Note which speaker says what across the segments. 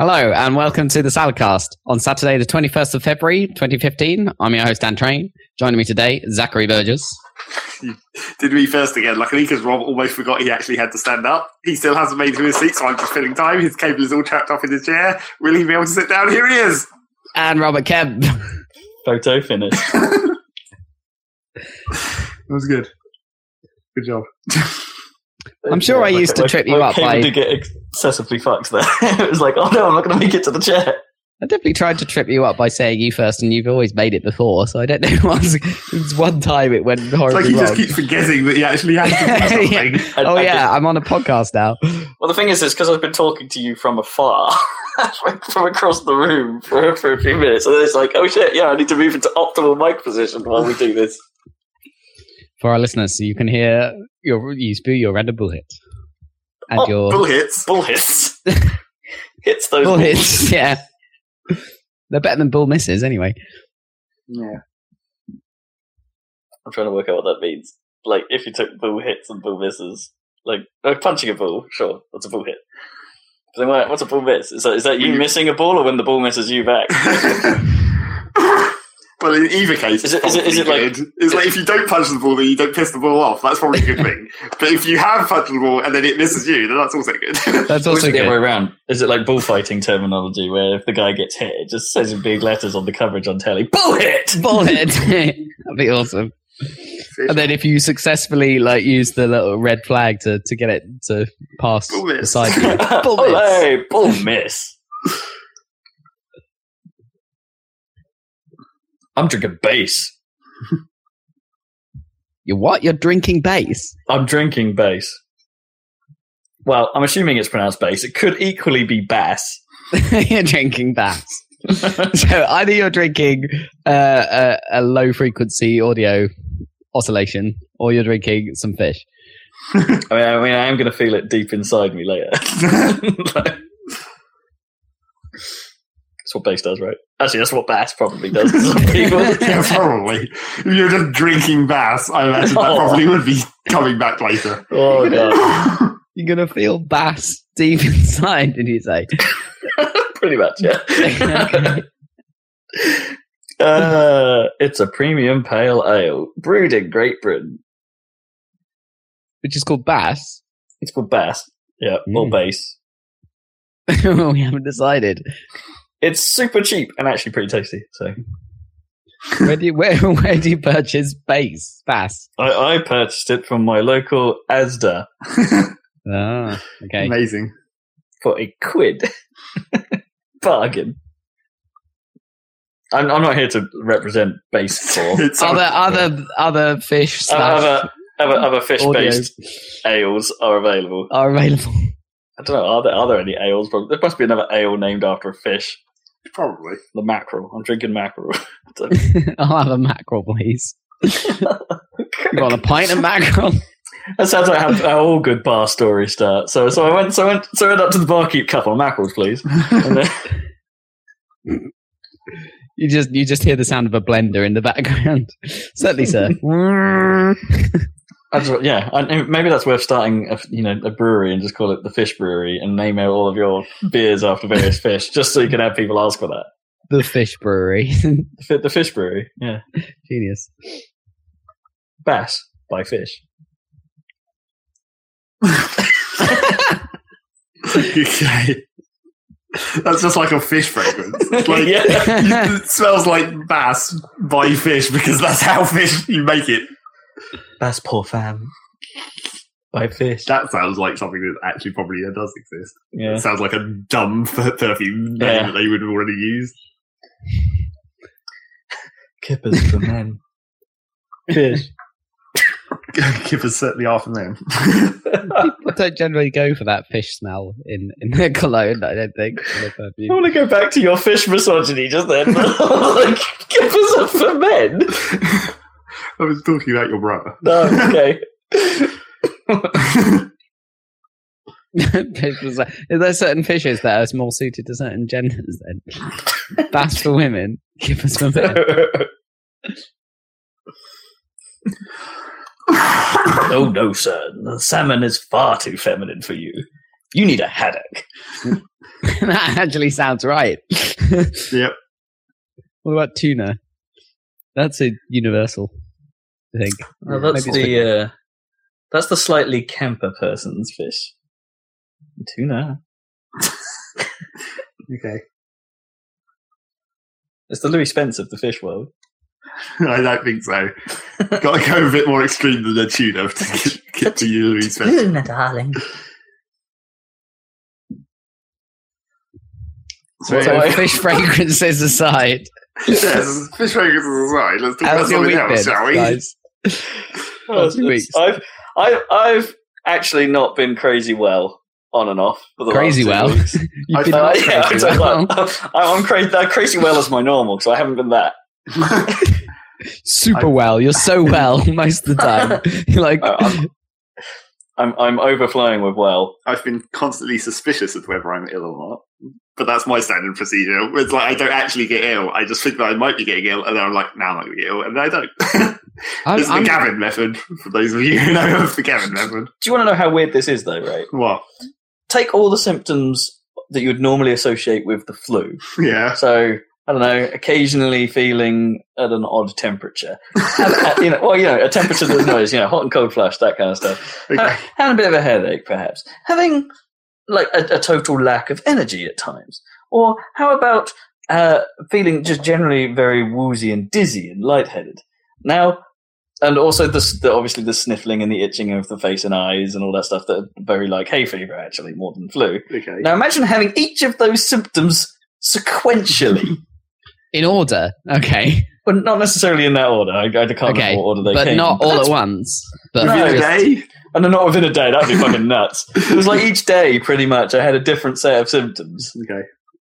Speaker 1: Hello and welcome to the Saladcast. On Saturday, the 21st of February, 2015, I'm your host, Dan Train. Joining me today, Zachary Burgess.
Speaker 2: Did me first again, luckily, because Rob almost forgot he actually had to stand up. He still hasn't made it to his seat, so I'm just filling time. His cable is all trapped up in his chair. Will he be able to sit down? Here he is.
Speaker 1: And Robert Kemp. that
Speaker 3: Photo finish.
Speaker 2: was good. Good job.
Speaker 1: I'm sure I
Speaker 3: my-
Speaker 1: used to
Speaker 3: my-
Speaker 1: trip you
Speaker 3: my
Speaker 1: up
Speaker 3: cable
Speaker 1: by-
Speaker 3: did get excessively fucked there. it was like, oh no, I'm not going to make it to the chair.
Speaker 1: definitely tried to trip you up by saying you first, and you've always made it before, so I don't know. Once, it's one time it went
Speaker 2: It's like
Speaker 1: horribly
Speaker 2: he just
Speaker 1: wrong.
Speaker 2: keeps forgetting that he actually had to do something.
Speaker 1: Yeah.
Speaker 3: I-
Speaker 1: Oh,
Speaker 3: I
Speaker 1: yeah, I'm on a podcast now.
Speaker 3: Well, the thing is, it's because I've been talking to you from afar, from across the room for, for a few minutes, and then it's like, oh shit, yeah, I need to move into optimal mic position while we do this.
Speaker 1: For our listeners, so you can hear your, you spew your random bullet. And
Speaker 3: Oh,
Speaker 1: your
Speaker 2: Bull hits.
Speaker 3: Bull hits. hits those
Speaker 1: bull
Speaker 3: balls.
Speaker 1: hits, yeah. They're better than bull misses, anyway.
Speaker 3: Yeah. I'm trying to work out what that means. Like, if you took bull hits and bull misses, like, like punching a bull, sure, that's a bull hit. But then what- what's a bull miss? Is that, is that you
Speaker 1: Mm.
Speaker 2: You-
Speaker 3: missing a ball or when the ball misses you back?
Speaker 2: Well, in either case,
Speaker 3: Is it- is it- is it
Speaker 2: probably
Speaker 3: like-
Speaker 2: good. it's like if you don't punch the ball, then you don't piss the ball off. That's probably a good thing. But if you have punched the ball and then it misses you, then that's also good.
Speaker 1: That's
Speaker 3: Or is
Speaker 1: also
Speaker 3: it the
Speaker 1: good.
Speaker 3: other way around? Is it like bullfighting terminology where if the guy gets hit, it just says in big letters on the coverage on telly, bull hit!
Speaker 1: bullet. That'd be awesome. And then if you successfully like use the little red flag to, to get it to pass
Speaker 2: Bullet.
Speaker 1: beside you.
Speaker 3: bull
Speaker 1: miss.
Speaker 3: bull miss. I'm drinking base.
Speaker 1: You what? You're drinking base.
Speaker 3: I'm drinking bass. Well, I'm assuming it's pronounced bass. It could equally be bass.
Speaker 1: you're drinking bass. so either you're drinking uh, a, a low frequency audio oscillation, or you're drinking some fish.
Speaker 3: I mean, I, mean, I am going to feel it deep inside me later. that's what bass does, right? Actually, that's what bass probably does to some people.
Speaker 2: yeah, probably. If you're just drinking bass, I imagine that
Speaker 3: Oh.
Speaker 2: probably would be coming back later.
Speaker 3: oh, God.
Speaker 1: You're gonna feel bass deep inside, did you say?
Speaker 3: Pretty much, yeah. uh, it's a premium pale ale brewed in Great Britain.
Speaker 1: Which is called bass.
Speaker 3: It's called bass. Yeah, or
Speaker 1: Mm.
Speaker 3: bass.
Speaker 1: we haven't decided.
Speaker 3: It's super cheap and actually pretty tasty. So
Speaker 1: Where do you where, where do you purchase base bass?
Speaker 3: I, I purchased it from my local ASDA
Speaker 1: Ah, okay.
Speaker 2: Amazing.
Speaker 3: for a quid. Bargain. I'm, I'm not here to represent base for
Speaker 2: It's uh,
Speaker 1: other other other fish slash
Speaker 3: other other, other fish
Speaker 1: audio
Speaker 3: based ales are available.
Speaker 1: are available.
Speaker 3: I don't know. Are there are there any ales? But there must be another ale named after a fish.
Speaker 2: probably.
Speaker 3: The mackerel. I'm drinking mackerel.
Speaker 1: I'll have a mackerel, please. You want a pint of mackerel?
Speaker 3: That sounds like how, how all good bar stories start. So, so I went, so I went, so I went up to the barkeep couple, mackerels, please. And then-
Speaker 1: You just you just hear the sound of a blender in the background. Certainly, sir.
Speaker 3: I just- yeah, and- and maybe that's worth starting, a, you know, a brewery and just call it the Fish Brewery and name out all of your beers after various fish, just so you can have people ask for that.
Speaker 1: the fish brewery.
Speaker 3: The, fi- the Fish Brewery, yeah,
Speaker 1: Genius.
Speaker 3: Bass by Fish.
Speaker 2: okay. That's just like a fish fragrance. It's Like,
Speaker 3: yeah,
Speaker 2: It smells like bass by fish because that's how fish you make it.
Speaker 3: Bass Poor Fam by Fish.
Speaker 2: That sounds like something that actually probably does exist.
Speaker 3: Yeah,
Speaker 2: It sounds like a dumb f- perfume name
Speaker 3: Yeah.
Speaker 2: that they would have already used.
Speaker 3: kippers for men. Fish.
Speaker 2: Kippers certainly are from them.
Speaker 1: People don't generally go for that fish smell in in their cologne. I don't think. or their
Speaker 3: I
Speaker 1: perfume.
Speaker 3: want to go back to your fish misogyny just then. like, kippers are for men.
Speaker 2: I was talking about your brother.
Speaker 3: No, okay.
Speaker 1: Fish was like- Is there certain fishes that are more suited to certain genders? Then bass for women, kippers for men.
Speaker 3: oh no, sir. The salmon is far too feminine for you. You need a headache.
Speaker 1: that actually sounds right.
Speaker 2: Yep.
Speaker 1: What about tuna? That's a universal. I think.
Speaker 3: Well, that's
Speaker 1: Maybe it's
Speaker 3: the uh, that's the slightly camper person's fish. Tuna.
Speaker 2: Okay.
Speaker 3: It's the Louis Spence of the fish world.
Speaker 2: I don't think so. Got to go a bit more extreme than the tuna to get, get to you, Louise. Spencer.
Speaker 3: Tuna, darling.
Speaker 1: So
Speaker 2: So,
Speaker 3: Sorry.
Speaker 1: fish fragrances aside,
Speaker 2: yes, fish fingers aside, let's talk about
Speaker 1: how's your
Speaker 2: something
Speaker 1: week been,
Speaker 2: else, shall we?
Speaker 1: guys?
Speaker 3: Oh,
Speaker 1: Two
Speaker 3: it's-
Speaker 1: weeks.
Speaker 3: I've, I've, I've actually not been crazy well on and off. For the
Speaker 1: Crazy
Speaker 3: last two
Speaker 1: well?
Speaker 3: weeks.
Speaker 1: You've
Speaker 2: I
Speaker 1: been
Speaker 3: Uh,
Speaker 2: thought-
Speaker 1: on
Speaker 3: yeah,
Speaker 1: crazy
Speaker 3: I'm,
Speaker 1: well.
Speaker 3: sorry, well, I'm crazy. Crazy well is my normal, so I haven't been that.
Speaker 1: super
Speaker 2: I-
Speaker 1: well. You're so well most of the time. You're like,
Speaker 3: Uh, I'm, I'm, I'm overflowing with well.
Speaker 2: I've been constantly suspicious of whether I'm ill or not. But that's my standard procedure. It's like I don't actually get ill. I just think that I might be getting ill, and then I'm like, "No, I'm not going to get ill," and then I don't.
Speaker 1: I'm,
Speaker 2: it's the
Speaker 1: I'm-
Speaker 2: Gavin method for those of you who know of the Gavin method.
Speaker 3: Do you want to know how weird this is, though? Right?
Speaker 2: What?
Speaker 3: Take all the symptoms that you would normally associate with the flu.
Speaker 2: Yeah.
Speaker 3: So I don't know, occasionally feeling at an odd temperature. Have- uh, you know, well, you know, a temperature that's noise, you know, hot and cold flush, that kind of stuff.
Speaker 2: Okay.
Speaker 1: Uh,
Speaker 3: Ha- having a bit of a headache, perhaps. Having like a, a total lack of energy at times. Or how about uh, feeling just generally very woozy and dizzy and lightheaded? Now, and also the, s- the obviously the sniffling and the itching of the face and eyes and all that stuff that are very like hay fever actually more than flu.
Speaker 2: Okay.
Speaker 3: Now imagine having each of those symptoms sequentially,
Speaker 1: in order, okay,
Speaker 3: but not necessarily in that order. I, I can't
Speaker 1: Okay,
Speaker 3: remember what order they
Speaker 1: but
Speaker 3: came.
Speaker 1: not all
Speaker 3: that's-
Speaker 1: at once. But
Speaker 3: No.
Speaker 2: Within a
Speaker 1: just-
Speaker 2: day?
Speaker 3: And not within a day. That'd be fucking nuts. It was like each day, pretty much. I had a different set of symptoms.
Speaker 2: Okay.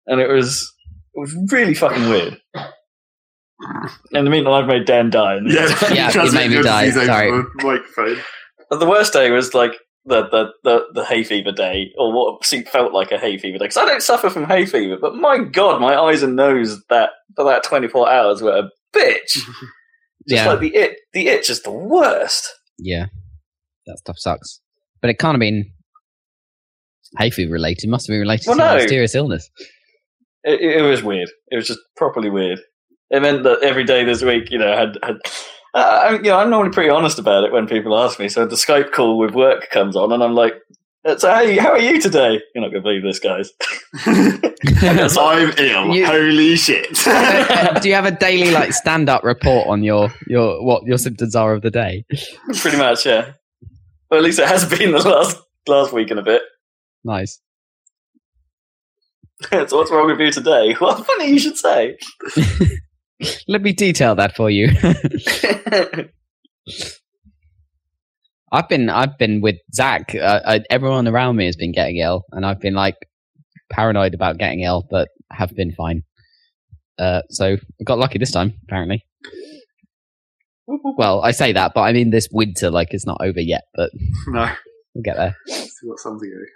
Speaker 3: and it was it was really fucking weird. In the meantime, I've made Dan die. And
Speaker 2: Yeah,
Speaker 1: Yeah,
Speaker 2: Transmit
Speaker 1: it made me
Speaker 2: your
Speaker 1: die,
Speaker 2: disease over
Speaker 1: sorry.
Speaker 2: the Microphone.
Speaker 3: the worst day was like the the, the the hay fever day, or what se- felt like a hay fever day. Because I don't suffer from hay fever, but my god, my eyes and nose that for that twenty four hours were a bitch. Just
Speaker 1: yeah,
Speaker 3: like the it the itch is the worst.
Speaker 1: yeah, that stuff sucks. But it can't have been hay fever related. It must have been related
Speaker 3: Well,
Speaker 1: to a
Speaker 3: no.
Speaker 1: mysterious illness.
Speaker 3: It, it, it was weird. It was just properly weird. It meant that every day this week, you know, had had. Uh, I'm, you know, I'm normally pretty honest about it when people ask me. So the Skype call with work comes on, and I'm like, "So how you, how are you today? You're not going to believe this, guys." That's all.
Speaker 2: I'm ill.
Speaker 1: You-
Speaker 2: Holy shit.
Speaker 1: Do you have a daily like stand up report on your your what your symptoms are of the day?
Speaker 3: pretty much, yeah. Well, at least it has been the last last week and a bit.
Speaker 1: Nice.
Speaker 3: so what's wrong with you today? Well, funny you should say.
Speaker 1: Let me detail that for you. I've been I've been with Zach. Uh, I, everyone around me has been getting ill, and I've been like paranoid about getting ill, but have been fine. Uh, so I got lucky this time, apparently. Well, I say that, but I mean this winter, like it's not over yet, but
Speaker 2: no.
Speaker 1: we'll get there.
Speaker 2: Still got something to do.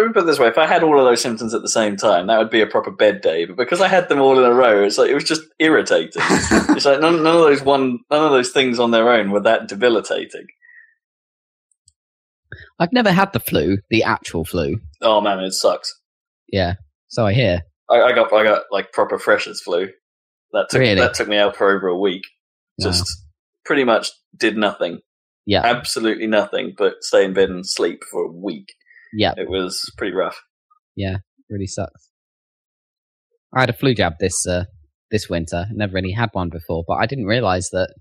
Speaker 3: Let me put it this way: if I had all of those symptoms at the same time, that would be a proper bed day. But because I had them all in a row, it's like it was just irritating. it's like none, none of those one, none of those things on their own were that debilitating.
Speaker 1: I've never had the flu, the actual flu.
Speaker 3: Oh man, it sucks.
Speaker 1: Yeah, so I hear.
Speaker 3: I, I got, I got like proper freshers flu. That took
Speaker 1: Really?
Speaker 3: that took me out for over a week.
Speaker 1: Wow.
Speaker 3: Just pretty much did nothing.
Speaker 1: Yeah.
Speaker 3: absolutely nothing but stay in bed and sleep for a week.
Speaker 1: Yeah.
Speaker 3: it was pretty rough.
Speaker 1: really sucks. I had a flu jab this uh, this winter. Never really had one before, but I didn't realize that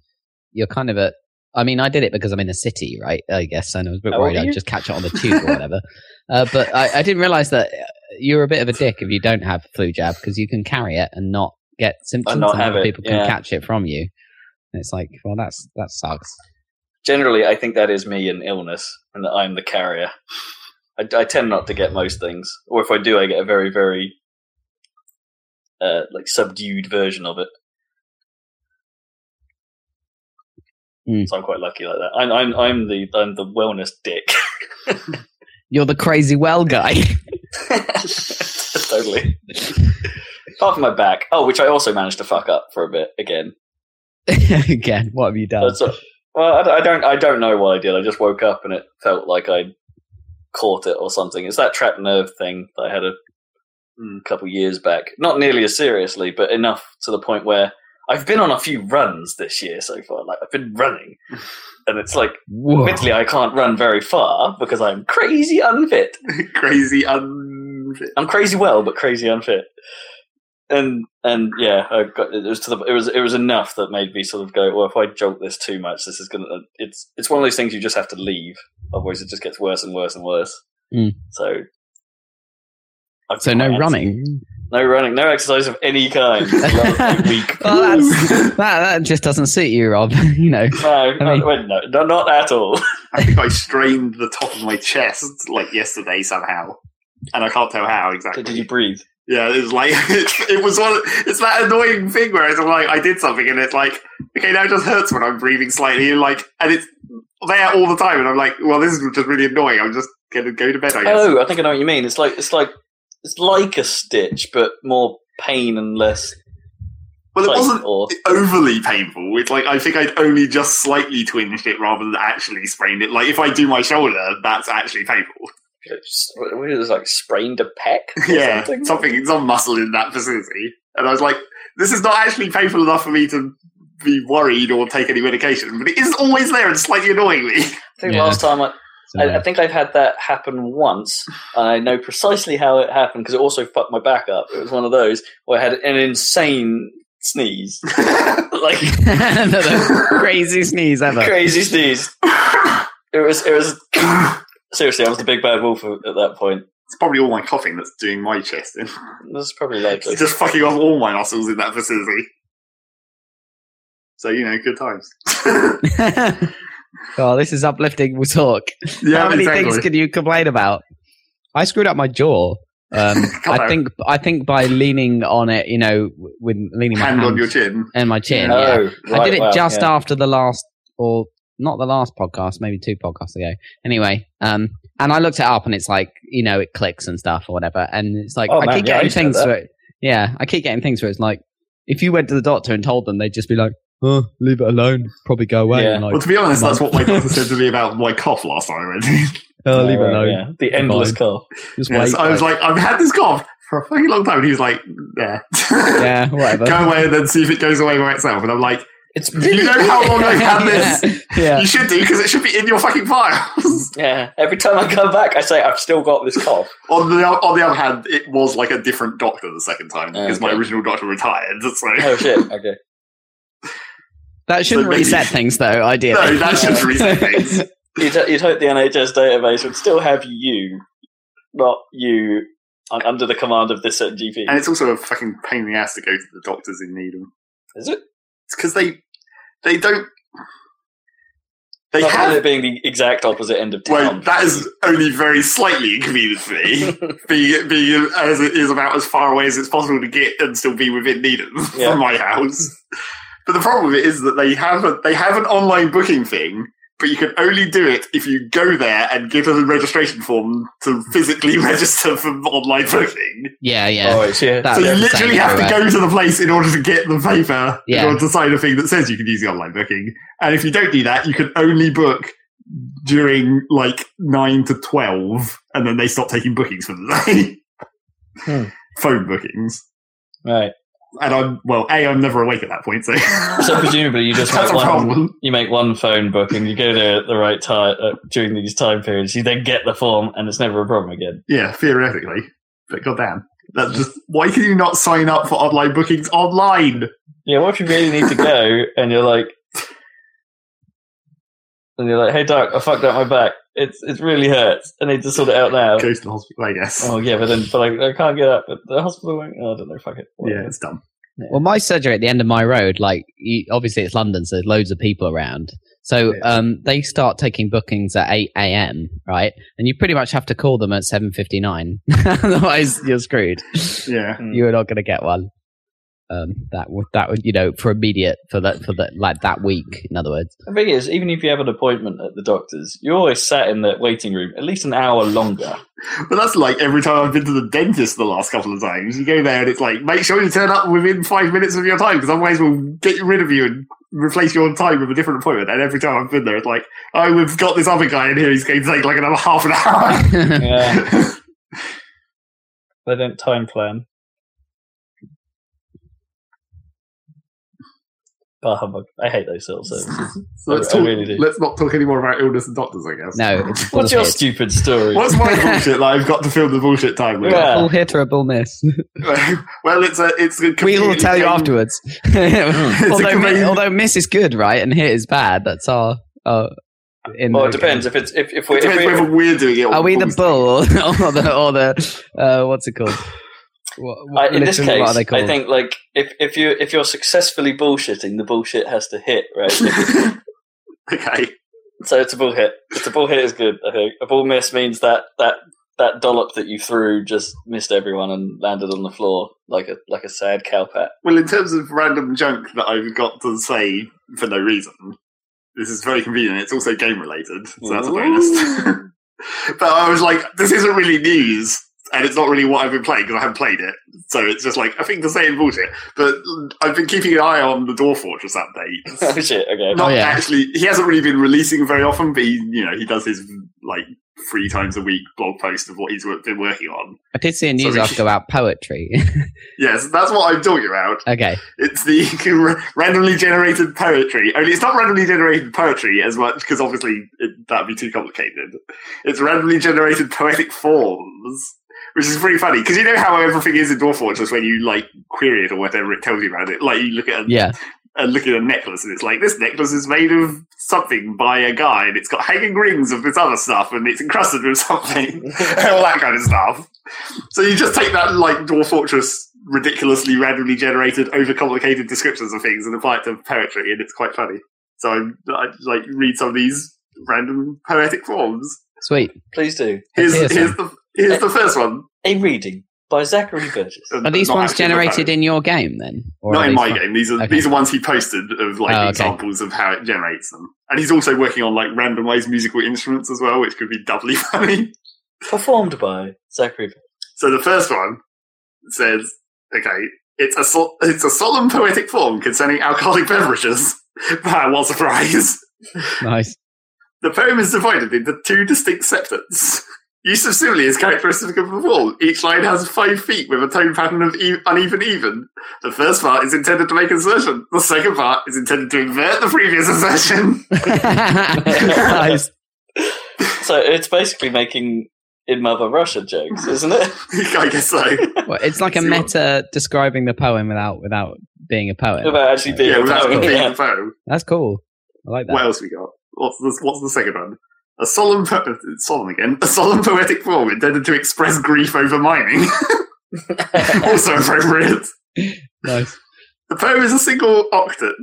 Speaker 1: you're kind of a. I mean, I did it because I'm in a city, right? I guess, and I was a bit
Speaker 3: How old
Speaker 1: worried
Speaker 3: are you?
Speaker 1: I'd just catch it on the tube or whatever. Uh, but I, I didn't realize that uh, you're a bit of a dick if you don't have the flu jab because you can carry it and not get symptoms,
Speaker 3: not
Speaker 1: and other
Speaker 3: have it,
Speaker 1: people can
Speaker 3: yeah.
Speaker 1: catch it from you. And it's like, well, that's that sucks.
Speaker 3: generally, I think that is me in illness, and that I'm the carrier. I, I tend not to get most things, or if I do, I get a very, very uh, like subdued version of it.
Speaker 1: Mm.
Speaker 3: So I'm quite lucky like that. I'm, I'm, I'm the, I'm the wellness dick.
Speaker 1: You're the crazy well guy.
Speaker 3: totally. Apart from my back, oh, which I also managed to fuck up for a bit again.
Speaker 1: Again, what have you done?
Speaker 3: That's a- well, I, I don't, I don't know what I did. I just woke up and it felt like I caught it or something. It's that trapped nerve thing that I had a mm, couple years back. Not nearly as seriously, but enough to the point where I've been on a few runs this year so far. Like I've been running, and it's like
Speaker 1: Whoa.
Speaker 3: admittedly I can't run very far because I'm crazy unfit.
Speaker 2: Crazy unfit.
Speaker 3: I'm crazy well, but crazy unfit. And and yeah, I got it was to the it was it was enough that made me sort of go, well, if I jolt this too much, this is gonna it's it's one of those things you just have to leave, otherwise it just gets worse and worse and worse.
Speaker 1: Mm.
Speaker 3: So. I've
Speaker 1: So
Speaker 3: been
Speaker 1: no
Speaker 3: quite
Speaker 1: running.
Speaker 3: No running, no exercise of any kind. Last week.
Speaker 1: Well, that's, that that just doesn't suit you, Rob. you know.
Speaker 3: No,
Speaker 1: I mean-
Speaker 3: no, wait, no, no, not at all.
Speaker 2: I think I strained the top of my chest like yesterday somehow, and I can't tell how exactly.
Speaker 3: Did you breathe?
Speaker 2: Yeah, it was like it was one. It's that annoying thing where it's like I did something and it's like okay now it just hurts when I'm breathing slightly and like and it's there all the time and I'm like well this is just really annoying. I'm just gonna go to bed. I guess.
Speaker 3: Oh, I think I know what you mean. It's like it's like it's like a stitch, but more pain and less.
Speaker 2: well, it
Speaker 3: tight,
Speaker 2: wasn't
Speaker 3: Or
Speaker 2: overly painful. It's like I think I'd only just slightly twinged it rather than actually sprained it. Like if I do my shoulder, that's actually painful.
Speaker 3: it's- what is it, like sprained a pec. or
Speaker 2: yeah,
Speaker 3: something?
Speaker 2: something, some muscle in that vicinity. And I was like, this is not actually painful enough for me to be worried or take any medication, but it is always there and slightly annoying me.
Speaker 3: I think
Speaker 1: Yeah.
Speaker 3: last time I,
Speaker 1: So,
Speaker 3: I, I think I've had that happen once, and I know precisely how it happened because it also fucked my back up. It was one of those where I had an insane sneeze, like
Speaker 1: the crazy sneeze ever.
Speaker 3: crazy sneeze. It was it was seriously. I was the big bad wolf at that point.
Speaker 2: it's probably all my coughing that's doing my chest in.
Speaker 3: That's probably likely.
Speaker 2: It's just fucking off all my muscles in that vicinity. So, you know, good times.
Speaker 1: oh, this is uplifting talk. How many things can you complain about? I screwed up my jaw. Um,
Speaker 2: Come
Speaker 1: I
Speaker 2: on.
Speaker 1: think I think by leaning on it, you know, w- with leaning my
Speaker 2: Hand
Speaker 1: hand,
Speaker 2: on your chin.
Speaker 1: and my chin.
Speaker 3: Oh,
Speaker 1: yeah.
Speaker 3: right,
Speaker 1: I did it
Speaker 3: wow,
Speaker 1: just
Speaker 3: yeah.
Speaker 1: after the last, or not the last podcast, maybe two podcasts ago. Anyway, um, and I looked it up, and it's like you know it clicks and stuff or whatever, and it's like
Speaker 3: Oh,
Speaker 1: I
Speaker 3: man,
Speaker 1: keep
Speaker 3: yeah, I
Speaker 1: getting
Speaker 3: used to have
Speaker 1: things
Speaker 3: that.
Speaker 1: where it. Yeah, I keep getting things where it's like if you went to the doctor and told them, they'd just be like, "Oh, leave it alone, probably go away."
Speaker 3: Yeah.
Speaker 1: And like,
Speaker 2: Well, to be honest, that's what my doctor said to me about my cough last time. I went.
Speaker 1: "Oh, leave it
Speaker 3: Right,
Speaker 1: alone,
Speaker 3: yeah. The endless
Speaker 1: Fine.
Speaker 3: cough.
Speaker 1: just
Speaker 2: Yeah,
Speaker 1: wait."
Speaker 2: so I was
Speaker 1: like,
Speaker 2: like, I've had this cough for a fucking long time. And he was like, yeah.
Speaker 1: "Yeah, whatever."
Speaker 2: Go away and then see if it goes away by itself. And I'm like,
Speaker 3: It's
Speaker 2: you know how long I've had this?
Speaker 1: yeah.
Speaker 2: You should do because it should be in your fucking files.
Speaker 3: yeah. Every time I come back, I say I've still got this cough.
Speaker 2: on the on the other hand, it was like a different doctor the second time because my
Speaker 3: Okay.
Speaker 2: original doctor retired. So
Speaker 3: Oh shit. Okay.
Speaker 1: That shouldn't
Speaker 2: maybe-
Speaker 1: reset things, though. Ideally,
Speaker 2: no, that should reset things.
Speaker 3: You'd, you'd hope the NHS database would still have you, not you, un- under the command of this certain
Speaker 2: And
Speaker 3: GP.
Speaker 2: it's also a fucking pain in the ass to go to the doctors in Needham.
Speaker 3: Is it?
Speaker 2: It's because they they don't they
Speaker 3: Not
Speaker 2: have
Speaker 3: with it being the exact opposite end of
Speaker 2: Well,
Speaker 3: town.
Speaker 2: that is only very slightly inconvenient for me, being, being as it is about as far away as it's possible to get and still be within Needham
Speaker 3: Yeah.
Speaker 2: from my house. But the problem with it is that they have a, they have an online booking thing, but you can only do it if you go there and give them a registration form to physically register for online booking.
Speaker 1: yeah, yeah.
Speaker 3: Oh, it's yeah.
Speaker 1: That-
Speaker 2: so you
Speaker 1: that's the same
Speaker 2: literally have to
Speaker 1: everywhere.
Speaker 2: go to the place in order to get the paper
Speaker 1: Yeah.
Speaker 2: in order to sign a thing that says you can use the online booking. And if you don't do that, you can only book during like nine to twelve, and then they stop taking bookings for the day.
Speaker 3: Hmm.
Speaker 2: Phone bookings.
Speaker 3: right.
Speaker 2: And I'm well, a I'm never awake at that point, so
Speaker 3: So presumably you just
Speaker 2: that's
Speaker 3: make
Speaker 2: a
Speaker 3: one.
Speaker 2: problem.
Speaker 3: You make one phone booking. You go there at the right time uh, during these time periods. You then get the form, and it's never a problem again.
Speaker 2: Yeah, theoretically, but goddamn, that's just why can you not sign up for online bookings online?
Speaker 3: Yeah, what if you really need to go and you're like, and you're like, hey doc, I fucked up my back. It's it really hurts. I need to sort it out now.
Speaker 2: Go to the hospital, I guess.
Speaker 3: Oh yeah, but then but I, I can't get up. But the hospital won't. Oh, I don't know. Fuck it.
Speaker 2: yeah, it's dumb.
Speaker 1: Well, my surgery at the end of my road, like you, obviously it's London, so there's loads of people around. So
Speaker 2: Yeah.
Speaker 1: um, they start taking bookings at eight a.m. right, and you pretty much have to call them at seven fifty-nine. Otherwise, you're screwed.
Speaker 2: Yeah.
Speaker 3: Hmm.
Speaker 1: You're not going to get one. Um, that would that would you know for immediate for that for that like that week. In other words,
Speaker 3: The thing is, even if you have an appointment at the doctor's, you're always sat in the waiting room at least an hour longer.
Speaker 2: But that's like every time I've been to the dentist the last couple of times. You go there and it's like, make sure you turn up within five minutes of your time because otherwise we'll get rid of you and replace you on time with a different appointment. And every time I've been there, it's like, oh, we've got this other guy in here. He's going to take like another half an hour.
Speaker 3: Yeah, they don't time plan. Bah Ah, humbug. I hate those sort of services.
Speaker 2: so let's,
Speaker 3: I
Speaker 2: talk,
Speaker 3: really do.
Speaker 2: let's not talk any more about illness and doctors, I guess.
Speaker 1: no, it's
Speaker 3: What's your
Speaker 1: bullshit.
Speaker 3: stupid story?
Speaker 2: What's my bullshit that I've got to film the bullshit time with?
Speaker 3: Yeah.
Speaker 1: Bull hit or a bull miss?
Speaker 2: well, it's a it's a
Speaker 1: We will
Speaker 2: convenient
Speaker 1: tell you
Speaker 2: game.
Speaker 1: afterwards.
Speaker 2: a
Speaker 1: although, mi-
Speaker 2: convenient-
Speaker 1: although miss is good, right, and hit is bad. That's our. our in
Speaker 3: well, Oh, it
Speaker 1: the-
Speaker 3: depends. If it's if if
Speaker 2: It
Speaker 3: we're, if
Speaker 2: depends
Speaker 3: we're
Speaker 2: whether we're doing it. Or
Speaker 1: Are we the
Speaker 2: Paul's
Speaker 1: bull or the or the uh, what's it called? What,
Speaker 3: I,
Speaker 1: what
Speaker 3: uh, in this
Speaker 1: religion,
Speaker 3: case,
Speaker 1: what are they
Speaker 3: I
Speaker 1: called?
Speaker 3: think like if if you if you're successfully bullshitting, the bullshit has to hit, right?
Speaker 2: doing it. okay.
Speaker 3: so it's a bull hit. It's a bull hit is good. I think a bull miss means that that that dollop that you threw just missed everyone and landed on the floor like a like a sad cowpat.
Speaker 2: Well, in terms of random junk that I've got to say for no reason, this is very convenient. It's also game related, so that's a bonus.
Speaker 3: Ooh.
Speaker 2: but I was like, this isn't really news, and it's not really what I've been playing because I haven't played it. So it's just like I think the same bullshit. But I've been keeping an eye on the Door Fortress update.
Speaker 3: oh shit! Okay.
Speaker 2: not
Speaker 1: yeah.
Speaker 2: actually, he hasn't really been releasing very often, but he, you know, he does his like three times a week blog post of what he's wo- been working on.
Speaker 1: I did see a news
Speaker 2: Sorry.
Speaker 1: article about poetry.
Speaker 2: Yes, that's what I'm talking about.
Speaker 1: okay,
Speaker 2: It's the randomly generated poetry. Only it's not randomly generated poetry as much because obviously it, that'd be too complicated. It's randomly generated poetic forms, which is pretty funny because you know how everything is in Dwarf Fortress when you like query it or whatever it tells you about it. Like you look at a,
Speaker 1: yeah,
Speaker 2: a look at a necklace and it's like this necklace is made of something by a guy and it's got hanging rings of this other stuff and it's encrusted with something and all that kind of stuff. So you just take that like Dwarf Fortress ridiculously randomly generated, overcomplicated descriptions of things and apply it to poetry, and it's quite funny. So I, I like read some of these random poetic forms.
Speaker 1: sweet.
Speaker 3: Please do
Speaker 2: Here's,
Speaker 1: Here's Uh,
Speaker 2: here's the here's the first one.
Speaker 3: a reading by Zachary Burgess.
Speaker 1: Are these
Speaker 2: Not
Speaker 1: ones
Speaker 2: actually in the
Speaker 1: generated in your game then? Or are
Speaker 2: not in
Speaker 1: these
Speaker 2: my
Speaker 1: one-
Speaker 2: game. These are
Speaker 1: Okay.
Speaker 2: these are ones he posted of like
Speaker 1: Oh, okay.
Speaker 2: examples of how it generates them. And he's also working on like randomized musical instruments as well, which could be doubly funny.
Speaker 3: Performed by Zachary. Burgess.
Speaker 2: So the first one says, "Okay, it's a sol- it's a solemn poetic form concerning alcoholic beverages." Wow, what surprise!
Speaker 1: Nice.
Speaker 2: The poem is divided into two distinct septets. Use of simile is characteristic of the form. Each line has five feet with a tone pattern of e- uneven even. The first part is intended to make assertion. The second part is intended to invert the previous assertion.
Speaker 1: nice.
Speaker 3: So it's basically making in Mother Russia jokes, isn't it?
Speaker 2: I guess so.
Speaker 1: Well, it's like a
Speaker 2: See what-
Speaker 1: meta describing the poem without without being a poet.
Speaker 3: About actually being
Speaker 2: Yeah,
Speaker 3: a
Speaker 2: without
Speaker 3: poet,
Speaker 2: being
Speaker 3: yeah.
Speaker 2: a poem.
Speaker 1: That's cool. I like that.
Speaker 2: What else we got? What's the, what's the second one? A solemn, po- it's solemn again. A solemn poetic form intended to express grief over mining. also appropriate.
Speaker 1: nice.
Speaker 2: The poem is a single octet.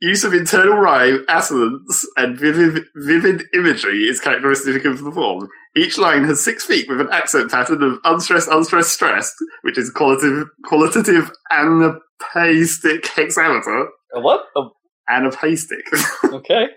Speaker 2: Use of internal rhyme, assonance, and vivid, vivid imagery is characteristic of the form. Each line has six feet with an accent pattern of unstressed, unstressed, stressed, which is qualitative, qualitative anapastic hexameter.
Speaker 3: A what? Oh,
Speaker 2: Anapastic.
Speaker 3: okay.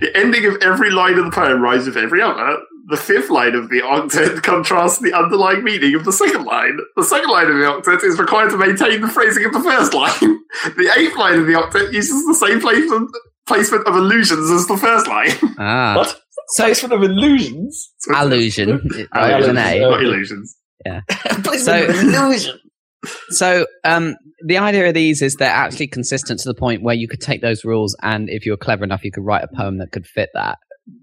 Speaker 2: the ending of every line of the poem rhymes with every other. The fifth line of the octet contrasts the underlying meaning of the second line. The second line of the octet is required to maintain the phrasing of the first line. The eighth line of the octet uses the same placement, placement of allusions as the first line.
Speaker 1: Ah.
Speaker 3: What?
Speaker 1: So
Speaker 3: Placement of illusions.
Speaker 1: allusion. It-
Speaker 2: Allusions,
Speaker 1: right, with an
Speaker 3: Allusion.
Speaker 1: A.
Speaker 2: not illusions.
Speaker 1: So-
Speaker 3: Placement of illusion.
Speaker 1: So um, the idea of these is they're actually consistent to the point where you could take those rules, and if you were clever enough, you could write a poem that could fit that.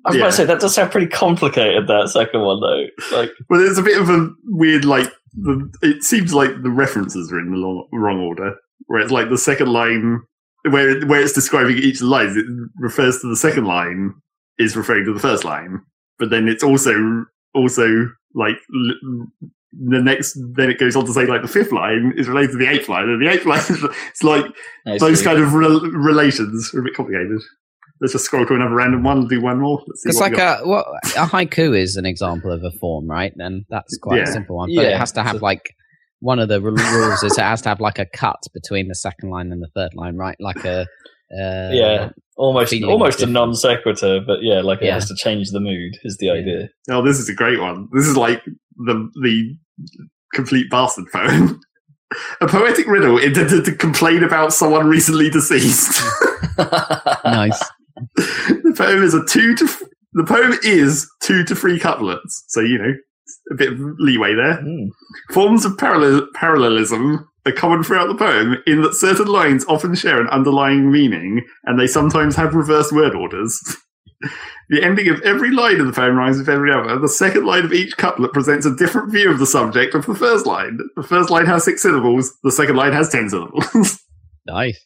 Speaker 3: I was about
Speaker 2: Yeah.
Speaker 3: to say that does sound pretty complicated. That second one though, like
Speaker 2: Well, it's a bit of a weird, like, the, it seems like the references are in the long, wrong order, where it's like the second line, where, where it's describing each line, it refers to the second line, is referring to the first line, but then it's also, also, like, l- the next, then it goes on to say, like, the fifth line is related to the eighth line, and the eighth line is, it's like those kind of rel relations are a bit complicated. Let's just scroll to another random one, do one more. Let's see
Speaker 1: Because
Speaker 2: what we
Speaker 1: like
Speaker 2: got.
Speaker 1: a what a haiku is an example of a form, right? And that's quite a
Speaker 2: Yeah.
Speaker 1: simple one, but it
Speaker 3: Yeah.
Speaker 1: has to have like one of the ru- rules is it has to have like a cut between the second line and the third line, right? Like a uh,
Speaker 3: yeah, almost
Speaker 1: feeling
Speaker 3: almost a
Speaker 1: different.
Speaker 3: non sequitur, but yeah, like it
Speaker 1: Yeah.
Speaker 3: has to change the mood is the
Speaker 1: Yeah.
Speaker 3: idea.
Speaker 2: Oh, this is a great one. This is like the the complete bastard poem. A poetic riddle intended to complain about someone recently deceased.
Speaker 1: nice.
Speaker 2: the poem is a two to f- the poem is two to three couplets, so you know a bit of leeway there.
Speaker 3: Hmm.
Speaker 2: Forms of parallel- parallelism are common throughout the poem in that certain lines often share an underlying meaning, and they sometimes have reverse word orders. the ending of every line of the poem rhymes with every other. The second line of each couplet presents a different view of the subject of the first line. The first line has six syllables. The second line has ten syllables.
Speaker 1: Nice.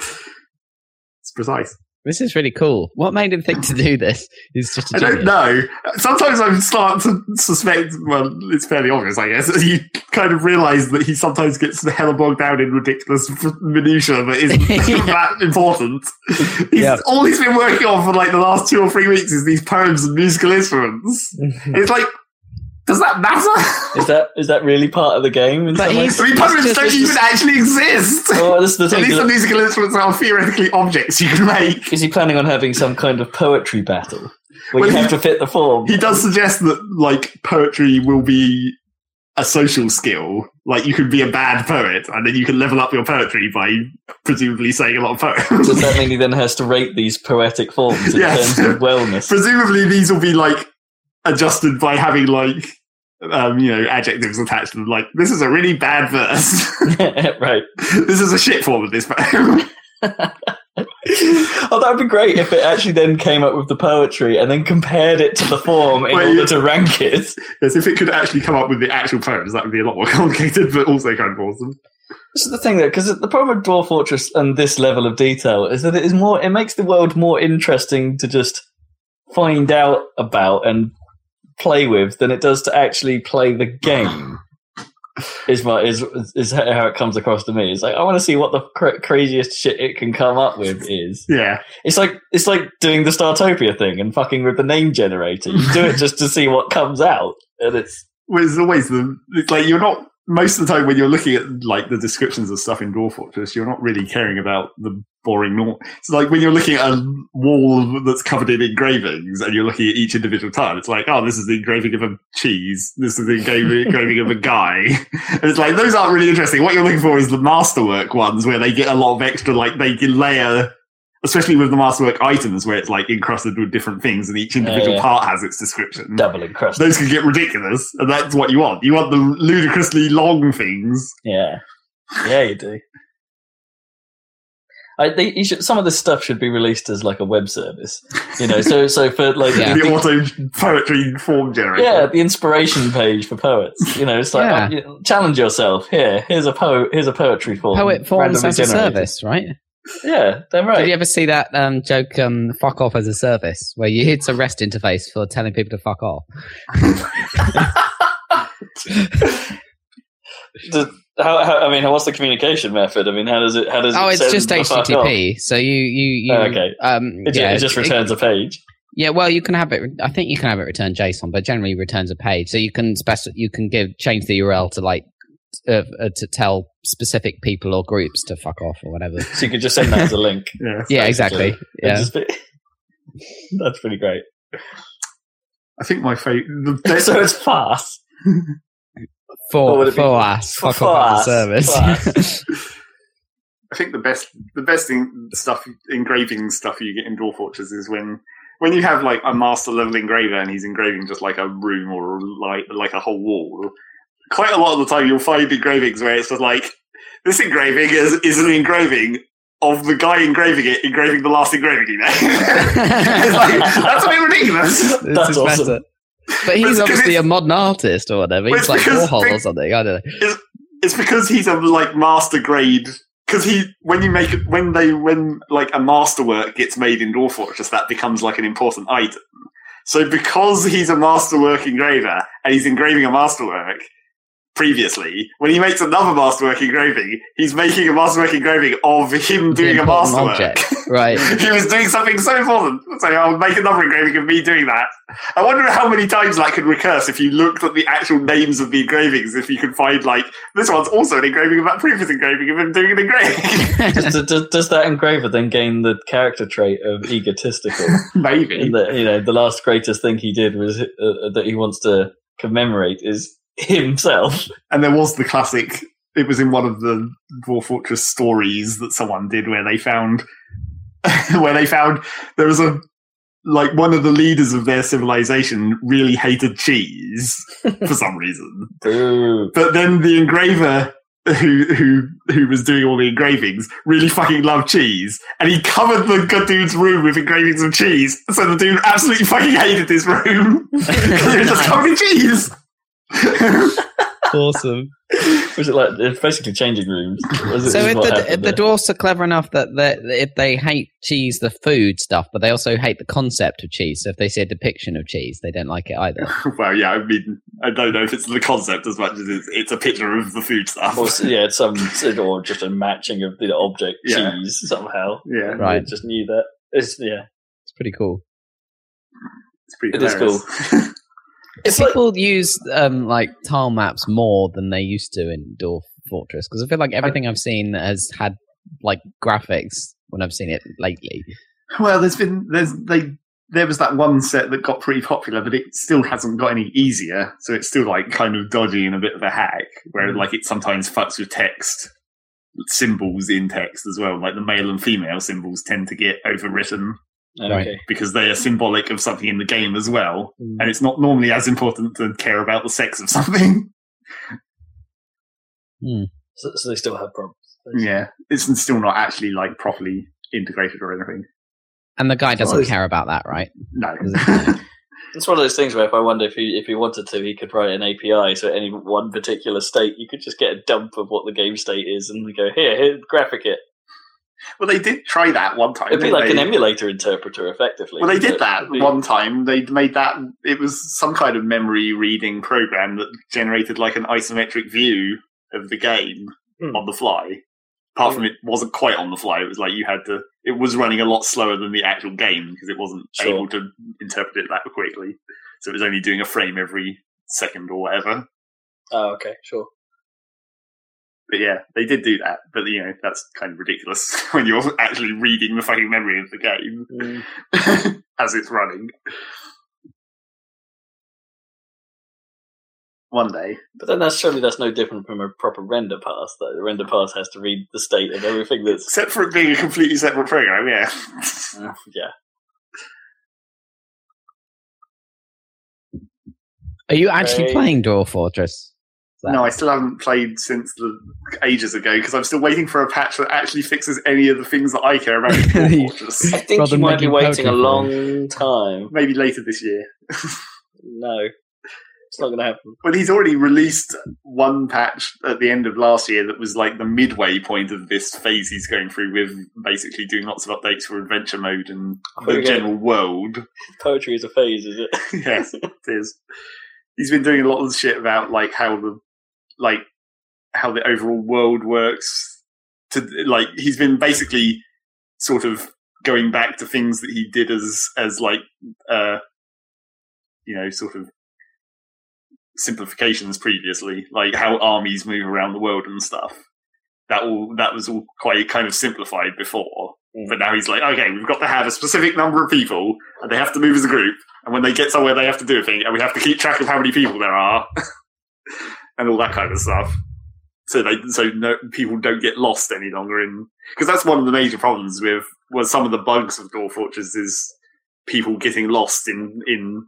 Speaker 2: it's precise.
Speaker 1: This is really cool. What made him think to do this? He's just a
Speaker 2: I don't
Speaker 1: genius.
Speaker 2: know. Sometimes I start to suspect. Well, it's fairly obvious, I guess. You kind of realise that he sometimes gets hella bogged down in ridiculous minutia that isn't
Speaker 1: Yeah.
Speaker 2: that important. He's,
Speaker 1: Yeah.
Speaker 2: All he's been working on for like the last two or three weeks is these poems and musical instruments. It's like, does that matter?
Speaker 3: is that is that really part of the game? In
Speaker 1: But
Speaker 3: some ways?
Speaker 1: he's-
Speaker 2: I mean,
Speaker 1: It's
Speaker 2: poems
Speaker 1: just-
Speaker 2: don't
Speaker 1: it's
Speaker 2: even
Speaker 1: just-
Speaker 2: actually exist.
Speaker 3: oh, this is the
Speaker 2: At
Speaker 3: thing.
Speaker 2: least the musical instruments are theoretically objects you can make.
Speaker 3: Is he planning on having some kind of poetry battle where
Speaker 2: Well,
Speaker 3: you
Speaker 2: he-
Speaker 3: have to fit the form?
Speaker 2: he does suggest that like poetry will be a social skill. Like you could be a bad poet, and then you can level up your poetry by presumably saying a lot of
Speaker 3: Does
Speaker 2: poems.
Speaker 3: that mean he then has to rate these poetic forms in
Speaker 2: Yes.
Speaker 3: terms of wellness?
Speaker 2: presumably, these will be like adjusted by having like um, you know adjectives attached. to them, Like this is a really bad verse.
Speaker 3: right.
Speaker 2: this is a shit form of this poem.
Speaker 3: Oh, that would be great if it actually then came up with the poetry and then compared it to the form in
Speaker 2: Well,
Speaker 3: order
Speaker 2: you-
Speaker 3: to rank it.
Speaker 2: yes, if it could actually come up with the actual poems, that would be a lot more complicated, but also kind of awesome.
Speaker 3: This is the thing, though, because the problem with Dwarf Fortress and this level of detail is that it is more. It makes the world more interesting to just find out about and play with than it does to actually play the game. Is my is is how it comes across to me. It's like I want to see what the cra- craziest shit it can come up with is.
Speaker 2: Yeah,
Speaker 3: It's like it's like doing the Startopia thing and fucking with the name generator. You do it just to see what comes out, and it's
Speaker 2: Well, it's always the it's like you're not most of the time when you're looking at like the descriptions of stuff in Dwarf Fortress, you're not really caring about the boring. Nor- it's like when you're looking at a wall that's covered in engravings and you're looking at each individual tile. It's like, oh, this is the engraving of a cheese. This is the engra- engraving of a guy. And it's like those aren't really interesting. What you're looking for is the masterwork ones where they get a lot of extra. Like they can layer. Especially with the masterwork items, where it's like encrusted with different things, and each individual
Speaker 3: yeah.
Speaker 2: part has its description
Speaker 3: double encrusted.
Speaker 2: those can get ridiculous, and that's what you want. You want the ludicrously long things.
Speaker 3: Yeah, yeah, you do. I think you should, some of this stuff should be released as like a web service, you know. So, so for like,
Speaker 1: Yeah.
Speaker 2: The auto poetry form generator.
Speaker 3: yeah, the inspiration page for poets. You know, it's like
Speaker 1: Yeah.
Speaker 3: oh, you- challenge yourself. Here, here's a po, here's a poetry form.
Speaker 1: Poet forms
Speaker 3: randomly
Speaker 1: as a
Speaker 3: generated.
Speaker 1: service, right?
Speaker 3: Yeah, damn right.
Speaker 1: Did you ever see that um, joke, um, fuck off as a service, where you hit a REST interface for telling people to fuck off?
Speaker 3: Does- how, how, I mean, what's the communication method? I mean, how does it? How does
Speaker 1: Oh,
Speaker 3: it
Speaker 1: it's
Speaker 3: send
Speaker 1: just
Speaker 3: the fuck off? It,
Speaker 1: HTTP. So you, you, you
Speaker 3: Oh, okay.
Speaker 1: um,
Speaker 3: ju-
Speaker 1: yeah,
Speaker 3: it just returns a page.
Speaker 1: Yeah, well, you can have it. I think you can have it return JSON, but generally returns a page. So you can spec- you can give change the URL to like uh, uh, to tell specific people or groups to fuck off or whatever.
Speaker 3: So you could just send that as a link.
Speaker 2: Yeah.
Speaker 3: basically.
Speaker 1: yeah, exactly.
Speaker 3: It'd
Speaker 1: Yeah.
Speaker 3: just be- that's pretty great.
Speaker 2: I think my favorite.
Speaker 3: So it's fast. What
Speaker 1: For
Speaker 3: would it be?
Speaker 1: for us,
Speaker 3: For-
Speaker 1: fuck off as
Speaker 3: for
Speaker 1: a
Speaker 3: us,
Speaker 1: service.
Speaker 2: I think the best the best thing stuff engraving stuff you get in Dwarf Fortress is when when you have like a master level engraver and he's engraving just like a room or like like a whole wall. Quite a lot of the time you'll find engravings where it's just like this engraving is, is an engraving of the guy engraving it engraving the last engraving he made. it's like that's a bit ridiculous.
Speaker 1: This
Speaker 3: That's
Speaker 1: is
Speaker 3: awesome.
Speaker 1: better. But he's
Speaker 2: Because
Speaker 1: obviously
Speaker 2: it's-
Speaker 1: a modern artist or whatever.
Speaker 2: Well,
Speaker 1: He's
Speaker 2: it's
Speaker 1: like
Speaker 2: because
Speaker 1: Warhol or
Speaker 2: they-
Speaker 1: something. I don't know.
Speaker 2: it's because he's a like master grade. Because he, when you make when they when like a masterwork gets made in Dwarf Fortress, that becomes like an important item. So because he's a masterwork engraver and he's engraving a masterwork previously, when he makes another masterwork engraving, he's making a masterwork engraving of him
Speaker 1: The
Speaker 2: doing a
Speaker 1: important
Speaker 2: masterwork.
Speaker 1: object, right?
Speaker 2: he was doing something so important. So I'll make another engraving of me doing that. I wonder how many times that could recurse if you looked at the actual names of the engravings, if you could find, like, this one's also an engraving of that previous engraving of him doing an engraving.
Speaker 3: does, does, does that engraver then gain the character trait of egotistical?
Speaker 2: Maybe.
Speaker 3: And that you know, the last greatest thing he did was uh, uh, that he wants to commemorate is himself.
Speaker 2: And there was the classic it was in one of the Dwarf Fortress stories that someone did where they found where they found there was a like one of the leaders of their civilization really hated cheese for some reason.
Speaker 3: Boo.
Speaker 2: But then the engraver who who who was doing all the engravings really fucking loved cheese, and he covered the good dude's room with engravings of cheese. So the dude absolutely fucking hated his room. it was just covered in cheese.
Speaker 1: awesome.
Speaker 3: Was it like it's basically changing rooms? Was it-
Speaker 1: So
Speaker 3: is
Speaker 1: if
Speaker 3: what
Speaker 1: the,
Speaker 3: happened
Speaker 1: if the
Speaker 3: there?
Speaker 1: dwarfs are clever enough that that if they hate cheese, the food stuff, but they also hate the concept of cheese. So if they see a depiction of cheese, they don't like it either.
Speaker 2: well, yeah, I mean, I don't know if it's the concept as much as it's, it's a picture of the food stuff.
Speaker 3: or, s- yeah, it's some or just a matching of the object
Speaker 2: Yeah.
Speaker 3: cheese somehow.
Speaker 2: Yeah,
Speaker 1: Right.
Speaker 3: I just knew that. It's yeah.
Speaker 1: It's pretty cool.
Speaker 2: it's pretty
Speaker 3: It is
Speaker 2: hilarious.
Speaker 1: If
Speaker 3: It's like-
Speaker 1: people use um, like tile maps more than they used to in Dwarf Fortress, because I feel like everything I've seen has had like graphics when I've seen it lately.
Speaker 2: Well, there's been there's they there was that one set that got pretty popular, but it still hasn't got any easier. So it's still like kind of dodgy and a bit of a hack, where
Speaker 3: Mm.
Speaker 2: like it sometimes fucks with text symbols in text as well. Like the male and female symbols tend to get overwritten
Speaker 3: Okay.
Speaker 2: because they are symbolic of something in the game as well, and it's not normally as important to care about the sex of something.
Speaker 3: So, so they still have problems.
Speaker 2: yeah, it's still not actually like properly integrated or anything.
Speaker 1: And the guy doesn't
Speaker 3: Well,
Speaker 1: care about that, right?
Speaker 2: No.
Speaker 3: It's one of those things where if I wonder if he if he wanted to, he could write an API so any one particular state you could just get a dump of what the game state is and go here, here graphic it.
Speaker 2: well, they did try that one time.
Speaker 3: It'd be
Speaker 2: didn't
Speaker 3: like
Speaker 2: they?
Speaker 3: an emulator interpreter, effectively.
Speaker 2: Well, they
Speaker 3: wouldn't it?
Speaker 2: did that
Speaker 3: It'd be-
Speaker 2: one time. They made that. It was some kind of memory reading program that generated like an isometric view of the game
Speaker 3: Hmm.
Speaker 2: on the fly. Apart from it wasn't quite on the fly. It was like you had to. It was running a lot slower than the actual game because it wasn't
Speaker 3: Sure.
Speaker 2: able to interpret it that quickly. So it was only doing a frame every second or whatever.
Speaker 3: Oh, okay, sure.
Speaker 2: But yeah, they did do that. But you know that's kind of ridiculous when you're actually reading the fucking memory of the game
Speaker 3: Mm.
Speaker 2: as it's running. One day.
Speaker 3: But then that's surely that's no different from a proper render pass, though. The render pass has to read the state of everything that's
Speaker 2: Except for it being a completely separate program, yeah.
Speaker 3: Uh, yeah.
Speaker 1: Are you actually
Speaker 3: Right.
Speaker 1: playing Dwarf Fortress?
Speaker 2: no, I still haven't played since the ages ago because I'm still waiting for a patch that actually fixes any of the things that I care about. in Dwarf Fortress.
Speaker 3: I think you
Speaker 1: Rather than
Speaker 3: might be
Speaker 1: making
Speaker 3: waiting a
Speaker 1: poetry
Speaker 3: long time.
Speaker 2: Maybe later this year.
Speaker 3: No, it's not going to happen.
Speaker 2: But he's already released one patch at the end of last year that was like the midway point of this phase he's going through with basically doing lots of updates for adventure mode and
Speaker 3: I thought you
Speaker 2: the
Speaker 3: were gonna-
Speaker 2: general world.
Speaker 3: Poetry is a phase, is it?
Speaker 2: yes, it is. He's been doing a lot of shit about like how the like how the overall world works. To like, he's been basically sort of going back to things that he did as as like uh you know sort of simplifications previously, like how armies move around the world and stuff. That all that was all quite kind of simplified before.
Speaker 3: Mm.
Speaker 2: But now he's like, okay, we've got to have a specific number of people, and they have to move as a group. And when they get somewhere, they have to do a thing, and we have to keep track of how many people there are, and all that kind of stuff. So they, so no, people don't get lost any longer in because that's one of the major problems with was some of the bugs of Dwarf Fortress is people getting lost in in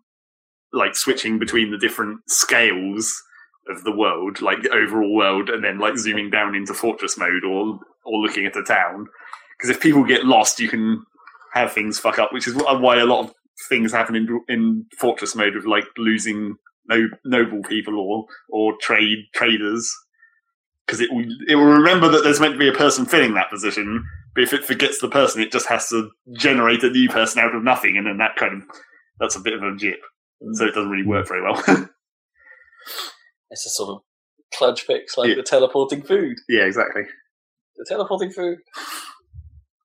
Speaker 2: like switching between the different scales of the world, like the overall world, and then like zooming down into fortress mode or or looking at a town. Because if people get lost, you can have things fuck up, which is wh- why a lot of things happen in in fortress mode of like losing no, noble people or or trade traders. Because it will, it will remember that there's meant to be a person filling that position, but if it forgets the person, it just has to generate a new person out of nothing, and then that kind of that's a bit of a jip. So it doesn't really work very well.
Speaker 3: It's a sort of cludge fix, like
Speaker 2: Yeah.
Speaker 3: the teleporting food.
Speaker 2: yeah, exactly.
Speaker 3: The teleporting food.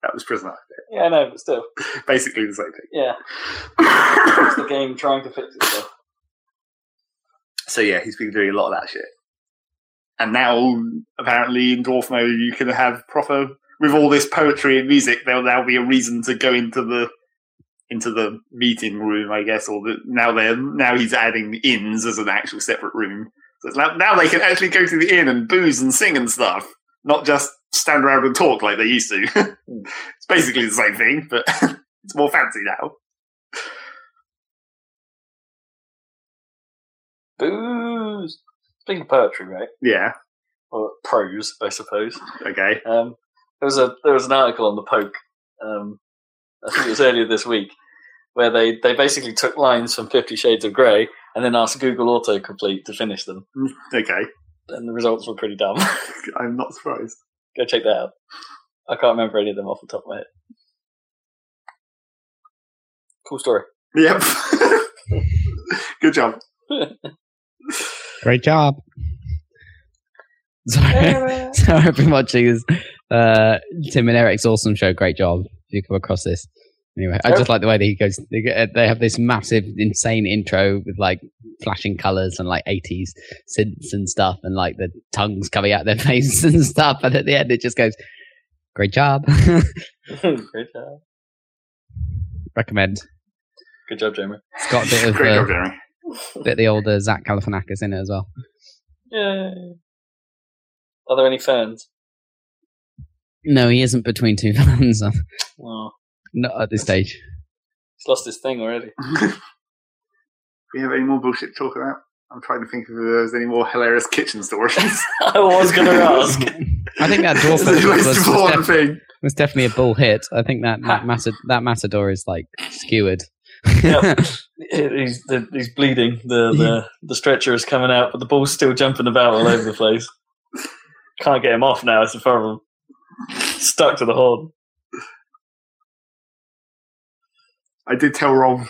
Speaker 2: That was prisoner.
Speaker 3: Yeah, I know, but still,
Speaker 2: Basically the same
Speaker 3: yeah,
Speaker 2: thing.
Speaker 3: it's the game trying to fix itself.
Speaker 2: So yeah, he's been doing a lot of that shit. And now, apparently, in Dwarf Mode, you can have proper with all this poetry and music. There'll now be a reason to go into the into the meeting room, I guess. Or the, now they're now he's adding inns as an actual separate room, So it's like, now they can actually go to the inn and booze and sing and stuff, not just stand around and talk like they used to. it's basically the same thing, but it's more fancy now.
Speaker 3: Booze. Speaking of poetry, right?
Speaker 2: Yeah.
Speaker 3: Or prose, I suppose.
Speaker 2: Okay.
Speaker 3: Um, there was a there was an article on the Poke. Um, I think it was earlier this week where they, they basically took lines from Fifty Shades of Grey and then asked Google autocomplete to finish them,
Speaker 2: Okay.
Speaker 3: and the results were pretty dumb.
Speaker 2: I'm not surprised.
Speaker 3: Go check that out. I can't remember any of them off the top of my head. Cool story.
Speaker 2: Yep. Good job.
Speaker 1: Great job. Sorry, so I've been watching is uh, Tim and Eric's awesome show. Great job. If you come across this, anyway, I just like the way that he goes. They, get- they have this massive, insane intro with like flashing colors and like eighties synths and stuff, and like the tongues coming out their faces and stuff. And at the end, it just goes, "Great job."
Speaker 3: Great job.
Speaker 1: Recommend.
Speaker 3: Good job, Jamie.
Speaker 1: It's got a bit of
Speaker 2: Great
Speaker 1: uh,
Speaker 2: job, Jeremy.
Speaker 1: bit of the older Zach Galifianakis in it as well.
Speaker 3: Yay. Are there any fans?
Speaker 1: No, he isn't between two fans.
Speaker 3: Oh,
Speaker 1: Not at this stage.
Speaker 3: he's lost his thing already.
Speaker 2: we have any more bullshit to talk about? I'm trying to think if there's any more hilarious kitchen stories.
Speaker 3: I was going to ask.
Speaker 1: I think that dwarf
Speaker 2: It's the
Speaker 1: was- was
Speaker 2: most
Speaker 1: def-
Speaker 2: important thing.
Speaker 1: was definitely a bull hit. I think that that, matad- that matador is like skewered.
Speaker 3: Yep. He's, the, he's bleeding. The, the the stretcher is coming out, but the ball's still jumping about all over the place. Can't get him off now. It's a problem. Stuck to the horn.
Speaker 2: I did tell Rob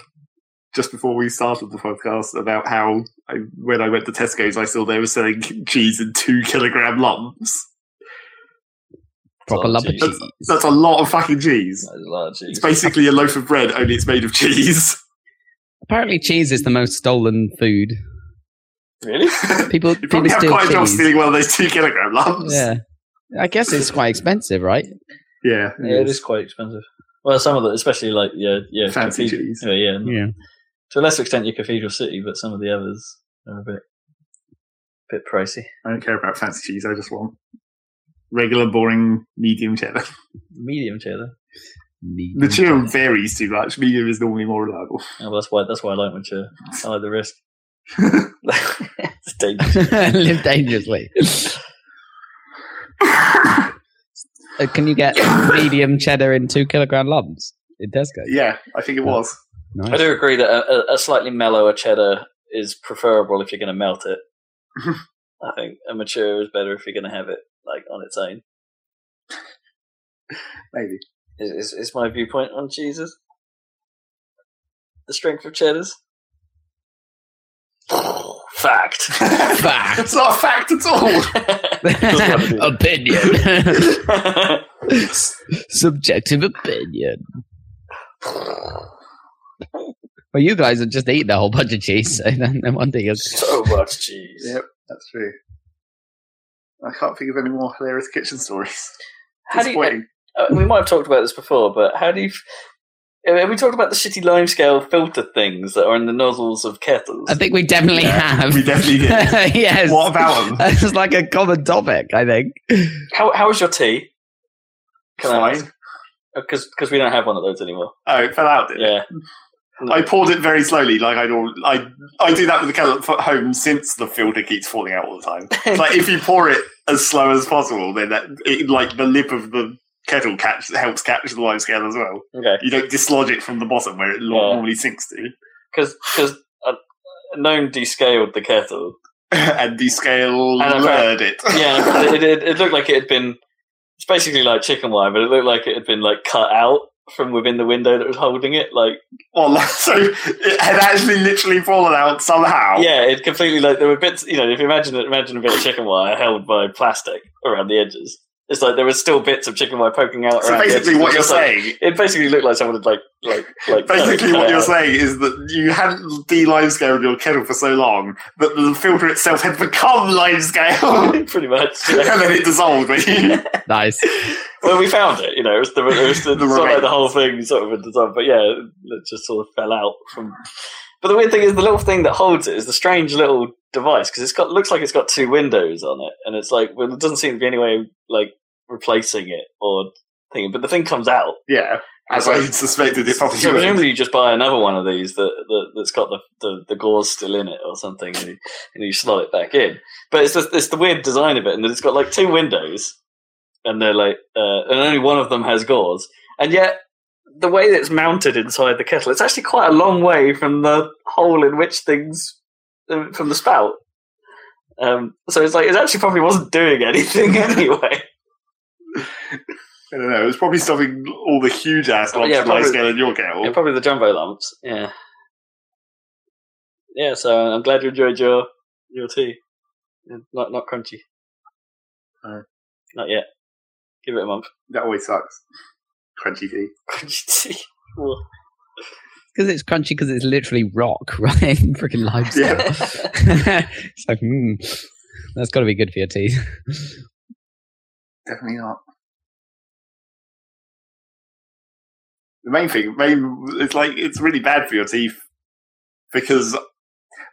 Speaker 2: just before we started the podcast about how I, when I went to Tesco's, I saw they were selling cheese in two kilogram lumps.
Speaker 1: Proper lump of
Speaker 3: That's-
Speaker 1: cheese.
Speaker 2: That's a lot of fucking cheese.
Speaker 3: That is large.
Speaker 2: It's basically a loaf of bread, only it's made of cheese.
Speaker 1: Apparently, cheese is the most stolen food.
Speaker 3: Really?
Speaker 1: People
Speaker 2: You
Speaker 1: people
Speaker 2: probably have
Speaker 1: steal
Speaker 2: quite a job
Speaker 1: cheese.
Speaker 2: stealing one of those two kilogram lumps.
Speaker 1: yeah, I guess it's quite expensive, right?
Speaker 2: Yeah. it
Speaker 3: Yeah, it
Speaker 2: is.
Speaker 3: is quite expensive. Well, some of the, especially like yeah, yeah,
Speaker 2: Fancy
Speaker 3: cathed-
Speaker 2: cheese.
Speaker 3: Yeah, yeah.
Speaker 1: Yeah.
Speaker 3: To a lesser extent, your Cathedral City, but some of the others are a bit, bit pricey.
Speaker 2: I don't care about fancy cheese. I just want regular, boring, medium cheddar.
Speaker 3: Medium cheddar.
Speaker 2: The cheddar varies too much. Medium is normally more reliable.
Speaker 3: Oh, that's why. That's why I like my cheddar. I like the risk. it's dangerous.
Speaker 1: Live dangerously. Uh, Can you get medium cheddar in two kilogram lumps? It does go.
Speaker 2: yeah, I think it was.
Speaker 1: Nice.
Speaker 3: I do agree that a, a- a slightly mellower cheddar is preferable if you're going to melt it. I think a mature is better if you're going to have it like on its own.
Speaker 2: Maybe.
Speaker 3: Is, is, is my viewpoint on cheeses? The strength of cheddars. Fact.
Speaker 1: Fact.
Speaker 2: it's not a fact at all.
Speaker 1: opinion. Subjective opinion. Well, you guys have just eaten a whole bunch of cheese, so then no wonder you're.
Speaker 3: so much cheese.
Speaker 2: Yep. That's true. I can't think of any more hilarious kitchen stories.
Speaker 3: How do you,
Speaker 2: Disappointing.
Speaker 3: uh, we might have talked about this before, but how do you? f- Have we talked about the shitty limescale filter things that are in the nozzles of kettles?
Speaker 1: I think we definitely have.
Speaker 2: we definitely did.
Speaker 1: yes.
Speaker 2: What about 'em?
Speaker 1: That's like a common topic, I think.
Speaker 3: How how was your tea? Can I
Speaker 2: Fine.
Speaker 3: ask? Because because we don't have one of those anymore.
Speaker 2: Oh, it fell out. did it?
Speaker 3: Yeah.
Speaker 2: I poured it very slowly, like I do. I I do that with the kettle at home since the filter keeps falling out all the time. It's like if you pour it as slow as possible, then that it, like the lip of the kettle catch helps catch the limescale as well.
Speaker 3: okay.
Speaker 2: You don't dislodge it from the bottom where it lo-
Speaker 3: Yeah.
Speaker 2: normally sinks to,
Speaker 3: Because because uh, Gnome descaled the kettle.
Speaker 2: and descale
Speaker 3: And I've heard-
Speaker 2: lured it.
Speaker 3: Yeah. it, it, it looked like it had been. It's basically like chicken wire, but it looked like it had been like cut out from within the window that was holding it. Like
Speaker 2: well, like, so it had actually literally fallen out somehow.
Speaker 3: yeah, it completely like there were bits. You know, if you imagine it, imagine a bit of chicken wire held by plastic around the edges. It's like there were still bits of chicken wire poking out.
Speaker 2: So
Speaker 3: around the
Speaker 2: basically,
Speaker 3: edges.
Speaker 2: what
Speaker 3: It
Speaker 2: you're
Speaker 3: was like-
Speaker 2: saying.
Speaker 3: It basically looked like someone had like like like uh, cut it
Speaker 2: Basically,
Speaker 3: out.
Speaker 2: what you're saying is that you hadn't de-limescaled your kettle for so long that the filter itself had become limescale.
Speaker 3: pretty much. yeah.
Speaker 2: and then it dissolved me.
Speaker 1: Nice.
Speaker 3: well, we found it. You know, it was the, it was the,
Speaker 2: The
Speaker 3: sort of like the
Speaker 2: remains.
Speaker 3: whole thing sort of dissolved. But yeah, it just sort of fell out from. But the weird thing is, the little thing that holds it is the strange little device because it's got looks like it's got two windows on it, and it's like well, it doesn't seem to be any way like replacing it or thing. But the thing comes out,
Speaker 2: Yeah, as I suspected it probably
Speaker 3: so
Speaker 2: would.
Speaker 3: presumably you just buy another one of these that, that that's got the, the the gauze still in it or something, and you, and you slot it back in. But it's just, it's the weird design of it, and that it's got like two windows, and they're like, uh, and only one of them has gauze, and yet the way that it's mounted inside the kettle, it's actually quite a long way from the hole in which things uh, from the spout. Um, so it's like it actually probably wasn't doing anything anyway.
Speaker 2: I don't know. It was probably stopping all the huge ass
Speaker 3: Oh,
Speaker 2: lumps
Speaker 3: yeah,
Speaker 2: of ice
Speaker 3: probably.
Speaker 2: scale in your kettle.
Speaker 3: Yeah, probably the jumbo lumps. Yeah. Yeah, so I'm glad you enjoyed your your tea. Yeah, Not not crunchy.
Speaker 2: No.
Speaker 3: Not yet. Give it a month.
Speaker 2: That always sucks. Crunchy tea.
Speaker 3: Crunchy tea.
Speaker 1: Because it's crunchy, because it's literally rock, right? Freaking limestone.
Speaker 2: Yeah.
Speaker 1: it's like, mm, that's got to be good for your teeth.
Speaker 2: Definitely not. The main thing, main, it's like it's really bad for your teeth because,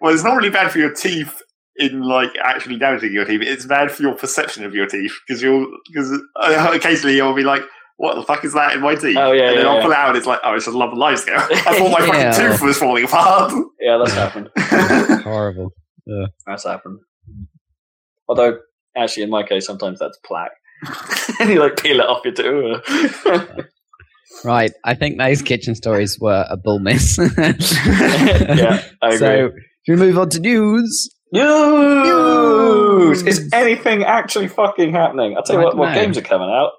Speaker 2: well, it's not really bad for your teeth in like actually damaging your teeth. It's bad for your perception of your teeth because you'll because uh, occasionally you'll be like, "What the fuck is that in my teeth?"
Speaker 3: Oh, yeah,
Speaker 2: and then
Speaker 3: yeah,
Speaker 2: I'll
Speaker 3: yeah.
Speaker 2: pull it out. And it's like, "Oh, it's just a lump of limescale." I thought my
Speaker 1: Yeah.
Speaker 2: fucking tooth was falling apart.
Speaker 3: Yeah, that's happened.
Speaker 1: Horrible.
Speaker 3: That's happened. Although actually in my case sometimes that's plaque. and you like peel it off your tooth.
Speaker 1: Right. I think those kitchen stories were a bull miss.
Speaker 3: yeah, I agree.
Speaker 1: So, should we move on to news?
Speaker 3: News!
Speaker 1: News!
Speaker 3: Is anything actually fucking happening? I'll tell you
Speaker 1: I
Speaker 3: what, what
Speaker 1: dunno.
Speaker 3: games are coming out.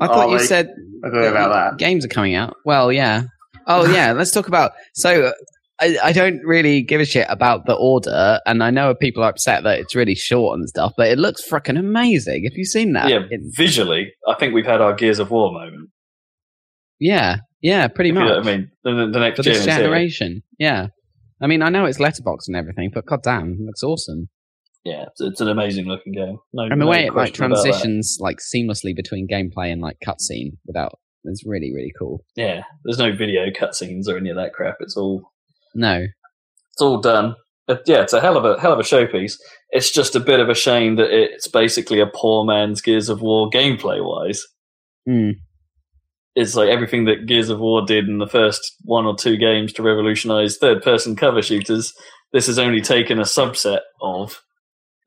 Speaker 1: I thought
Speaker 2: Oh,
Speaker 1: you
Speaker 2: like-
Speaker 1: said
Speaker 2: I don't know about
Speaker 1: Games are coming out. Well, yeah. Oh, yeah. let's talk about. So, uh, I, I don't really give a shit about the order, and I know people are upset that it's really short and stuff, but it looks freaking amazing. Have you seen that?
Speaker 3: yeah,
Speaker 1: It-
Speaker 3: visually, I think we've had our Gears of War moment.
Speaker 1: yeah. Yeah. Pretty
Speaker 3: If you
Speaker 1: much.
Speaker 3: know what I mean, the, the- the next
Speaker 1: For this
Speaker 3: gen is here.
Speaker 1: generation. Yeah. I mean, I know it's letterbox and everything, but goddamn, it looks awesome.
Speaker 3: Yeah, it's, it's an amazing looking game. No,
Speaker 1: And the
Speaker 3: no
Speaker 1: way it like
Speaker 3: question about that.
Speaker 1: transitions like seamlessly between gameplay and like cutscene without. It's really, really cool.
Speaker 3: Yeah, there's no video cutscenes or any of that crap. It's all
Speaker 1: No.
Speaker 3: it's all done. But yeah, it's a hell of a hell of a showpiece. It's just a bit of a shame that it's basically a poor man's Gears of War gameplay wise.
Speaker 1: Mm.
Speaker 3: It's like everything that Gears of War did in the first one or two games to revolutionize third person cover shooters. This has only taken a subset of,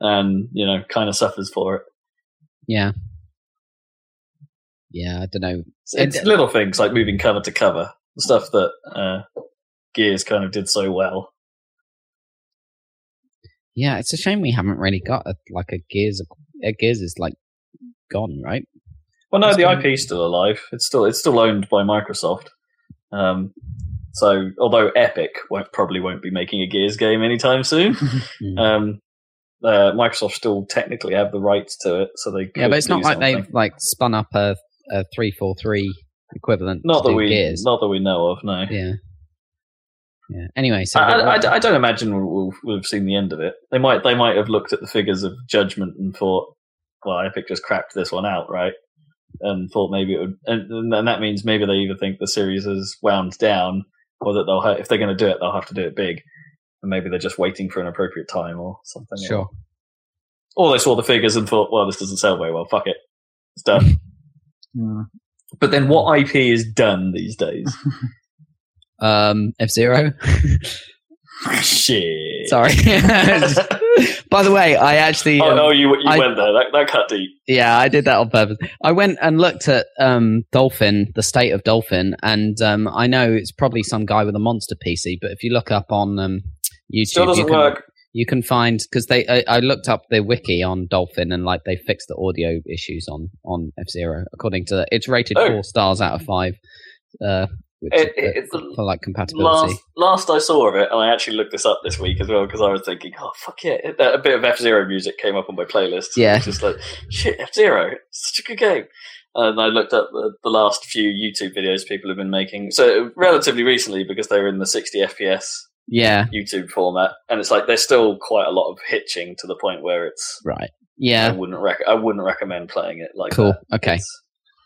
Speaker 3: and you know, kind of suffers for it.
Speaker 1: Yeah. Yeah, I don't know.
Speaker 3: it's
Speaker 1: It-
Speaker 3: little things like moving cover to cover, the stuff that uh, Gears kind of did so well.
Speaker 1: Yeah, it's a shame we haven't really got a, like a Gears. A Gears is like gone, right?
Speaker 3: Well, no,
Speaker 1: It's
Speaker 3: the
Speaker 1: gonna-
Speaker 3: IP is still alive. It's still it's still owned by Microsoft. Um, so, although Epic won't, probably won't be making a Gears game anytime soon,
Speaker 1: Mm.
Speaker 3: um, uh, Microsoft still technically have the rights to it, so they
Speaker 1: yeah,
Speaker 3: could
Speaker 1: but it's
Speaker 3: do
Speaker 1: not like
Speaker 3: something.
Speaker 1: they've like spun up a a three four three equivalent.
Speaker 3: not
Speaker 1: to
Speaker 3: that
Speaker 1: do
Speaker 3: we
Speaker 1: Gears.
Speaker 3: not that we know of. No,
Speaker 1: Yeah. Yeah. Anyway, so
Speaker 3: I,
Speaker 1: but
Speaker 3: I-
Speaker 1: what-
Speaker 3: I- I don't imagine we'll, we'll, we'll have seen the end of it. They might they might have looked at the figures of Judgment and thought, well, Epic just crapped this one out, right? And thought maybe it would, and, and that means maybe they either think the series is wound down or that they'll ha- if they're going to do it, they'll have to do it big, and maybe they're just waiting for an appropriate time or something.
Speaker 1: sure.
Speaker 3: Or they saw the figures and thought, well, this doesn't sell very well. Fuck it, it's done.
Speaker 1: Hmm.
Speaker 3: But then, what IP is done these days?
Speaker 1: Um, F Zero.
Speaker 3: Shit.
Speaker 1: Sorry. By the way, I actually.
Speaker 3: Oh
Speaker 1: um,
Speaker 3: no, you you
Speaker 1: I-
Speaker 3: went there. That that cut deep.
Speaker 1: Yeah, I did that on purpose. I went and looked at um, Dolphin, the state of Dolphin, and um, I know it's probably some guy with a monster PC, but if you look up on um, YouTube,
Speaker 3: Still doesn't
Speaker 1: you can,
Speaker 3: work.
Speaker 1: You can find because they I, I looked up the wiki on Dolphin and like they fixed the audio issues on on F Zero according to it's rated
Speaker 3: Oh.
Speaker 1: four stars out of five. Uh, which
Speaker 3: It-
Speaker 1: is-
Speaker 3: it's the
Speaker 1: for like compatibility.
Speaker 3: last last I saw of it, and I actually looked this up this week as well because I was thinking, oh fuck yeah, it- a bit of F Zero music came up on my playlist.
Speaker 1: Yeah.
Speaker 3: It's just like shit, F Zero, such a good game. And I looked up the, the last few YouTube videos people have been making, so relatively recently because they were in the 60 FPS
Speaker 1: Yeah,
Speaker 3: YouTube format, and it's like there's still quite a lot of hitching to the point where it's
Speaker 1: right.
Speaker 3: I
Speaker 1: Yeah,
Speaker 3: wouldn't rec- I wouldn't recommend playing it like
Speaker 1: cool.
Speaker 3: that.
Speaker 1: Okay.
Speaker 3: It's-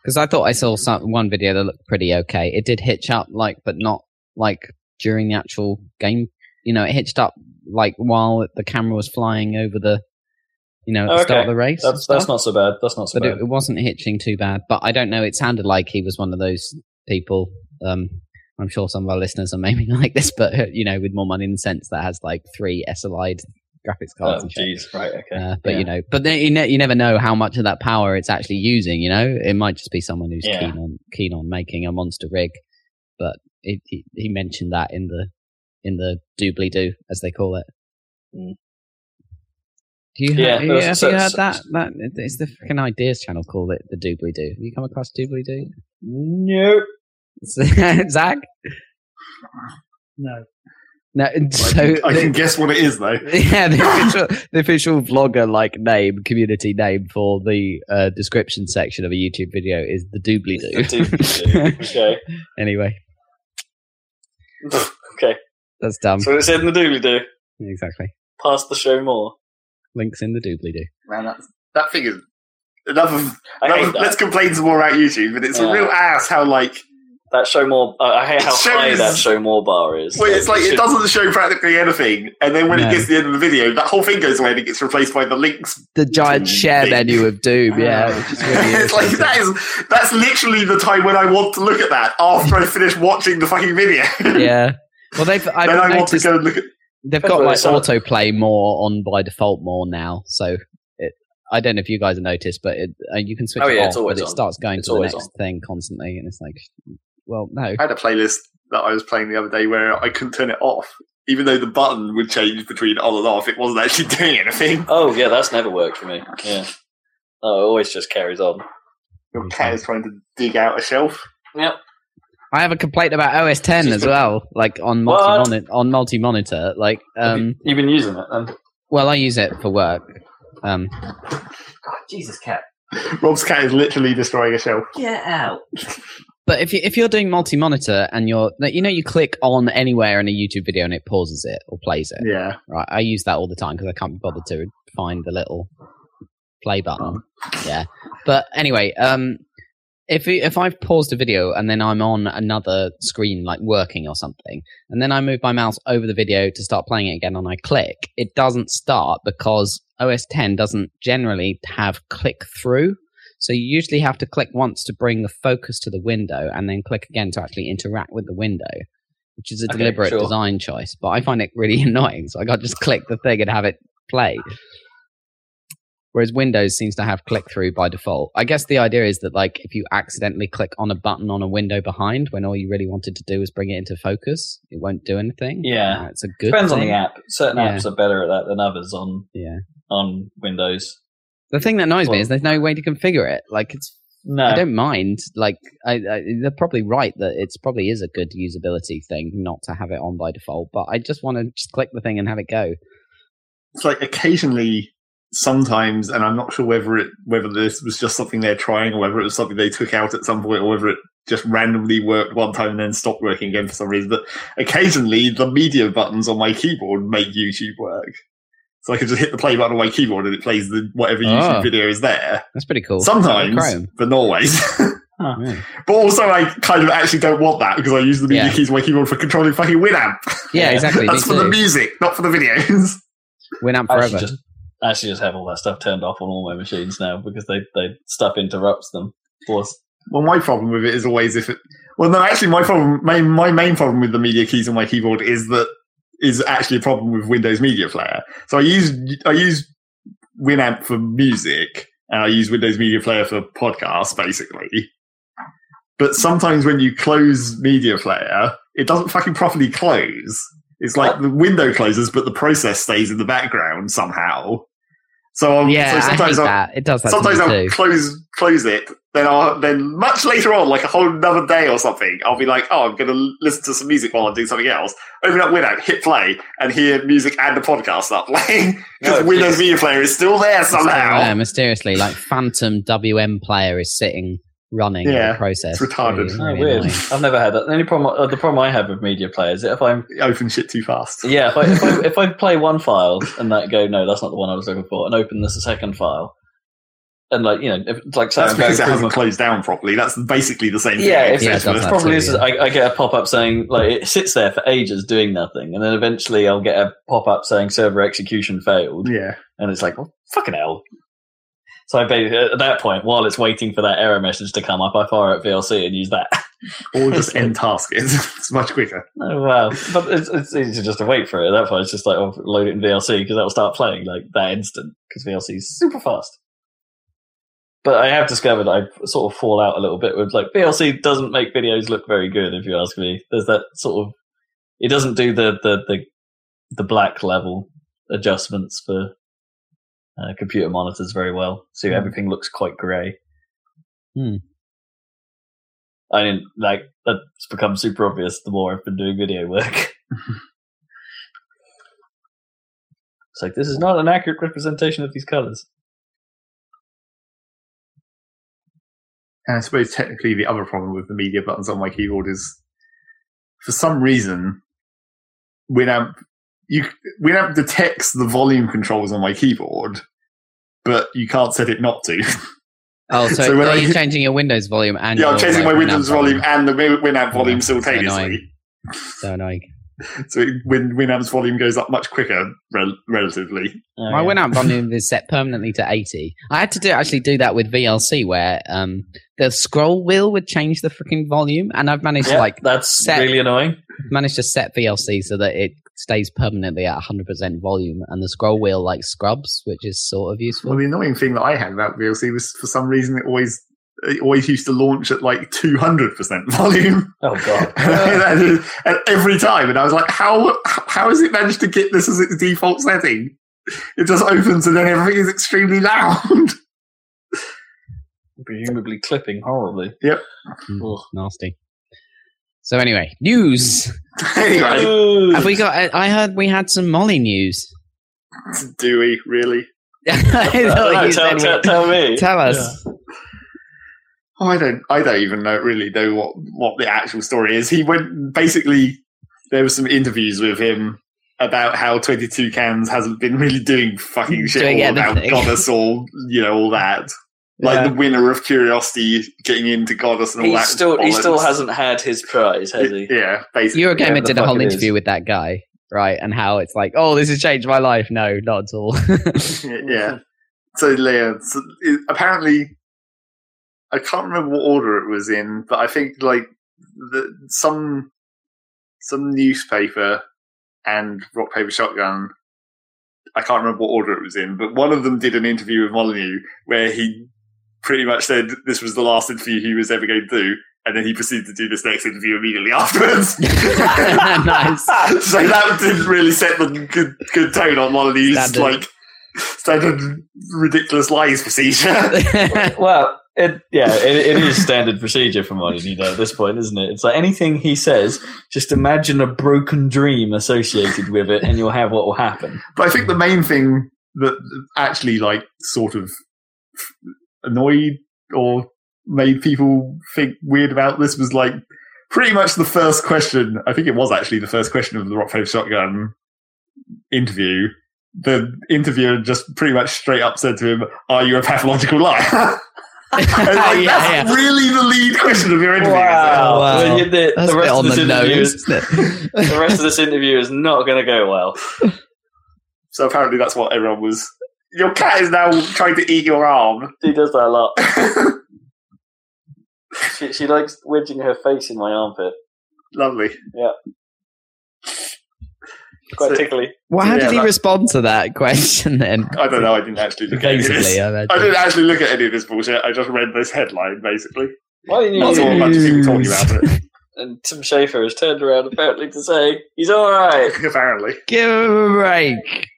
Speaker 1: Because I thought I saw some, one video that looked pretty okay. It did hitch up, like, but not like during the actual game. You know, it hitched up like while the camera was flying over the, you know, at the
Speaker 3: Okay.
Speaker 1: start of the race. and
Speaker 3: That's that's
Speaker 1: stuff.
Speaker 3: not so bad. That's not so
Speaker 1: but it,
Speaker 3: bad.
Speaker 1: it wasn't hitching too bad. But I don't know. It sounded like he was one of those people. Um, I'm sure some of our listeners are maybe like this, but you know, with more money in the sense that has like three SLI'd graphics cards.
Speaker 3: oh
Speaker 1: and shit.
Speaker 3: jeez, right, okay.
Speaker 1: Uh, but
Speaker 3: Yeah.
Speaker 1: you know, but then you, ne- you never know how much of that power it's actually using. You know, it might just be someone who's
Speaker 3: Yeah.
Speaker 1: keen on keen on making a monster rig. But it, he, he mentioned that in the in the doobly doo as they call it.
Speaker 3: Mm.
Speaker 1: Do you
Speaker 3: Yeah,
Speaker 1: have, you,
Speaker 3: that's-
Speaker 1: have
Speaker 3: so-
Speaker 1: you heard
Speaker 3: so-
Speaker 1: that? That it's the fucking ideas channel called it the doobly doo. Have you come across doobly doo?
Speaker 3: Nope.
Speaker 1: Zach,
Speaker 4: No.
Speaker 1: no. So
Speaker 2: I
Speaker 1: the-
Speaker 2: can guess what it is though.
Speaker 1: yeah, the official, the official vlogger like name, community name for the uh, description section of a YouTube video is the doobly
Speaker 3: It's the doobly-doo.
Speaker 1: doo.
Speaker 3: Okay.
Speaker 1: anyway,
Speaker 3: Okay.
Speaker 1: that's dumb.
Speaker 3: So it's in the doobly doo.
Speaker 1: exactly.
Speaker 3: Pass the show more.
Speaker 1: Links in the doobly doo.
Speaker 2: Man, that's, that thing is enough of
Speaker 3: I
Speaker 2: That
Speaker 3: hate
Speaker 2: was- let's
Speaker 3: that.
Speaker 2: complain some more about YouTube, but it's
Speaker 3: Yeah.
Speaker 2: a real ass how like
Speaker 3: That show more. Uh, I hate how
Speaker 2: It
Speaker 3: high
Speaker 2: shows-
Speaker 3: that show more bar is.
Speaker 2: well, it's like
Speaker 3: should-
Speaker 2: it doesn't show practically anything, and then when
Speaker 1: No.
Speaker 2: it gets to the end of the video, that whole thing goes away and it gets replaced by the links.
Speaker 1: The giant share
Speaker 2: Doobly.
Speaker 1: menu of doom. Yeah,
Speaker 4: Ah.
Speaker 1: which is really
Speaker 2: it's like
Speaker 1: interesting.
Speaker 2: that is that's literally the time when I want to look at that after I finish watching the fucking video.
Speaker 1: yeah. Well, they've I've
Speaker 2: then I want to
Speaker 1: noticed
Speaker 2: go and look at.
Speaker 1: they've
Speaker 3: That's
Speaker 1: got
Speaker 3: what
Speaker 1: like
Speaker 3: they sound-
Speaker 1: autoplay more on by default more now. So it, I don't know if you guys have noticed, but it, uh, you can switch
Speaker 3: Oh,
Speaker 1: it
Speaker 3: yeah,
Speaker 1: off,
Speaker 3: it's always
Speaker 1: but it
Speaker 3: on.
Speaker 1: starts going
Speaker 3: It's
Speaker 1: to the
Speaker 3: always
Speaker 1: next thing constantly, and it's like, well, no.
Speaker 2: I had a playlist that I was playing the other day where I couldn't turn it off, even though the button would change between on and off. It wasn't actually doing anything.
Speaker 3: Oh yeah, that's never worked for me. Yeah. Oh, it always just carries on.
Speaker 2: Your cat is trying to dig out a shelf.
Speaker 1: I have a complaint about OS 10 as well, like on
Speaker 3: What?
Speaker 1: multi moni- on multi monitor. Like, um,
Speaker 3: You've been using it then.
Speaker 1: well, I use it for work. Um,
Speaker 3: God, Jesus, cat,
Speaker 2: Rob's cat is literally destroying a shelf.
Speaker 3: get out.
Speaker 1: but if you, if you're doing multi monitor and you're like, you know you click on anywhere in a YouTube video and it pauses it or plays it.
Speaker 2: Yeah.
Speaker 1: Right, I use that all the time because I can't be bothered to find the little play button.
Speaker 3: Oh.
Speaker 1: Yeah, but anyway, um, if it- if I've paused a video and then I'm on another screen like working or something, and then I move my mouse over the video to start playing it again, and I click, it doesn't start because OS 10 doesn't generally have click through. So you usually have to click once to bring the focus to the window, and then click again to actually interact with the window, which is a
Speaker 3: Okay,
Speaker 1: deliberate
Speaker 3: sure.
Speaker 1: design choice. But I find it really annoying, so I got to just click the thing and have it play. Whereas Windows seems to have click through by default. I guess the idea is that like if you accidentally click on a button on a window behind when all you really wanted to do was bring it into focus, it won't do anything.
Speaker 3: Yeah.
Speaker 1: Uh, it's a good
Speaker 3: Depends on
Speaker 1: thing.
Speaker 3: the app. Certain
Speaker 1: Yeah.
Speaker 3: apps are better at that than others on
Speaker 1: Yeah.
Speaker 3: on Windows.
Speaker 1: The thing that annoys me
Speaker 3: Well-
Speaker 1: is there's no way to configure it. Like it's I
Speaker 3: No,
Speaker 1: don't mind. Like I, I, they're probably right that it's probably is a good usability thing not to have it on by default. But I just want to just click the thing and have it go.
Speaker 2: it's like occasionally sometimes and i'm not sure whether it whether this was just something they're trying or whether it was something they took out at some point or whether it just randomly worked one time and then stopped working again for some reason but occasionally the media buttons on my keyboard make youtube work so i can just hit the play button on my keyboard and it plays the whatever youtube
Speaker 1: Ah.
Speaker 2: video is there
Speaker 1: That's pretty cool.
Speaker 2: sometimes
Speaker 1: Chrome.
Speaker 2: but not always
Speaker 1: Yeah.
Speaker 2: but also i kind of actually don't want that because i use the media
Speaker 1: Yeah.
Speaker 2: keys on my keyboard for controlling fucking winamp
Speaker 3: Yeah.
Speaker 1: Yeah, exactly.
Speaker 2: that's for
Speaker 1: me
Speaker 2: the
Speaker 1: too.
Speaker 2: music not for the videos
Speaker 1: Winamp
Speaker 3: I
Speaker 1: forever.
Speaker 3: actually just I actually just have all that stuff turned off on all my machines now because they, they stuff interrupts them. Of course.
Speaker 2: Well, my problem with it is always if it. Well, no, actually, my problem, my, my main problem with the media keys on my keyboard is that is actually a problem with Windows Media Player. So I use I use Winamp for music, and I use Windows Media Player for podcasts, basically. But sometimes when you close Media Player, it doesn't fucking properly close. It's like the window closes, but the process stays in the background somehow. So, um,
Speaker 1: yeah,
Speaker 2: so
Speaker 1: I hate
Speaker 2: sometimes
Speaker 1: that. It does that to me
Speaker 2: sometimes I'll
Speaker 1: too.
Speaker 2: close close it. Then I'll then much later on, like a whole another day or something, I'll be like, oh, I'm going to listen to some music while I'm doing something else. Open up Winamp, hit play, and hear music and the podcast start playing because
Speaker 3: No,
Speaker 2: Windows
Speaker 3: please.
Speaker 2: Media Player is still there somehow.
Speaker 1: Yeah, mysteriously, like Phantom WM player is sitting running
Speaker 2: Yeah,
Speaker 1: the process.
Speaker 2: it's retarded.
Speaker 1: Really,
Speaker 3: Oh,
Speaker 1: really
Speaker 3: weird.
Speaker 1: annoying.
Speaker 3: I've never had that. The only problem uh, the problem I have with media players is if I'm
Speaker 2: Open shit too fast.
Speaker 3: Yeah, if I, if I if I play one file and that go no, that's not the one I was looking for, and open this second file, and like you know, if, it's like
Speaker 2: That's
Speaker 3: South
Speaker 2: because it
Speaker 3: Korea-
Speaker 2: hasn't closed down properly. That's basically the same
Speaker 3: yeah,
Speaker 2: thing.
Speaker 3: if
Speaker 2: I
Speaker 1: Yeah,
Speaker 2: guess,
Speaker 1: it does
Speaker 2: but-
Speaker 1: that
Speaker 3: probably
Speaker 1: too,
Speaker 3: is.
Speaker 1: yeah.
Speaker 3: I, I get a pop up saying like it sits there for ages doing nothing, and then eventually I'll get a pop up saying server execution failed,
Speaker 2: yeah.
Speaker 3: and it's like, well, fucking hell. So I basically, at that point, while it's waiting for that error message to come up, I fire up VLC and use that.
Speaker 2: Or just end task. It's, it's much quicker.
Speaker 3: Oh wow! But it's, it's easy just to wait for it. At that point, it's just like oh, load it in VLC because that'll start playing like that instant because VLC is super fast. But I have discovered I sort of fall out a little bit with like VLC doesn't make videos look very good. If you ask me, there's that sort of it doesn't do the the the, the black level adjustments for uh, computer monitors very well, so everything looks quite grey. I didn't like that's become super obvious the more I've been doing video work. it's like this is not an accurate representation of these colors.
Speaker 2: And I suppose technically the other problem with the media buttons on my keyboard is for some reason Winamp you Winamp detects the volume controls on my keyboard, but you can't set it not to.
Speaker 1: Oh, so,
Speaker 2: So when
Speaker 1: are
Speaker 2: I-
Speaker 1: you changing your Windows volume and
Speaker 2: yeah, I'm
Speaker 1: your,
Speaker 2: changing my
Speaker 1: like,
Speaker 2: Windows
Speaker 1: Winamp
Speaker 2: volume and the Win- Winamp volume
Speaker 1: that's so
Speaker 2: simultaneously.
Speaker 1: annoying. So annoying.
Speaker 2: So it- Win- Winamp's volume goes up much quicker rel- relatively.
Speaker 3: Oh,
Speaker 1: My
Speaker 3: yeah.
Speaker 1: win out volume is set permanently to 80. I had to do actually do that with VLC where um, the scroll wheel would change the freaking volume, and I've managed
Speaker 3: Yeah,
Speaker 1: to like
Speaker 3: that's
Speaker 1: set-
Speaker 3: really annoying.
Speaker 1: managed to set VLC so that it stays permanently at 100% volume, and the scroll wheel like scrubs, which is sort of useful.
Speaker 2: Well, the annoying thing that I had about VLC was for some reason it always it always used to launch at like 200% volume.
Speaker 3: Oh god.
Speaker 2: and, it- and every time, and I was like, "How how has it managed to get this as its default setting? It just opens, and then everything is extremely loud."
Speaker 3: Presumably clipping horribly.
Speaker 2: Yep.
Speaker 1: Hmm.
Speaker 3: Ugh.
Speaker 1: Nasty. So anyway, news.
Speaker 2: anyway,
Speaker 1: Have we got? I- I heard we had some Molly news.
Speaker 2: do we really?
Speaker 1: I thought
Speaker 3: No, no,
Speaker 1: you
Speaker 3: Uh, tell, tell-
Speaker 1: said we-
Speaker 3: tell me.
Speaker 1: tell us.
Speaker 2: Oh, I don't. I don't even know really know what what the actual story is. He went basically. There were some interviews with him about how 22 cans hasn't been really doing fucking shit
Speaker 1: Doing
Speaker 2: all about
Speaker 1: anything.
Speaker 2: Goddess or you know all that. Like
Speaker 3: Yeah.
Speaker 2: the winner of Curiosity getting into Goddess and all
Speaker 3: He
Speaker 2: that.
Speaker 3: still he still
Speaker 2: bollocks.
Speaker 3: hasn't had his prize, has he?
Speaker 2: Yeah, basically.
Speaker 1: Eurogamer
Speaker 3: the
Speaker 1: did a
Speaker 3: fuck
Speaker 1: whole
Speaker 3: it is.
Speaker 1: interview with that guy, right? And how it's like, oh, this has changed my life. No, not at all.
Speaker 2: yeah. So yeah, so it, apparently, I can't remember what order it was in, but I think like the, some some newspaper and Rock Paper Shotgun. I can't remember what order it was in, but one of them did an interview with Molyneux where he pretty much said this was the last interview he was ever going to do, and then he proceeded to do this next interview immediately afterwards.
Speaker 1: nice.
Speaker 2: so that didn't really set the good good tone on one of these
Speaker 1: Standard.
Speaker 2: like standard ridiculous lies procedure.
Speaker 3: well, it, yeah, it, it is standard procedure for Molly Nino at this point, isn't it? It's like anything he says, just imagine a broken dream associated with it, and you'll have what will happen.
Speaker 2: but I think the main thing that actually like sort of annoyed or made people think weird about this was like pretty much the first question. I think it was actually the first question of the Rock Paper Shotgun interview. The interviewer just pretty much straight up said to him, "Are you a pathological liar?" And, like,
Speaker 1: yeah,
Speaker 2: that's
Speaker 1: yeah.
Speaker 2: really the lead question of your interview. is it?
Speaker 1: Wow.
Speaker 3: Well, you- The,
Speaker 1: That's
Speaker 3: the
Speaker 1: a bit
Speaker 3: rest of
Speaker 1: on
Speaker 3: this
Speaker 1: the
Speaker 3: interview is,
Speaker 1: nose, isn't it?
Speaker 3: the rest of this interview is not going to go well.
Speaker 2: So apparently that's what everyone was. Your cat is now trying to eat your arm.
Speaker 3: She does that a lot.
Speaker 2: Lovely.
Speaker 3: She, she likes wedging her face in my armpit. It's Quite
Speaker 2: So-
Speaker 3: tickly.
Speaker 1: Well, how
Speaker 2: Yeah,
Speaker 1: did he
Speaker 2: that-
Speaker 1: respond to that question then?
Speaker 2: I don't know. I didn't actually look at any of this.
Speaker 1: Basically, I
Speaker 2: I
Speaker 1: imagine.
Speaker 2: didn't actually look at any of this bullshit. I just read this headline basically.
Speaker 3: Why didn't
Speaker 2: I saw a bunch of people talking about it.
Speaker 3: And Tim Schafer has turned around apparently to say he's all right.
Speaker 2: apparently,
Speaker 1: Give him a break.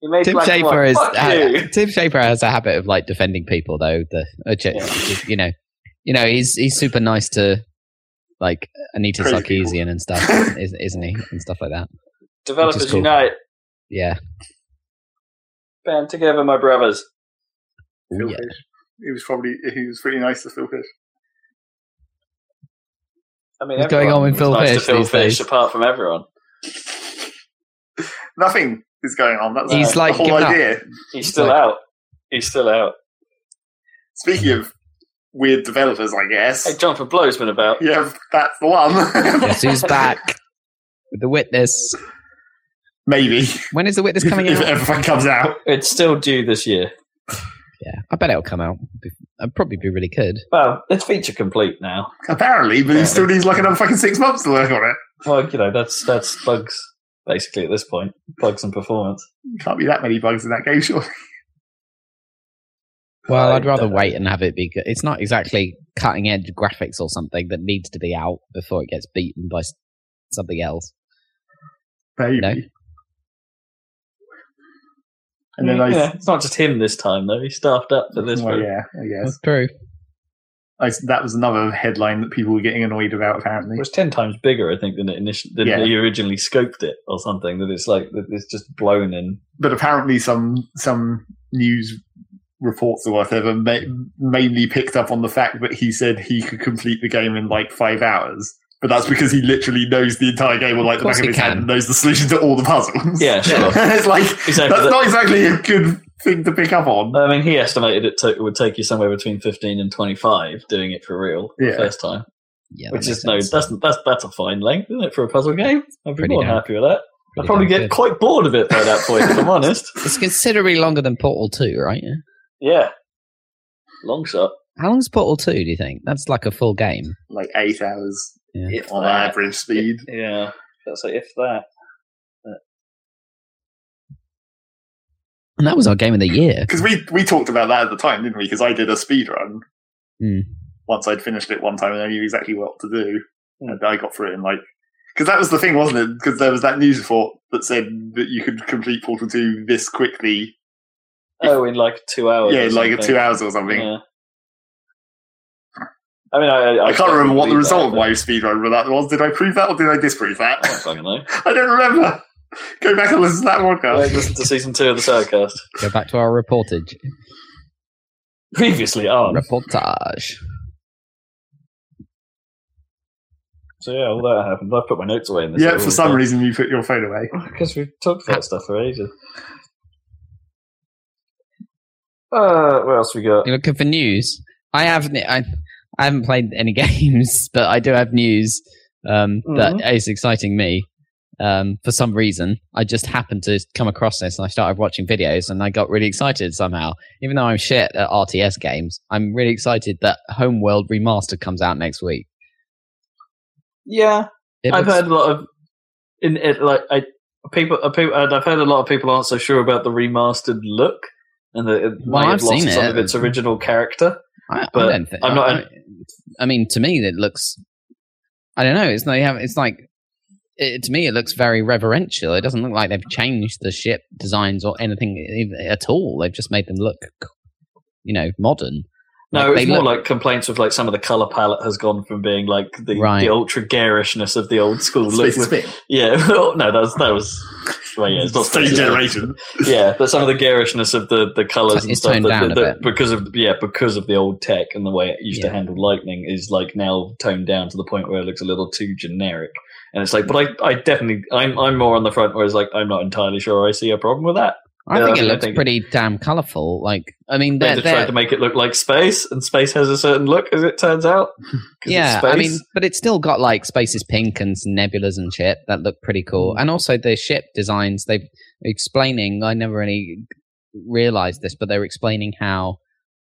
Speaker 3: He made
Speaker 1: Tim
Speaker 3: black and
Speaker 1: Schafer
Speaker 3: white.
Speaker 1: is
Speaker 3: Fuck
Speaker 1: ha-
Speaker 3: you.
Speaker 1: Tim Schafer has a habit of like defending people though. The uh, ch-
Speaker 3: Yeah.
Speaker 1: you know, you know he's he's super nice to like Anita
Speaker 2: Crazy
Speaker 1: Sarkeesian
Speaker 2: people.
Speaker 1: and stuff, is- isn't he? And stuff like that.
Speaker 3: Developers
Speaker 1: cool.
Speaker 3: unite,
Speaker 1: Yeah.
Speaker 3: band together, my brothers.
Speaker 2: Phil
Speaker 1: Yeah.
Speaker 2: Fish. He was probably he was pretty nice to Phil Fish.
Speaker 3: I mean,
Speaker 1: What's going
Speaker 3: everyone
Speaker 1: on
Speaker 3: was
Speaker 1: with Phil
Speaker 3: nice to
Speaker 1: Fish
Speaker 3: Phil
Speaker 1: these
Speaker 3: Fish,
Speaker 1: days?
Speaker 3: apart from everyone,
Speaker 2: Nothing is going on. That's
Speaker 1: He's,
Speaker 2: the
Speaker 1: like,
Speaker 2: whole
Speaker 1: given up.
Speaker 2: idea.
Speaker 3: he's still
Speaker 1: Like-
Speaker 3: out. He's still out.
Speaker 2: Speaking of weird developers, I
Speaker 3: Hey,
Speaker 2: guess.
Speaker 3: Jonathan Blow's been about.
Speaker 2: Yeah, that's the one.
Speaker 1: Guess who's back? With the witness.
Speaker 2: Maybe.
Speaker 1: When is the witness
Speaker 2: If,
Speaker 1: coming
Speaker 2: if
Speaker 1: out?
Speaker 2: everyone comes out.
Speaker 3: It's still due this year.
Speaker 1: Yeah, I bet it'll come out. I'd probably be really good.
Speaker 3: Well, it's feature complete now.
Speaker 2: Apparently, but
Speaker 3: Yeah.
Speaker 2: he still needs like another fucking six months to work on it.
Speaker 3: Well, you know, that's that's bugs basically at this point. Bugs and performance.
Speaker 2: Can't be that many bugs in that game, sure.
Speaker 1: Well,
Speaker 3: I
Speaker 1: I'd rather
Speaker 3: don't-
Speaker 1: wait and have it be good. It's not exactly cutting edge graphics or something that needs to be out before it gets beaten by s- something else.
Speaker 2: Maybe.
Speaker 1: No.
Speaker 2: And then
Speaker 3: Yeah,
Speaker 2: I.
Speaker 3: it's not just him this time though. He staffed up for this
Speaker 2: well,
Speaker 3: one.
Speaker 2: yeah, I guess.
Speaker 1: True.
Speaker 2: I, that was another headline that people were getting annoyed about, apparently.
Speaker 3: It was ten times bigger, I think, than it initially than
Speaker 2: Yeah.
Speaker 3: he originally scoped it or something. That it's like that it's just blown in.
Speaker 2: but apparently some some news reports or whatever ma- mainly picked up on the fact that he said he could complete the game in like five hours. But that's because he literally knows the entire game on like
Speaker 1: Of
Speaker 2: the back
Speaker 1: course
Speaker 2: of
Speaker 1: he
Speaker 2: his hand
Speaker 1: can.
Speaker 2: and knows the solution to all the puzzles.
Speaker 3: Yeah, sure.
Speaker 2: it's like
Speaker 3: Exactly.
Speaker 2: that's not exactly a good thing to pick up on.
Speaker 3: I mean, he estimated it took would take you somewhere between fifteen and twenty-five doing it for real the
Speaker 2: Yeah.
Speaker 3: first time,
Speaker 1: Yeah, that
Speaker 3: which
Speaker 1: makes
Speaker 3: is no,
Speaker 1: sense.
Speaker 3: that's that's that's a fine length, isn't it, for a puzzle game? I'd be
Speaker 1: Pretty
Speaker 3: more than
Speaker 1: damn-
Speaker 3: happy with that. I'd
Speaker 1: Pretty
Speaker 3: probably
Speaker 1: damn
Speaker 3: get
Speaker 1: good.
Speaker 3: quite bored of it by that point, if I'm honest.
Speaker 1: It's considerably longer than Portal Two, right? Yeah.
Speaker 3: Yeah, long shot.
Speaker 1: How long's Portal Two? Do you think that's like a full game?
Speaker 2: Like eight hours
Speaker 1: Yeah.
Speaker 3: If
Speaker 2: on
Speaker 3: that.
Speaker 2: average speed.
Speaker 3: Yeah, that's like if that.
Speaker 1: And that was our game of the year.
Speaker 2: Because we we talked about that at the time, didn't we? Because I did a speed run
Speaker 1: Hmm.
Speaker 2: once I'd finished it one time and I knew exactly what to do.
Speaker 3: Hmm.
Speaker 2: And I got through it in like because that was the thing, wasn't it? Because there was that news report that said that you could complete Portal Two this quickly.
Speaker 3: Oh, in like two hours.
Speaker 2: yeah,
Speaker 3: or
Speaker 2: in like
Speaker 3: something.
Speaker 2: two hours or something.
Speaker 3: Yeah. I mean, I, I,
Speaker 2: I can't remember what the
Speaker 3: believe
Speaker 2: result of
Speaker 3: that, Oh,
Speaker 2: my speedrun that was. Did I prove that or did I disprove
Speaker 3: but- I don't
Speaker 2: that?
Speaker 3: fucking know.
Speaker 2: I don't remember. Go back and listen to that
Speaker 3: Well,
Speaker 2: podcast.
Speaker 3: Listen to season two of the Soundcast.
Speaker 1: Go back to our reportage.
Speaker 3: Previously on.
Speaker 1: Reportage.
Speaker 3: So yeah, all that happened. I put my notes away in this.
Speaker 2: Yeah, for some reason you put your phone away.
Speaker 3: Because we've talked about stuff for ages. Uh, what else we got?
Speaker 1: You looking for news? I haven't. I, I haven't played any games, but I do have news um,
Speaker 3: Mm-hmm.
Speaker 1: that is exciting me. Um, for some reason, I just happened to come across this, and I started watching videos, and I got really excited somehow. Even though I'm shit at RTS games, I'm really excited that Homeworld Remastered comes out next week.
Speaker 3: Yeah,
Speaker 1: It
Speaker 3: I've
Speaker 1: looks-
Speaker 3: heard a lot of in it like I people, uh, people and I've heard a lot of people aren't so sure about the remastered look and that it
Speaker 1: Well,
Speaker 3: might
Speaker 1: I've
Speaker 3: have lost
Speaker 1: seen
Speaker 3: some
Speaker 1: it.
Speaker 3: of its original character.
Speaker 1: I,
Speaker 3: but
Speaker 1: I don't think.
Speaker 3: I'm
Speaker 1: I'm
Speaker 3: not-
Speaker 1: not. I, I mean, to me, it looks. I don't know. It's not. It's like. It, to me, it looks very reverential. It doesn't look like they've changed the ship designs or anything even- at all. They've just made them look, you know, modern.
Speaker 3: No,
Speaker 1: Like,
Speaker 3: it's
Speaker 1: they
Speaker 3: more
Speaker 1: look-
Speaker 3: like complaints with like some of the color palette has gone from being like the,
Speaker 1: Right.
Speaker 3: the ultra garishness of the old school look.
Speaker 2: Space
Speaker 3: with-
Speaker 2: is big.
Speaker 3: yeah, no, that was that was. Well, yeah, it's not
Speaker 2: Same
Speaker 3: space, it's-
Speaker 2: generation.
Speaker 3: yeah, but some of the garishness of the the colors and
Speaker 1: It's
Speaker 3: stuff
Speaker 1: toned
Speaker 3: that,
Speaker 1: down
Speaker 3: that-
Speaker 1: a
Speaker 3: that-
Speaker 1: bit.
Speaker 3: because of yeah because of the old tech and the way it used to
Speaker 1: Yeah.
Speaker 3: handle lightning is like now toned down to the point where it looks a little too generic. And it's like, but I, I definitely, I'm, I'm more on the front where it's like, I'm not entirely sure I see a problem with that.
Speaker 1: I
Speaker 3: Yeah,
Speaker 1: think
Speaker 3: I
Speaker 1: it
Speaker 3: mean, I
Speaker 1: looks
Speaker 3: think-
Speaker 1: pretty damn colourful. Like, I mean,
Speaker 3: They
Speaker 1: they're,
Speaker 3: just tried
Speaker 1: they're,
Speaker 3: to make it look like space, and space has a certain look, as it turns out. 'cause it's
Speaker 1: yeah. I
Speaker 3: space.
Speaker 1: mean, but it's still got like spaces pink and some nebulas and shit that look pretty
Speaker 3: Mm.
Speaker 1: cool. And also the ship designs. They've explaining. I never really realized this, but they were explaining how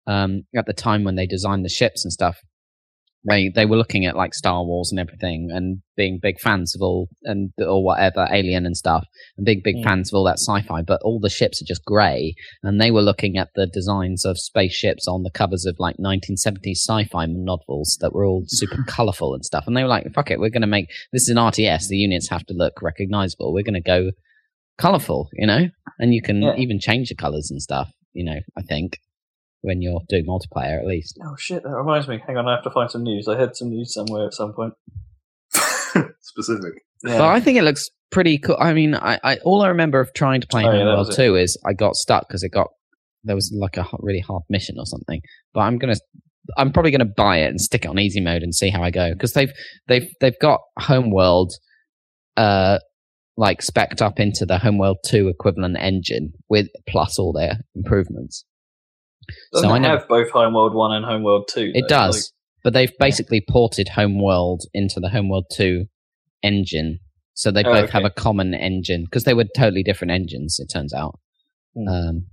Speaker 1: um, at the time when they designed the ships and stuff, they they were looking at like Star Wars and everything, and being big fans of all and or whatever Alien and stuff, and big big
Speaker 3: Mm.
Speaker 1: fans of all that sci-fi. But all the ships are just grey, and they were looking at the designs of spaceships on the covers of like 1970s sci-fi novels that were all super colourful and stuff. And they were like, "Fuck it, we're going to make this is an RTS. The units have to look recognisable. We're going to go colourful, you know." And you can
Speaker 3: Yeah.
Speaker 1: even change the colours and stuff. You know, I think when you're doing multiplayer at least.
Speaker 3: Oh shit, that reminds me. Hang on, I have to find some news. I had some news somewhere at some point.
Speaker 2: Specific.
Speaker 3: Yeah.
Speaker 1: But I think it looks pretty cool. I mean, I, I all I remember of trying to play
Speaker 3: Oh, yeah, that
Speaker 1: Homeworld
Speaker 3: was it.
Speaker 1: Two is I got stuck because it got there was like a h- really hard mission or something. But I'm gonna, I'm probably gonna buy it and stick it on easy mode and see how I go because they've they've they've got Homeworld, uh, like specced up into the Homeworld Two equivalent engine with plus all their improvements. So
Speaker 3: Doesn't
Speaker 1: I
Speaker 3: it
Speaker 1: never-
Speaker 3: have both Homeworld One and Homeworld Two.
Speaker 1: It
Speaker 3: though?
Speaker 1: does, but they've basically ported Homeworld into the Homeworld 2 engine. So they
Speaker 3: Oh,
Speaker 1: both have
Speaker 3: okay.
Speaker 1: a common engine because they were totally different engines, it turns out.
Speaker 3: Hmm.
Speaker 1: Um,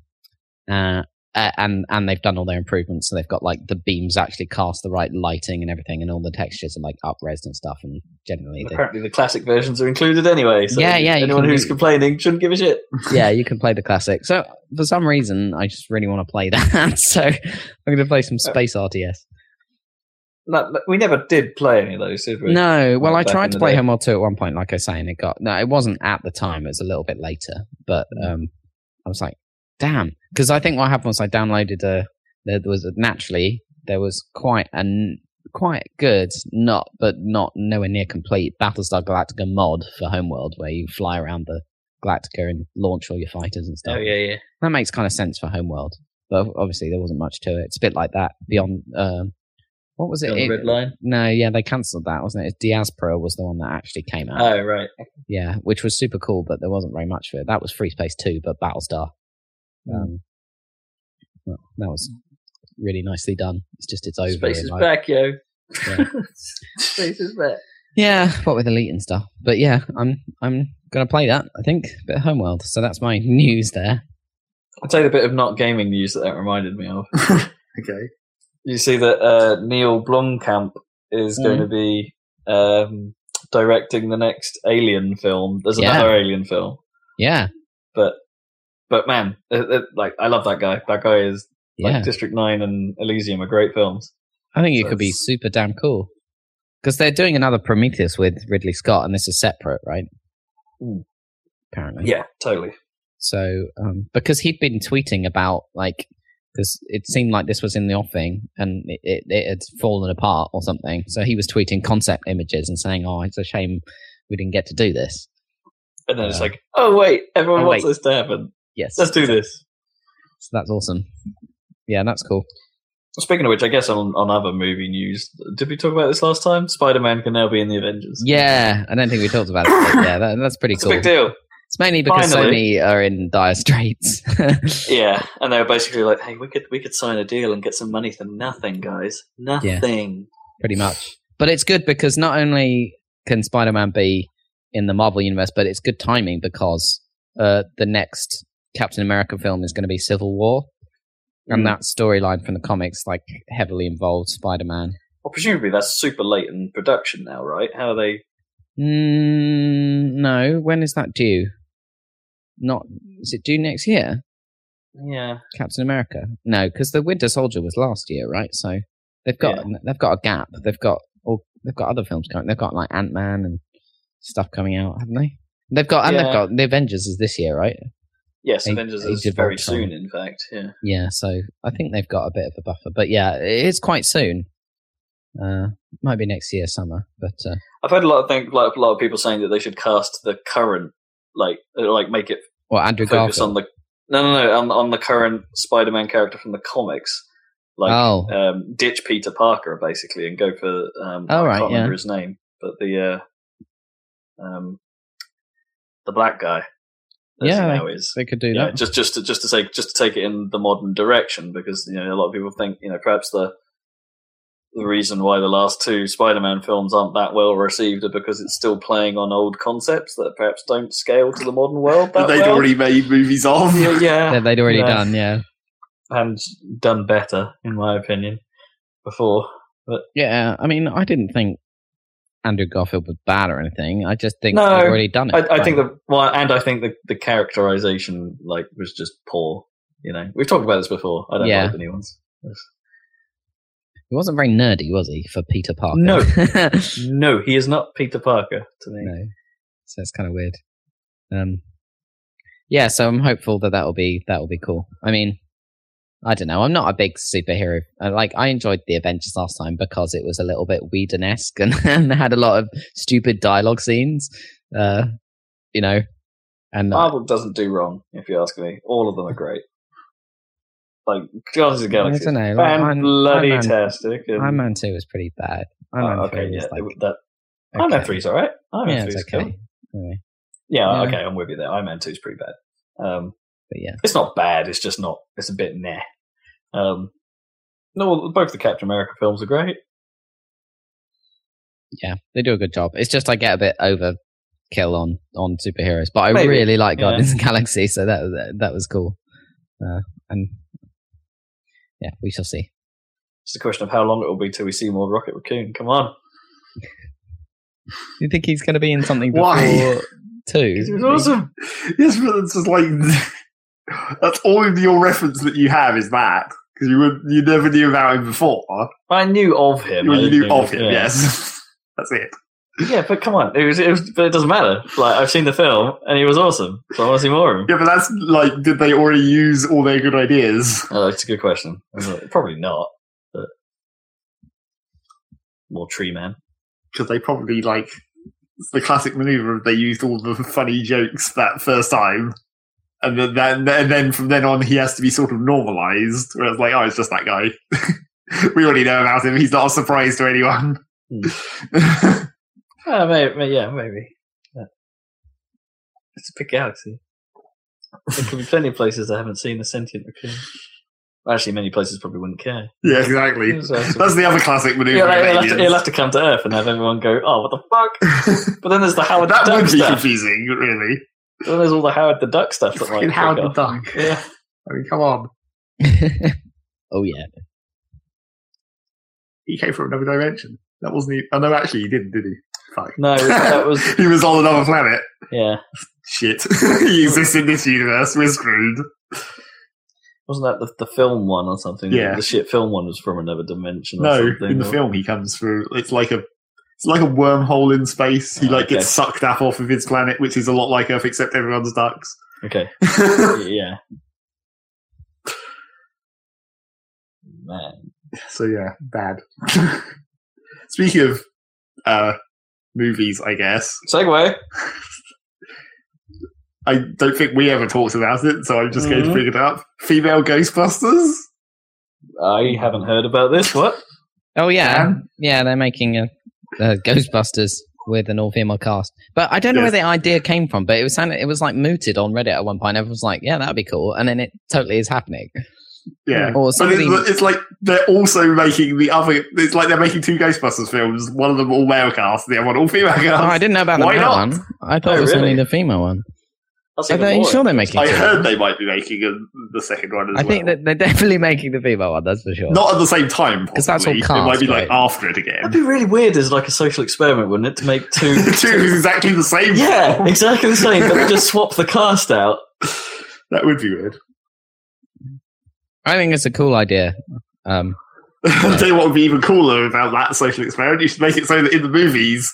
Speaker 1: uh, a- and and they've done all their improvements, so they've got like the beams actually cast the right lighting and everything, and all the textures are like upresed and stuff. And generally,
Speaker 3: Like,
Speaker 1: they,
Speaker 3: apparently, the classic versions are included anyway. So
Speaker 1: Yeah, yeah, you
Speaker 3: Anyone
Speaker 1: can
Speaker 3: who's
Speaker 1: do-
Speaker 3: complaining shouldn't give a shit.
Speaker 1: yeah, you can play the classic. So for some reason, I just really want to play that. so I'm going to play
Speaker 3: Uh,
Speaker 1: some Space RTS.
Speaker 3: No, but we never did play any of those, did we?
Speaker 1: No, well,
Speaker 3: Well,
Speaker 1: I
Speaker 3: back in
Speaker 1: tried to
Speaker 3: the
Speaker 1: play
Speaker 3: day.
Speaker 1: Homeworld 2 at one point, like I say, and it got no, it wasn't at the time, it was a little bit later, but
Speaker 3: Mm.
Speaker 1: um, I was like, damn, because I think what happened was I downloaded a there was a, naturally there was quite a n- quite good, not but not nowhere near complete Battlestar Galactica mod for Homeworld where you fly around the Galactica and launch all your fighters and stuff.
Speaker 3: Oh yeah, yeah.
Speaker 1: That makes kind of sense for Homeworld, but obviously there wasn't much to it. It's a bit like that beyond. Um, what was it?
Speaker 3: On the
Speaker 1: It-
Speaker 3: red line.
Speaker 1: no, yeah, they cancelled that, wasn't it? Diaz Pro was the one that actually came out.
Speaker 3: Oh right.
Speaker 1: yeah, which was super cool, but there wasn't very much for it. That was Free Space 2, but Battlestar.
Speaker 3: Mm.
Speaker 1: Um, well, that was really nicely done. It's just it's over.
Speaker 3: Space
Speaker 1: and
Speaker 3: is
Speaker 1: I-
Speaker 3: back, yo.
Speaker 1: Yeah.
Speaker 3: Space is back.
Speaker 1: Yeah, what with Elite and stuff. But yeah, I'm I'm gonna play that. I think a bit of Homeworld. So that's my news there.
Speaker 3: I will tell you a bit of not gaming news that that reminded me of.
Speaker 2: Okay.
Speaker 3: You see that uh, Neil Blomkamp is
Speaker 1: Mm.
Speaker 3: going to be um, directing the next Alien film. There's
Speaker 1: Yeah.
Speaker 3: another Alien film,
Speaker 1: Yeah,
Speaker 3: but but man, it, it- like I love that guy. That guy is like
Speaker 1: yeah.
Speaker 3: District Nine and Elysium are great films.
Speaker 1: I think it could be
Speaker 3: that's-
Speaker 1: super damn cool because they're doing another Prometheus with Ridley Scott, and this is separate, right?
Speaker 3: Mm.
Speaker 1: Apparently,
Speaker 3: Yeah, totally.
Speaker 1: So, um, because he'd been tweeting about like, because it seemed like this was in the offing and it, it, it had fallen apart or something. So he was tweeting concept images and saying, "Oh, it's a shame we didn't get to do this."
Speaker 3: And then it's
Speaker 1: Yeah.
Speaker 3: like, oh wait, everyone
Speaker 1: Oh,
Speaker 3: wants
Speaker 1: wait.
Speaker 3: this to happen.
Speaker 1: Yes,
Speaker 3: Let's do this.
Speaker 1: So that's awesome. Yeah, that's cool.
Speaker 3: Speaking of which, I guess on, on other movie news, did we talk about this last time? Spider Man can now be in the Avengers.
Speaker 1: Yeah, I don't think we talked about it. But yeah, that, that's pretty
Speaker 3: it's
Speaker 1: cool.
Speaker 3: a big deal.
Speaker 1: It's mainly because
Speaker 3: Finally.
Speaker 1: Sony are in dire straits.
Speaker 3: Yeah, and they were basically like, "Hey, we could we could sign a deal and get some money for nothing, guys. Nothing."
Speaker 1: pretty much. But it's good because not only can Spider Man be in the Marvel universe, but it's good timing because uh, the next Captain America film is going to be Civil War, and
Speaker 3: Mm.
Speaker 1: that storyline from the comics like heavily involves Spider Man.
Speaker 3: Well, presumably that's super late in production now, right? How are they?
Speaker 1: Mm, no, when is that due? Not is it due next year?
Speaker 3: Yeah,
Speaker 1: Captain America? No, because the Winter Soldier was last year, right? So they've got they've got a gap. They've got all they've got other films coming. They've got like Ant Man and stuff coming out, haven't they? They've got and
Speaker 3: Yeah.
Speaker 1: they've got the Avengers is this year, right?
Speaker 3: yes,
Speaker 1: Age-
Speaker 3: Avengers
Speaker 1: Age
Speaker 3: is
Speaker 1: of
Speaker 3: very
Speaker 1: Ultron.
Speaker 3: soon, in fact. Yeah,
Speaker 1: Yeah, so I think they've got a bit of a buffer, but yeah, it is quite soon. Uh, might be next year summer, but uh,
Speaker 3: I've heard a lot of things, like a lot of people saying that they should cast the current, like uh, like make it
Speaker 1: well, Andrew
Speaker 3: focus
Speaker 1: Garfield.
Speaker 3: on the no no no on on the current Spider-Man character from the comics, like
Speaker 1: oh,
Speaker 3: um, ditch Peter Parker basically and go for um,
Speaker 1: Oh,
Speaker 3: I
Speaker 1: right,
Speaker 3: can't remember
Speaker 1: yeah.
Speaker 3: his name, but the uh, um, the black guy. as he
Speaker 1: Yeah,
Speaker 3: now is.
Speaker 1: they could do
Speaker 3: Yeah,
Speaker 1: that.
Speaker 3: just just to, just to take just to take it in the modern direction because you know a lot of people think you know perhaps the the reason why the last two Spider-Man films aren't that well received are because it's still playing on old concepts that perhaps don't scale to the modern world. That
Speaker 2: That they'd
Speaker 3: well.
Speaker 2: already made movies of.
Speaker 3: yeah, yeah.
Speaker 1: That they'd already
Speaker 3: Yeah.
Speaker 1: done, yeah,
Speaker 3: and done better in my opinion before.
Speaker 1: yeah. I mean, I didn't think Andrew Garfield was bad or anything. I just think
Speaker 3: No,
Speaker 1: they've already done it.
Speaker 3: I, I
Speaker 1: Right.
Speaker 3: think the well, and I think the the characterization like was just poor. You know, we've talked about this before. I don't
Speaker 1: Yeah.
Speaker 3: like the new ones.
Speaker 1: He wasn't very nerdy, was he, for Peter Parker?
Speaker 3: No.
Speaker 1: no.
Speaker 3: No, he is not Peter Parker to me.
Speaker 1: So it's kind of weird. Um, yeah, so I'm hopeful that that will be that will be cool. I mean, I don't know. I'm not a big superhero. uh, Like I enjoyed the Avengers last time because it was a little bit Whedon-esque and, and had a lot of stupid dialogue scenes. Uh, you know, and uh,
Speaker 3: Marvel doesn't do wrong, if you ask me. All of them are great. Like Guardians of the
Speaker 1: I
Speaker 3: Galaxy,
Speaker 1: don't know,
Speaker 3: fan
Speaker 1: like, Iron-
Speaker 3: bloody
Speaker 1: Iron Man-
Speaker 3: tastic. and-
Speaker 1: Iron Man Two was pretty bad. Iron Man
Speaker 3: Oh,
Speaker 1: Three
Speaker 3: okay, yeah,
Speaker 1: was like,
Speaker 3: it- that, Iron Man
Speaker 1: okay.
Speaker 3: three's all right. Iron Man
Speaker 1: yeah,
Speaker 3: three's
Speaker 1: it's okay.
Speaker 3: cool.
Speaker 1: Anyway,
Speaker 3: Yeah,
Speaker 1: Yeah.
Speaker 3: okay, I'm with you there. Iron Man two's pretty bad. Um,
Speaker 1: but yeah,
Speaker 3: it's not bad. It's just not. It's a bit meh. Um, no, well, both the Captain America films are great.
Speaker 1: Yeah, they do a good job. It's just I get a bit overkill on on superheroes, but I
Speaker 3: Maybe,
Speaker 1: really like Guardians
Speaker 3: yeah.
Speaker 1: of the Galaxy, so that that, that was cool. Uh, and yeah, we shall see.
Speaker 3: It's a question of how long it will be till we see more Rocket Raccoon. Come on.
Speaker 1: You think he's going to be in something before
Speaker 2: Why?
Speaker 3: It
Speaker 1: two?
Speaker 3: was awesome.
Speaker 2: Yes, but it's just like that's all of your reference that you have is that because you were, you never knew about him before.
Speaker 3: I knew of him.
Speaker 2: Well,
Speaker 3: I
Speaker 2: you
Speaker 3: didn't
Speaker 2: knew
Speaker 3: know-
Speaker 2: of him, yes. that's it.
Speaker 3: Yeah, but come on. It, was, it, was, but it doesn't matter. Like, I've seen the film and he was awesome. So I want to see more of him.
Speaker 2: Yeah, but that's like, did they already use all their good ideas?
Speaker 3: Oh, it's a good question. I was like, Probably not. But more tree man.
Speaker 2: Because they probably like it's the classic maneuver of they used all the funny jokes that first time. And then, then, and then from then on, he has to be sort of normalized. Where it's like, oh, it's just that guy. we already know about him. He's not a surprise to anyone.
Speaker 3: Uh, maybe, yeah, maybe. Yeah. It's a big galaxy. There could be plenty of places that haven't seen a sentient raccoon. Well, Actually, many places probably wouldn't care.
Speaker 2: yeah, exactly.
Speaker 3: So it's-
Speaker 2: That's the other classic maneuver.
Speaker 3: Hmm. Yeah,
Speaker 2: of
Speaker 3: like, he'll, have to,
Speaker 2: aliens.
Speaker 3: he'll have to come to Earth and have everyone go, "Oh, what the fuck!" But then there's the Howard the
Speaker 2: that
Speaker 3: Duck
Speaker 2: would be
Speaker 3: stuff.
Speaker 2: confusing, really.
Speaker 3: Then there's all the Howard the Duck stuff that might
Speaker 2: Fucking Howard
Speaker 3: kick
Speaker 2: the
Speaker 3: off.
Speaker 2: Duck.
Speaker 3: Yeah,
Speaker 2: I mean, come on.
Speaker 1: oh yeah,
Speaker 2: He came from another dimension. That wasn't. He, oh no, actually, he didn't, did he? Fuck.
Speaker 3: no, that was
Speaker 2: he was on another planet.
Speaker 3: yeah.
Speaker 2: Shit. he exists in this universe. We're screwed.
Speaker 3: Wasn't that the, the film one or something?
Speaker 2: Yeah.
Speaker 3: the shit film one was from another dimension. Or
Speaker 2: No,
Speaker 3: something,
Speaker 2: in the
Speaker 3: or-
Speaker 2: film, he comes through. It's like a. It's like a wormhole in space. He
Speaker 3: Oh,
Speaker 2: like
Speaker 3: okay.
Speaker 2: gets sucked up off of his planet, which is a lot like Earth, except everyone's ducks.
Speaker 3: Okay. yeah. Man.
Speaker 2: So yeah, bad. Speaking of uh, movies, I guess
Speaker 3: Segway.
Speaker 2: I don't think we ever talked about it, so I'm just going to
Speaker 3: Mhm.
Speaker 2: bring it up. Female Ghostbusters.
Speaker 3: I haven't heard about this. What?
Speaker 1: oh yeah,
Speaker 2: Um,
Speaker 1: yeah. They're making a, a Ghostbusters with an all-female cast, but I don't know
Speaker 2: Yes.
Speaker 1: where the idea came from. But it was sounding, it was like mooted on Reddit at one point. Everyone's like, "Yeah, that'd be cool," and then it totally is happening.
Speaker 2: Yeah.
Speaker 1: Or
Speaker 2: But
Speaker 1: somebody,
Speaker 2: it's, it's like they're also making the other. It's like they're making two Ghostbusters films. One of them all male cast, the other one all female
Speaker 1: Oh,
Speaker 2: cast.
Speaker 1: I didn't know about the
Speaker 2: Why
Speaker 1: male
Speaker 2: not?
Speaker 1: one. I thought
Speaker 3: Oh,
Speaker 1: it was
Speaker 3: really?
Speaker 1: only the female one.
Speaker 3: I was
Speaker 1: Are
Speaker 3: thinking
Speaker 1: they
Speaker 3: more.
Speaker 1: sure they're making?
Speaker 2: I
Speaker 1: two?
Speaker 2: heard they might be making a, the second one as
Speaker 1: I
Speaker 2: well.
Speaker 1: think that they're definitely making the female one. That's for sure.
Speaker 2: not at the same time
Speaker 1: 'Cause that's all
Speaker 2: possibly.
Speaker 1: cast,
Speaker 2: It might be like
Speaker 1: right?
Speaker 2: after it
Speaker 3: That'd
Speaker 2: again.
Speaker 3: be really weird as like a social experiment, wouldn't it? To make two.
Speaker 2: Two is exactly the same.
Speaker 3: yeah, exactly the same, but they just swap the cast out.
Speaker 2: that would be weird.
Speaker 1: I think it's a cool idea. Um,
Speaker 2: I'll tell you what would be even cooler about that social experiment. You should make it so that in the movies,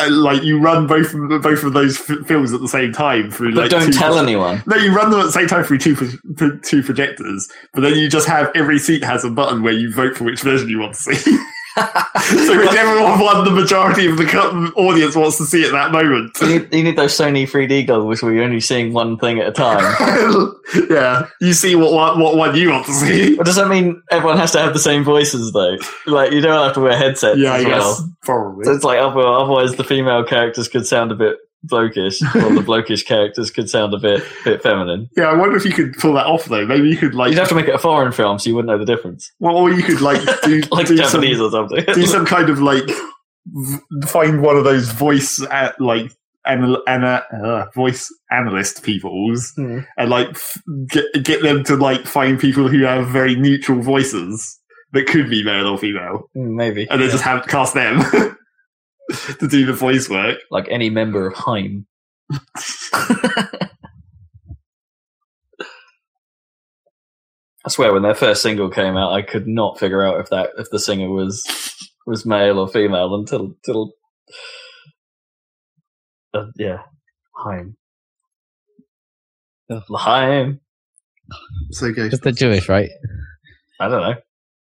Speaker 2: uh, like you run both of, both of those f- films at the same time through.
Speaker 3: But
Speaker 2: like
Speaker 3: don't
Speaker 2: two
Speaker 3: tell anyone.
Speaker 2: No, you run them at the same time through two pro- pro- two projectors, but then you just have every seat has a button where you vote for which version you want to see. so whichever one the majority of the cu- audience wants to see at that moment.
Speaker 3: You need, you need those Sony 3D goggles where you're only seeing one thing at a time.
Speaker 2: yeah, you see what one, what one you want to see.
Speaker 3: But does that mean everyone has to have the same voices though? Like you don't have to wear headsets
Speaker 2: Yeah, I
Speaker 3: as
Speaker 2: guess
Speaker 3: well.
Speaker 2: probably.
Speaker 3: So it's like other- otherwise the female characters could sound a bit blokish, or the blokish characters could sound a bit bit feminine.
Speaker 2: yeah, I wonder if you could pull that off though. Maybe you could like,
Speaker 3: You'd have to make it a foreign film, so you wouldn't know the difference,
Speaker 2: well, or you could like do,
Speaker 3: like
Speaker 2: do some
Speaker 3: Japanese or something.
Speaker 2: do some kind of like v- find one of those voice at like anal- ana- uh, voice analyst peoples
Speaker 3: Hmm.
Speaker 2: and like f- get get them to like find people who have very neutral voices that could be male or female
Speaker 3: Mm, Maybe
Speaker 2: and then
Speaker 3: Yeah.
Speaker 2: just have cast them to do the voice work
Speaker 3: like any member of Heim. I swear, when their first single came out, I could not figure out if that if the singer was was male or female until till uh, yeah, Heim. Heim.
Speaker 2: so go
Speaker 1: because they're Jewish, right?
Speaker 3: I don't know.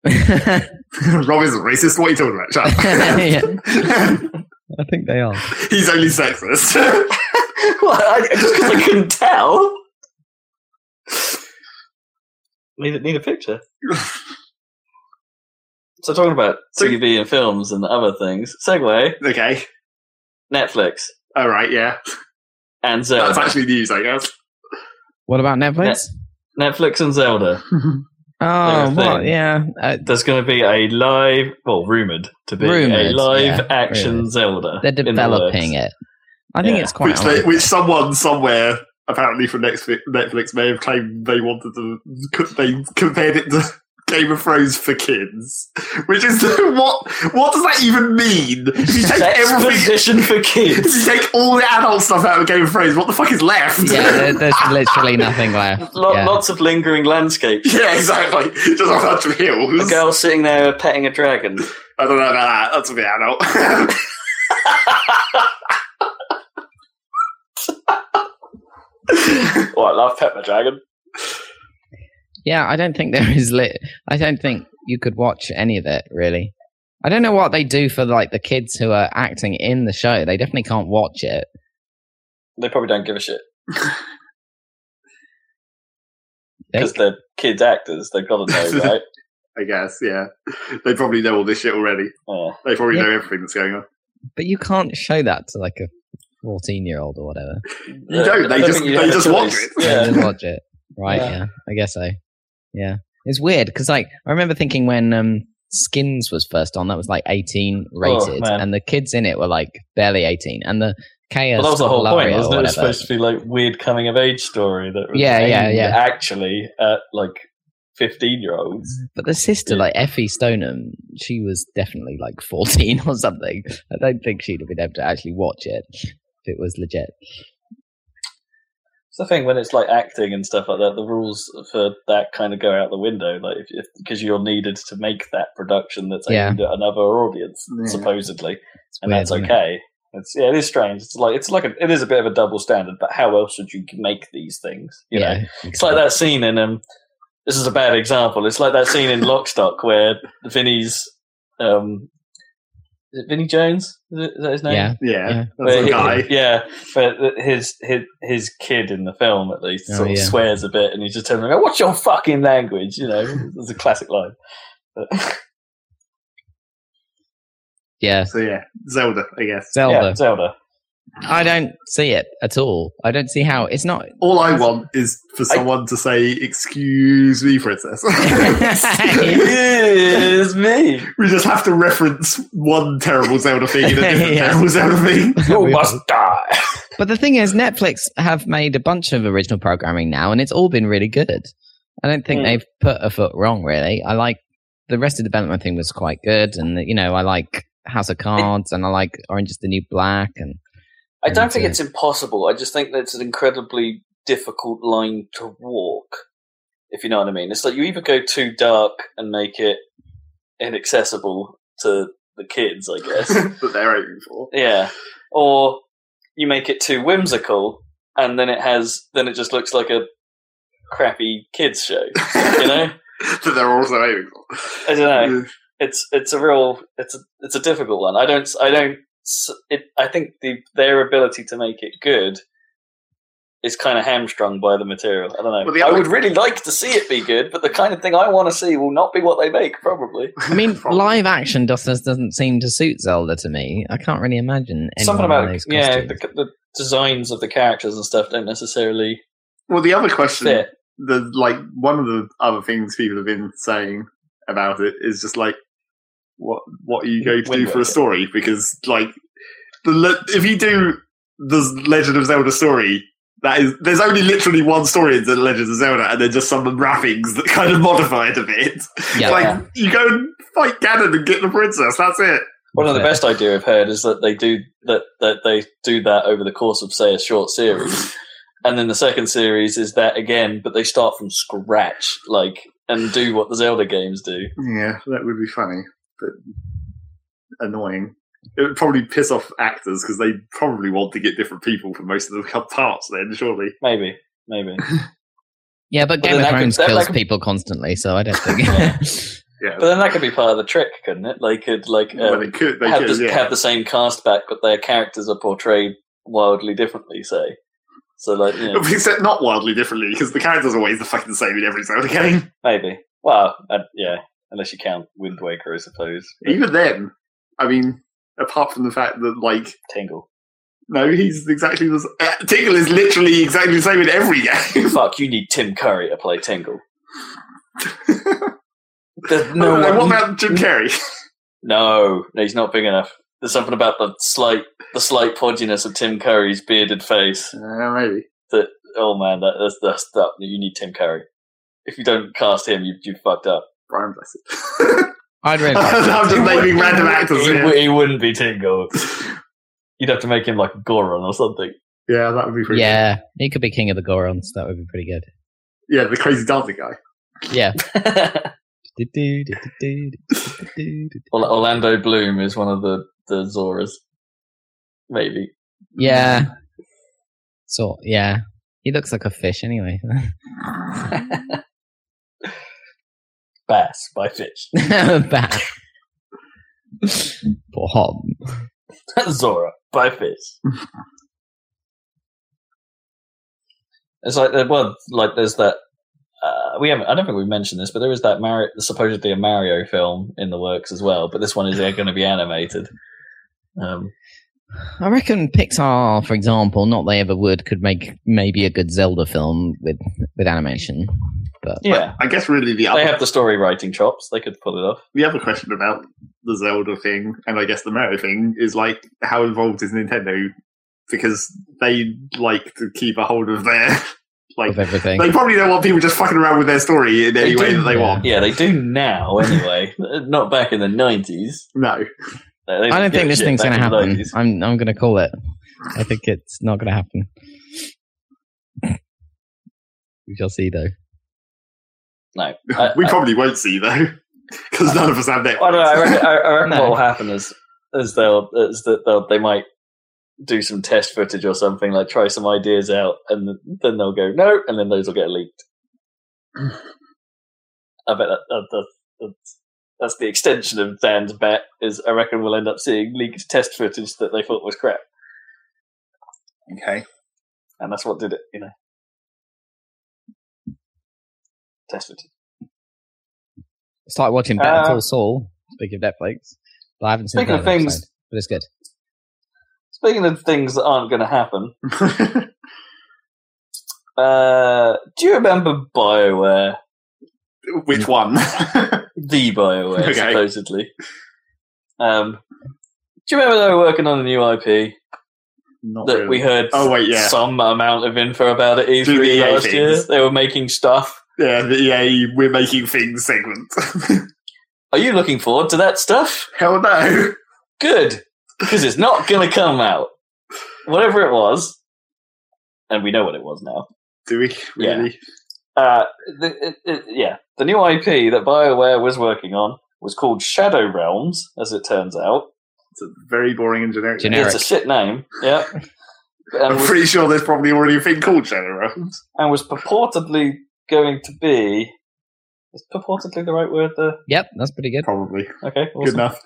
Speaker 2: rob isn't racist what are you talking about
Speaker 1: Yeah.
Speaker 2: Shut up.
Speaker 1: I think they are.
Speaker 2: he's only sexist
Speaker 3: well, I, just because I couldn't tell. Need a, need a picture. so talking about
Speaker 2: So-
Speaker 3: TV and films and other things. Segway,
Speaker 2: okay
Speaker 3: Netflix,
Speaker 2: all right yeah
Speaker 3: and
Speaker 2: that's
Speaker 3: Zelda.
Speaker 2: actually news i guess
Speaker 1: What about Netflix?
Speaker 3: Netflix and Zelda. They're a
Speaker 1: Oh,
Speaker 3: thing.
Speaker 1: what? Yeah. Uh,
Speaker 3: There's going to be a live, well, rumored to be a
Speaker 5: Rumoured,
Speaker 3: live
Speaker 5: yeah,
Speaker 3: action
Speaker 5: rumoured.
Speaker 3: Zelda.
Speaker 5: They're developing it.
Speaker 1: I think
Speaker 3: Yeah.
Speaker 1: it's quite.
Speaker 2: which, they,
Speaker 1: old.
Speaker 2: which someone somewhere apparently from Netflix, Netflix may have claimed they wanted to. They compared it to Game of Thrones for kids, which is what? What does that even mean? If you take
Speaker 3: Sex
Speaker 2: everything,
Speaker 3: position for
Speaker 2: if you
Speaker 3: kids.
Speaker 2: take all the adult stuff out of Game of Thrones, what the fuck is left?
Speaker 5: Yeah, there, there's literally nothing left.
Speaker 3: Lo-
Speaker 5: yeah.
Speaker 3: Lots of lingering landscapes.
Speaker 2: Yeah, exactly. Just a bunch of
Speaker 3: A
Speaker 2: hills.
Speaker 3: girl sitting there petting a dragon.
Speaker 2: I don't know about that. That's a bit adult.
Speaker 3: oh, I love pet my dragon.
Speaker 1: Yeah, I don't think there is lit. I don't think you could watch any of it really. I don't know what they do for like the kids who are acting in the show. They definitely can't watch it.
Speaker 3: They probably don't give a shit
Speaker 1: They-
Speaker 3: because they're kids actors. They've got to know, right?
Speaker 2: I guess. Yeah, they probably know all this shit already.
Speaker 3: Yeah.
Speaker 2: They probably
Speaker 1: Yeah.
Speaker 2: know everything that's going on.
Speaker 1: but you can't show that to like a fourteen-year-old or whatever.
Speaker 2: You don't. They
Speaker 3: I
Speaker 2: just
Speaker 3: think you
Speaker 2: they
Speaker 3: have a
Speaker 2: just
Speaker 3: choice.
Speaker 2: watch it.
Speaker 1: yeah.
Speaker 3: Yeah.
Speaker 1: watch it. Right,
Speaker 3: Yeah.
Speaker 1: yeah. I guess so. Yeah. It's weird because like I remember thinking when um Skins was first on, that was like eighteen rated
Speaker 3: Oh, man.
Speaker 1: and the kids in it were like barely eighteen and the chaos.
Speaker 3: Well, that was the whole point,
Speaker 1: Gloria or
Speaker 3: wasn't it? It was
Speaker 1: whatever-
Speaker 3: supposed to be like weird coming of age story that was
Speaker 1: Yeah, yeah,
Speaker 3: aimed
Speaker 1: yeah.
Speaker 3: actually at like fifteen year olds.
Speaker 1: But the sister, like Effie Stoneham, she was definitely like 14 or something. I don't think she'd have been able to actually watch it if it was legit.
Speaker 3: It's the thing when it's like acting and stuff like that. The rules for that kind of go out the window, like if because you're needed to make that production that's
Speaker 1: Yeah.
Speaker 3: aimed at another audience,
Speaker 2: Yeah.
Speaker 3: supposedly,
Speaker 1: It's
Speaker 3: and
Speaker 1: weird,
Speaker 3: that's
Speaker 1: isn't it?
Speaker 3: okay. It's yeah, it is strange. It's like it's like a, it is a bit of a double standard. But how else would you make these things? You know,
Speaker 1: yeah.
Speaker 3: it's like that scene in um. This is a bad example. It's like that scene in Lockstock where Vinny's um. Is it Vinny Jones? Is, it, is that his name?
Speaker 1: Yeah. Yeah.
Speaker 2: Yeah, that's
Speaker 3: Well,
Speaker 2: a
Speaker 3: he-
Speaker 2: guy.
Speaker 3: Yeah, but th- his his his kid in the film at least
Speaker 1: Oh,
Speaker 3: sort of
Speaker 1: yeah.
Speaker 3: swears a bit, and he's just telling him, "What's your fucking language?" You know, it's a classic line. But,
Speaker 1: Yeah.
Speaker 2: So yeah, Zelda, I guess.
Speaker 1: Zelda.
Speaker 3: yeah, Zelda.
Speaker 1: I don't see it at all. I don't see how it's not.
Speaker 2: All I want is for someone to say, "Excuse me, princess."
Speaker 3: Excuse me.
Speaker 2: we just have to reference one terrible Zelda thing in a different
Speaker 1: Yeah.
Speaker 2: terrible Zelda thing.
Speaker 3: You must die.
Speaker 1: But the thing is, Netflix have made a bunch of original programming now, and it's all been really good. I don't think
Speaker 3: Mm.
Speaker 1: they've put a foot wrong, really. I like the rest of the development thing was quite good, and you know, I like House of Cards, and I like Orange is the New Black, and
Speaker 3: I don't think
Speaker 1: Okay.
Speaker 3: it's impossible. I just think that it's an incredibly difficult line to walk, if you know what I mean. It's like you either go too dark and make it inaccessible to the kids, I guess.
Speaker 2: that they're aiming for.
Speaker 3: Yeah. Or you make it too whimsical and then it has then it just looks like a crappy kids show. You know?
Speaker 2: that they're also aiming for.
Speaker 3: I dunno. it's it's a real it's a, it's a difficult one. I don't I don't s- it, I think the their ability to make it good is kind of hamstrung by the material. I don't know.
Speaker 2: Well, the
Speaker 3: I
Speaker 2: other-
Speaker 3: would really like to see it be good, but the kind of thing I want to see will not be what they make probably.
Speaker 1: I mean,
Speaker 2: Probably.
Speaker 1: live action just doesn't seem to suit Zelda to me. I can't really imagine anyone
Speaker 3: Something
Speaker 1: in
Speaker 3: about
Speaker 1: those
Speaker 3: yeah,
Speaker 1: costumes.
Speaker 3: the, the designs of the characters and stuff don't necessarily
Speaker 2: Well, the other question
Speaker 3: fit.
Speaker 2: the like one of the other things people have been saying about it is just like what what are you going to do for
Speaker 3: Windbreaker.
Speaker 2: a story because like the le- if you do the Legend of Zelda story that is there's only literally one story in the Legend of Zelda and then just some wrappings that kind of modify it a bit.
Speaker 1: Yeah.
Speaker 2: like you go and fight Ganon and get the princess. That's it.
Speaker 3: One of the
Speaker 1: Yeah.
Speaker 3: best idea I've heard is that they do that that they do that over the course of say a short series, and then the second series is that again, but they start from scratch, like and do what the Zelda games do.
Speaker 2: Yeah, that would be funny, but annoying. It would probably piss off actors because they probably want to get different people for most of the parts. Then surely.
Speaker 3: Maybe, maybe.
Speaker 1: yeah, but
Speaker 3: Well,
Speaker 1: Game
Speaker 3: then
Speaker 1: of
Speaker 3: that could-
Speaker 1: Thrones
Speaker 3: that- that
Speaker 1: kills
Speaker 3: could-
Speaker 1: people constantly, so I don't think.
Speaker 3: Yeah.
Speaker 2: Yeah,
Speaker 3: But then that could be part of the trick, couldn't it? They could like
Speaker 2: well, they
Speaker 3: um,
Speaker 2: could. They
Speaker 3: have,
Speaker 2: could.
Speaker 3: the,
Speaker 2: yeah.
Speaker 3: have the same cast back, but their characters are portrayed wildly differently. Say, so like you know,
Speaker 2: Except not wildly differently because the character's always the fucking same in every Zelda game.
Speaker 3: maybe. Well, uh, yeah, unless you count Wind Waker, I suppose. But
Speaker 2: Even then, I mean, apart from the fact that like.
Speaker 3: Tingle.
Speaker 2: No, he's exactly the s- uh, Tingle is literally exactly the same in every game.
Speaker 3: Fuck, you need Tim Curry to play Tingle. There's
Speaker 2: No,
Speaker 3: no one.
Speaker 2: what about Jim Carrey?
Speaker 3: No, no, he's not big enough. There's something about the slight, the slight podginess of Tim Curry's bearded face.
Speaker 2: Uh, maybe.
Speaker 3: Oh man, that, that's that's that. You need Tim Curry. If you don't cast him, you you fucked up.
Speaker 2: Brian Blessed.
Speaker 6: I'd really like
Speaker 2: I'm just naming random actors.
Speaker 3: He,
Speaker 2: Yeah.
Speaker 3: w- he wouldn't be Tingle. You'd have to make him like Goron or something.
Speaker 2: yeah, that would be pretty.
Speaker 6: Yeah, he could be king of the Gorons. That would be pretty good.
Speaker 2: good. yeah, the crazy dancing guy.
Speaker 3: Or- Orlando Bloom is one of the the Zoras. Maybe.
Speaker 6: Yeah. So yeah, he looks like a fish anyway.
Speaker 3: Bass by Fish.
Speaker 6: Bad. Poor Hob.
Speaker 3: Zora by Fish. it's like there- well, like there's that. Uh, we haven't. I don't think we've mentioned this, but there is that Mario, supposedly a Mario film in the works as well. But this one is going to be animated. Um,
Speaker 6: I reckon Pixar, for example, not they ever would, could make maybe a good Zelda film with with animation.
Speaker 3: yeah,
Speaker 2: I guess really the
Speaker 3: they
Speaker 2: other
Speaker 3: have the story writing chops. They could pull it off.
Speaker 2: the other question about the Zelda thing, and I guess the Mario thing, is like how involved is Nintendo? Because they like to keep a hold of their like
Speaker 6: Of everything.
Speaker 2: they probably don't want people just fucking around with their story in any
Speaker 3: They
Speaker 2: way
Speaker 3: do,
Speaker 2: that they
Speaker 6: yeah.
Speaker 2: want.
Speaker 3: Yeah, they do now anyway. Not back in the nineties.
Speaker 2: No,
Speaker 6: I don't think this thing's going to happen. I'm I'm going to call it. I think it's not going to happen. we shall see, though.
Speaker 3: No, I,
Speaker 2: we
Speaker 3: I-
Speaker 2: probably won't see though, because none of us have Netflix.
Speaker 3: I don't know. I reckon, I, I reckon
Speaker 6: No.
Speaker 3: what will happen is is they'll is that they'll, they might do some test footage or something, like try some ideas out, and then they'll go no, and then those will get leaked. I bet that, that, that that's, that's the extension of Dan's bet. Is I reckon we'll end up seeing leaked test footage that they thought was crap,
Speaker 2: Okay,
Speaker 3: and that's what did it. You know, test footage.
Speaker 6: It's like watching Better
Speaker 3: Uh,
Speaker 6: Call Saul. Speaking of Netflix, but I haven't seen.
Speaker 3: Speaking
Speaker 6: the
Speaker 3: of
Speaker 6: final
Speaker 3: things-
Speaker 6: episode, but it's good.
Speaker 3: Speaking of things that aren't going to happen, uh, do you remember Bioware?
Speaker 2: which one?
Speaker 3: the Bioware,
Speaker 2: Okay.
Speaker 3: supposedly. Um, do you remember they were working on a new IP
Speaker 2: Not
Speaker 3: that
Speaker 2: really.
Speaker 3: we heard
Speaker 2: Oh, wait, yeah.
Speaker 3: some amount of info about at E3
Speaker 2: Through the EA
Speaker 3: last year?
Speaker 2: things.
Speaker 3: They were making stuff.
Speaker 2: yeah, the EA we're making things segment.
Speaker 3: Are you looking forward to that stuff?
Speaker 2: Hell no.
Speaker 3: Good, because it's not going to come out. Whatever it was, and we know what it was now.
Speaker 2: Do we
Speaker 3: Yeah.
Speaker 2: really?
Speaker 3: Uh, the, it, it, yeah, the new IP that BioWare was working on was called Shadow Realms, as it turns out.
Speaker 2: It's a very boring and generic.
Speaker 6: Generic.
Speaker 3: It's a shit name. Yeah.
Speaker 2: I'm
Speaker 3: And was
Speaker 2: pretty sure there's probably already a thing called Shadow Realms.
Speaker 3: and was purportedly going to be. Is purportedly the right word there?
Speaker 6: Yep, that's pretty good.
Speaker 2: Probably.
Speaker 3: Okay,
Speaker 2: Good
Speaker 3: awesome.
Speaker 2: enough.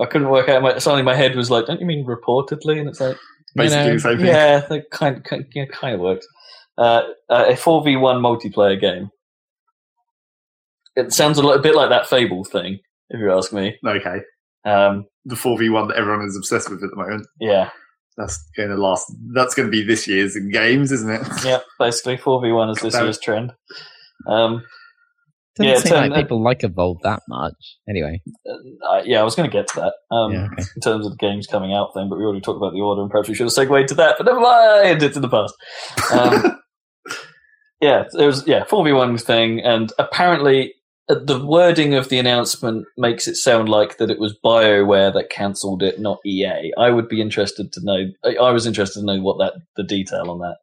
Speaker 3: I couldn't work out. My, suddenly, my head was like, "Don't you mean reportedly?" And it's like,
Speaker 2: Basically
Speaker 6: know,
Speaker 2: the same thing.
Speaker 3: yeah, that kind kind, yeah, kind of worked. Uh, uh, a four v one multiplayer game. It sounds a, lot, a bit like that Fable thing, if you ask me.
Speaker 2: Okay.
Speaker 3: Um,
Speaker 2: The 4v1 that everyone is obsessed with at the moment.
Speaker 3: yeah,
Speaker 2: That's going to last. That's going to be this year's in games, isn't it?
Speaker 3: yeah. Basically, four v one is this
Speaker 2: That-
Speaker 3: year's trend. Um,
Speaker 6: Doesn't
Speaker 3: Yeah,
Speaker 6: seem
Speaker 3: turn-
Speaker 6: like people like Evolve that much. Anyway,
Speaker 3: uh, yeah, I was going to get to that. Um,
Speaker 6: yeah, okay.
Speaker 3: in terms of the games coming out thing, but we already talked about the order, and perhaps we should have segued to that. But never mind, it's in the past. Um, yeah, there was yeah four v one thing, and apparently uh, the wording of the announcement makes it sound like that it was Bioware that cancelled it, not EA. I would be interested to know. I, I was interested to know what that the detail on that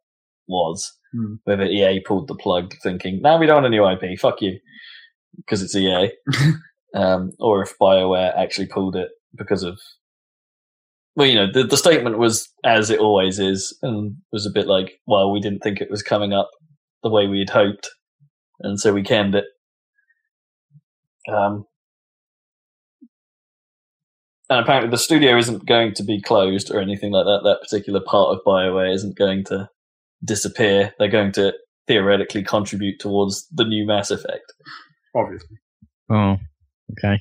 Speaker 3: was.
Speaker 2: Hmm.
Speaker 3: Whether EA pulled the plug, thinking now we don't want a new IP, fuck you, because it's EA, um, or if Bioware actually pulled it because of well, you know, the, the statement was as it always is, and was a bit like, well, we didn't think it was coming up the way we had hoped, and so we canned it. Um, and apparently, the studio isn't going to be closed or anything like that. That particular part of Bioware isn't going to disappear. They're going to theoretically contribute towards the new Mass Effect.
Speaker 2: Obviously.
Speaker 6: Oh, okay.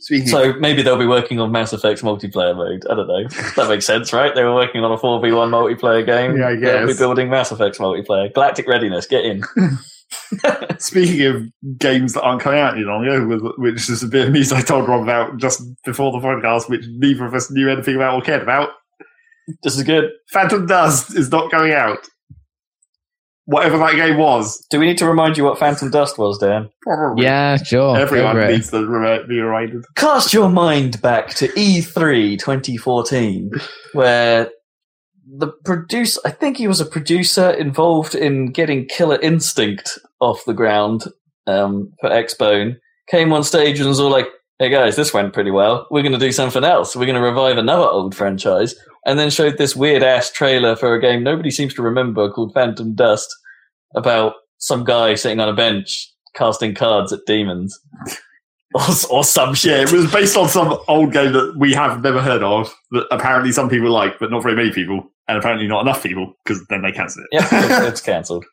Speaker 2: Speaking of,
Speaker 3: So maybe they'll be working on Mass Effect's multiplayer mode. I don't know. That makes sense, right? They were working on a 4v1 multiplayer game.
Speaker 2: Yeah, I
Speaker 3: They'll be
Speaker 2: guess.
Speaker 3: building Mass Effect's multiplayer. Galactic Readiness, get in.
Speaker 2: Speaking of games that aren't coming out any longer, with- which is a bit of news I told Rob about just before the podcast, which neither of us knew anything about or cared about.
Speaker 3: This is good.
Speaker 2: Phantom Dust is not coming out. Whatever that game was,
Speaker 3: Do we need to remind you what Phantom Dust was, Dan?
Speaker 2: probably.
Speaker 6: yeah,
Speaker 3: Oh,
Speaker 6: sure. go
Speaker 2: Everyone
Speaker 6: for it.
Speaker 2: needs to re- be reminded.
Speaker 3: Cast your mind back to E E3 2014, where the producer, I think he was a producer involved in getting Killer Instinct off the ground um, for Xbone, came on stage and was all like, hey guys, this went pretty well. We're going to do something else. We're going to revive another old franchise. And then showed this weird ass trailer for a game nobody seems to remember called Phantom Dust about some guy sitting on a bench casting cards at demons. or, or some shit.
Speaker 2: Yeah, it was based on some old game that we have never heard of that apparently some people like, but not very many people, and apparently not enough people because then they cancelled it.
Speaker 3: yeah, it's, it's cancelled.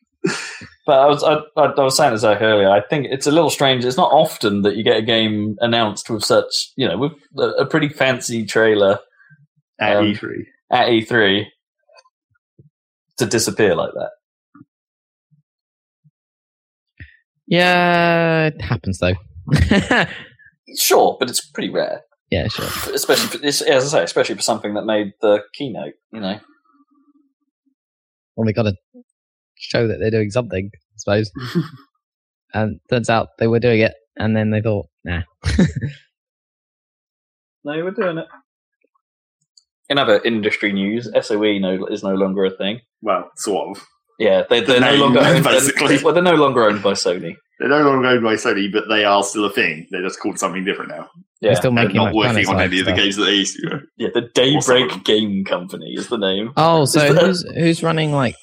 Speaker 3: But I was I, I, I was saying to Zach earlier. I think it's a little strange. It's not often that you get a game announced with such you know with a, a pretty fancy trailer
Speaker 2: At E
Speaker 3: Um,
Speaker 2: E3.
Speaker 3: at E3 to disappear like that.
Speaker 6: Yeah, it happens though.
Speaker 3: Sure, but it's pretty rare,
Speaker 6: yeah, sure.
Speaker 3: especially for, it's- as I say, especially for something that made the keynote. You know,
Speaker 6: Well, they got to show that they're doing something, I suppose. and turns out they were doing it, and then they thought, nah.
Speaker 3: no, we're doing it. In other industry news, SOE no, is no longer a thing.
Speaker 2: Well, sort of.
Speaker 3: Yeah, they, they're no
Speaker 2: name,
Speaker 3: longer owned,
Speaker 2: basically.
Speaker 3: well, they're no longer owned by Sony.
Speaker 2: They're no longer owned by Sony, but they are still a thing. They're just called something different now.
Speaker 3: Yeah,
Speaker 6: They're still
Speaker 2: They're
Speaker 6: making like,
Speaker 2: not
Speaker 6: fun
Speaker 2: working on
Speaker 6: stuff,
Speaker 2: any of the
Speaker 6: so-
Speaker 2: games that they used to.
Speaker 3: Yeah, the
Speaker 2: Or
Speaker 3: Daybreak
Speaker 2: something.
Speaker 3: Game Company is the name.
Speaker 6: Oh, so
Speaker 3: that-
Speaker 6: who's who's running like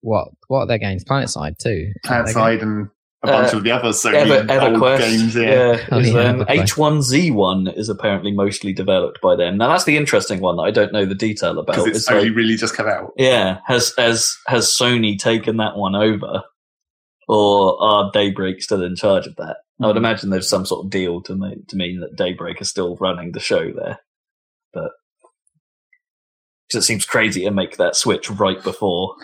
Speaker 6: what what are their games? Planet Side too. Aren't they
Speaker 2: Outside and a
Speaker 3: Uh,
Speaker 2: bunch of the other Sony
Speaker 3: Ever,
Speaker 2: old
Speaker 3: EverQuest,
Speaker 2: games. Yeah.
Speaker 6: Oh,
Speaker 3: is
Speaker 6: yeah,
Speaker 3: them.
Speaker 6: EverQuest.
Speaker 3: H1Z1 is apparently mostly developed by them. Now that's the interesting one that I don't know the detail
Speaker 2: Because
Speaker 3: about.
Speaker 2: it's,
Speaker 3: It's
Speaker 2: only
Speaker 3: like,
Speaker 2: really just come out.
Speaker 3: yeah, has has has Sony taken that one over, or are Daybreak still in charge of that? I would imagine there's some sort of deal to make, to mean that Daybreak is still running the show there, but 'cause it seems crazy to make that switch right before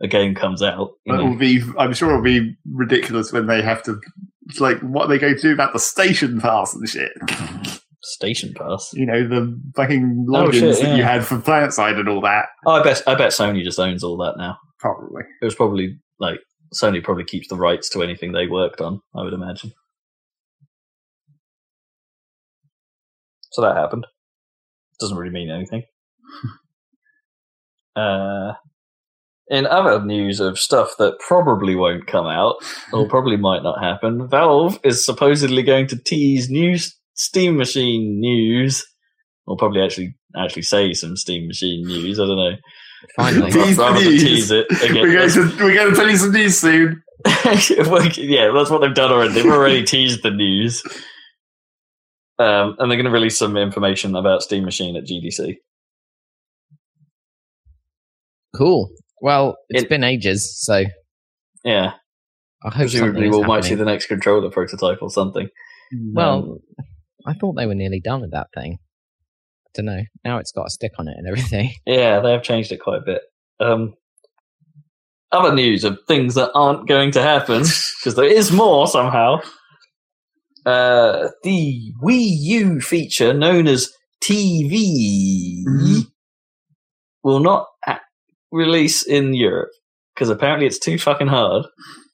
Speaker 3: a game comes out. you
Speaker 2: It
Speaker 3: know.
Speaker 2: will be. I'm sure it'll be ridiculous when they have to. It's like what are they going to do about the station pass and shit.
Speaker 3: Station Pass.
Speaker 2: You know the fucking logins
Speaker 3: Oh, shit,
Speaker 2: that you
Speaker 3: yeah.
Speaker 2: had for PlanetSide and all that.
Speaker 3: Oh, I bet I bet Sony just owns all that now.
Speaker 2: Probably.
Speaker 3: It was probably like Sony probably keeps the rights to anything they worked on. I would imagine. So that happened. Doesn't really mean anything. uh, in other news of stuff that probably won't come out or probably might not happen, Valve is supposedly going to tease new s- Steam Machine news. Or probably actually actually say some Steam Machine news. I don't know.
Speaker 6: Finally.
Speaker 2: Tease the
Speaker 3: Rather than
Speaker 2: news.
Speaker 3: tease it again.
Speaker 2: we're going to we're going to tell you some news soon.
Speaker 3: Well, yeah, that's what they've done already. They've already teased the news. Um, and they're going to release some information about Steam Machine at GDC.
Speaker 6: Cool. Well, it's
Speaker 3: It-
Speaker 6: been ages, so
Speaker 3: Yeah,
Speaker 6: I hope something
Speaker 3: presumably
Speaker 6: is
Speaker 3: we might see
Speaker 6: happening.
Speaker 3: the next controller prototype or something. Hmm.
Speaker 6: Well, I thought they were nearly done with that thing. I don't know. Now it's got a stick on it and everything.
Speaker 3: Yeah, they have changed it quite a bit. Um, other news of things that aren't going to happen because there is more somehow. Uh, the Wii U feature known as TV
Speaker 2: Mhm.
Speaker 3: will not a- release in Europe because apparently it's too fucking hard.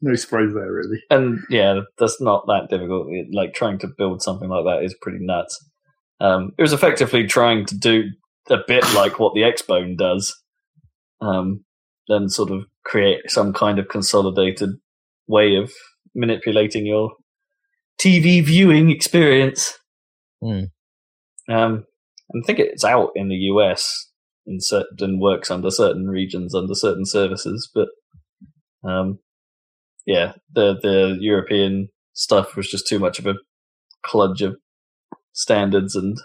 Speaker 2: no surprise there really.
Speaker 3: And yeah, that's not that difficult. It- like trying to build something like that is pretty nuts. Um, it was effectively trying to do a bit like what the Xbone does, um, then sort of create some kind of consolidated way of manipulating your TV viewing experience.
Speaker 6: Hmm.
Speaker 3: Um, I think it's out in the US in certain works under certain regions under certain services, but um, yeah, the the European stuff was just too much of a cludge of standards and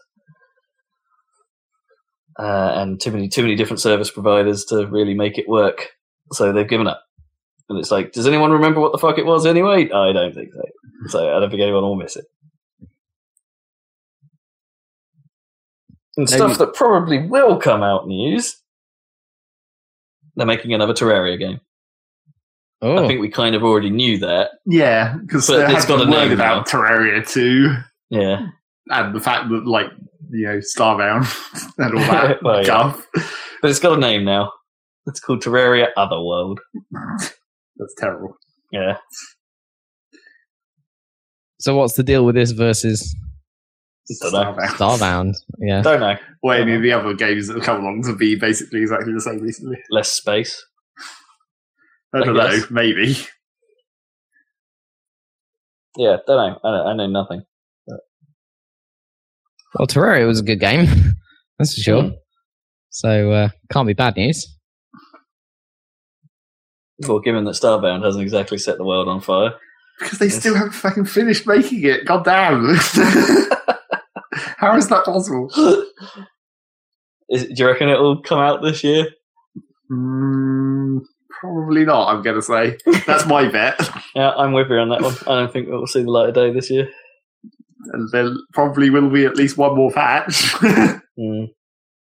Speaker 3: uh, and too many too many different service providers to really make it work. So they've given up, and it's like, does anyone remember what the fuck it was anyway? I don't think so. So I don't think anyone will miss it. And
Speaker 1: No,
Speaker 3: stuff
Speaker 1: you-
Speaker 3: that probably will come out news. They're making another Terraria game.
Speaker 6: Oh,
Speaker 3: I think we kind of already knew that.
Speaker 2: Yeah, because
Speaker 3: But
Speaker 2: there
Speaker 3: it's
Speaker 2: has
Speaker 3: got
Speaker 2: been
Speaker 3: a
Speaker 2: word
Speaker 3: name
Speaker 2: about Terraria 2
Speaker 3: Yeah.
Speaker 2: and the fact that, like, you know, Starbound and all that
Speaker 3: Well, yeah.
Speaker 2: guff.
Speaker 3: But it's got a name now. It's called Terraria Otherworld.
Speaker 2: That's terrible.
Speaker 3: Yeah.
Speaker 6: so what's the deal with this versus
Speaker 3: Dunno.
Speaker 2: Starbound.
Speaker 6: Starbound? Yeah.
Speaker 3: Don't know.
Speaker 2: Or any of the other games that have come along to be basically exactly the same recently.
Speaker 3: Less space.
Speaker 2: I
Speaker 3: I
Speaker 2: don't know,
Speaker 3: guess.
Speaker 2: maybe.
Speaker 3: Yeah, don't know. I, don't, I know nothing.
Speaker 6: Well, Terraria was a good game, that's for
Speaker 3: Hmm.
Speaker 6: sure. So uh, can't be bad news.
Speaker 3: Well, given that Starbound hasn't exactly set the world on fire.
Speaker 2: Because they still haven't fucking finished making it. God damn. How is that possible?
Speaker 3: Is, do you reckon it'll come out this year?
Speaker 2: Mm, probably not, I'm going to say. That's my bet.
Speaker 3: Yeah, I'm with you on that one. I don't think it will see the light of day this year.
Speaker 2: And there probably will be at least one more patch.
Speaker 3: Hmm.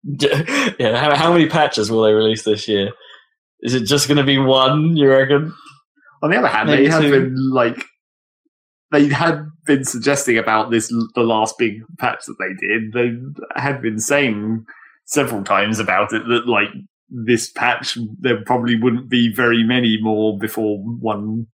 Speaker 3: Yeah, yeah, how, how many patches will they release this year? Is it just going to be one, you reckon?
Speaker 2: On the other hand,
Speaker 3: Maybe
Speaker 2: they have
Speaker 3: two.
Speaker 2: been like they had been suggesting about this the last big patch that they did. They had been saying several times about it that like this patch there probably wouldn't be very many more before one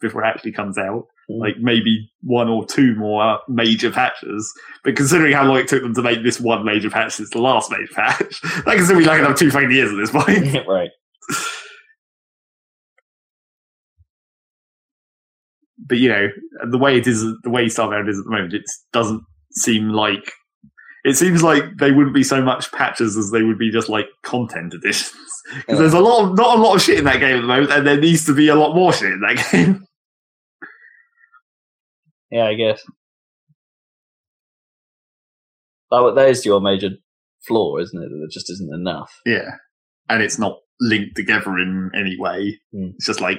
Speaker 2: before it actually comes out.
Speaker 3: Mm.
Speaker 2: Like maybe one or two more major patches. But considering how long it took them to make this one major patch since the last major patch, that can still be like another two fucking years at this point.
Speaker 3: right.
Speaker 2: but you know the way it is the way starbound is at the moment it doesn't seem like it seems like they wouldn't be so much patches as they would be just like content additions because
Speaker 3: Yeah.
Speaker 2: there's a lot of not a lot of shit in that game at the moment and there needs to be a lot more shit in that game
Speaker 3: Yeah, I guess. Oh, but there's your major flaw, isn't it? That there just isn't enough.
Speaker 2: yeah and it's not linked together in any way
Speaker 3: Hmm.
Speaker 2: it's just like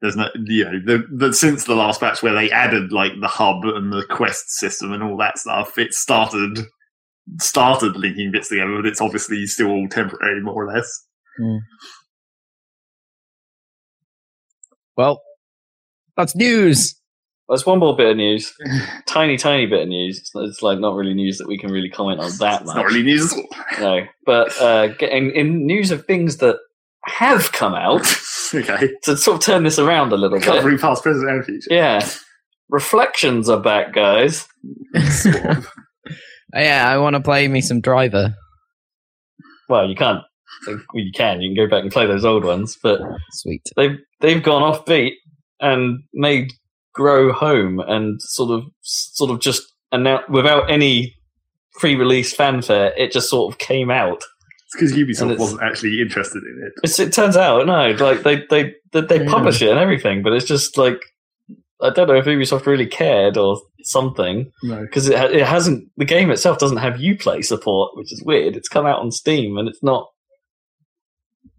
Speaker 2: there's no you know the, the since the last patch where they added like the hub and the quest system and all that stuff it started started linking bits together but it's obviously still all temporary more or less
Speaker 6: Well, that's news.
Speaker 3: There's one more bit of news, tiny, tiny bit of news. It's, it's like not really news that we can really comment on that
Speaker 2: It's
Speaker 3: much.
Speaker 2: not really news at all.
Speaker 3: No, but uh, get- in, in news of things that have come out
Speaker 2: okay.
Speaker 3: to sort of turn this around a little bit.
Speaker 2: Covering past, present, and future.
Speaker 3: Yeah, reflections are back, guys.
Speaker 6: Yeah, I want to play me some Driver.
Speaker 3: Well, you can't. Well, you can. You can go back and play those old ones, but
Speaker 6: Sweet.
Speaker 3: they've they've gone offbeat and made grow home and sort of sort of just announced without any pre-release fanfare. It just sort of came out.
Speaker 2: It's because
Speaker 3: And
Speaker 2: Ubisoft
Speaker 3: it's-
Speaker 2: wasn't actually interested in it.
Speaker 3: It's, it turns out no, like they they they, they
Speaker 2: Yeah.
Speaker 3: publish it and everything, but it's just like I don't know if Ubisoft really cared or something
Speaker 2: No.
Speaker 3: because it ha- it hasn't the game itself doesn't have UPlay support, which is weird. It's come out on Steam and it's not.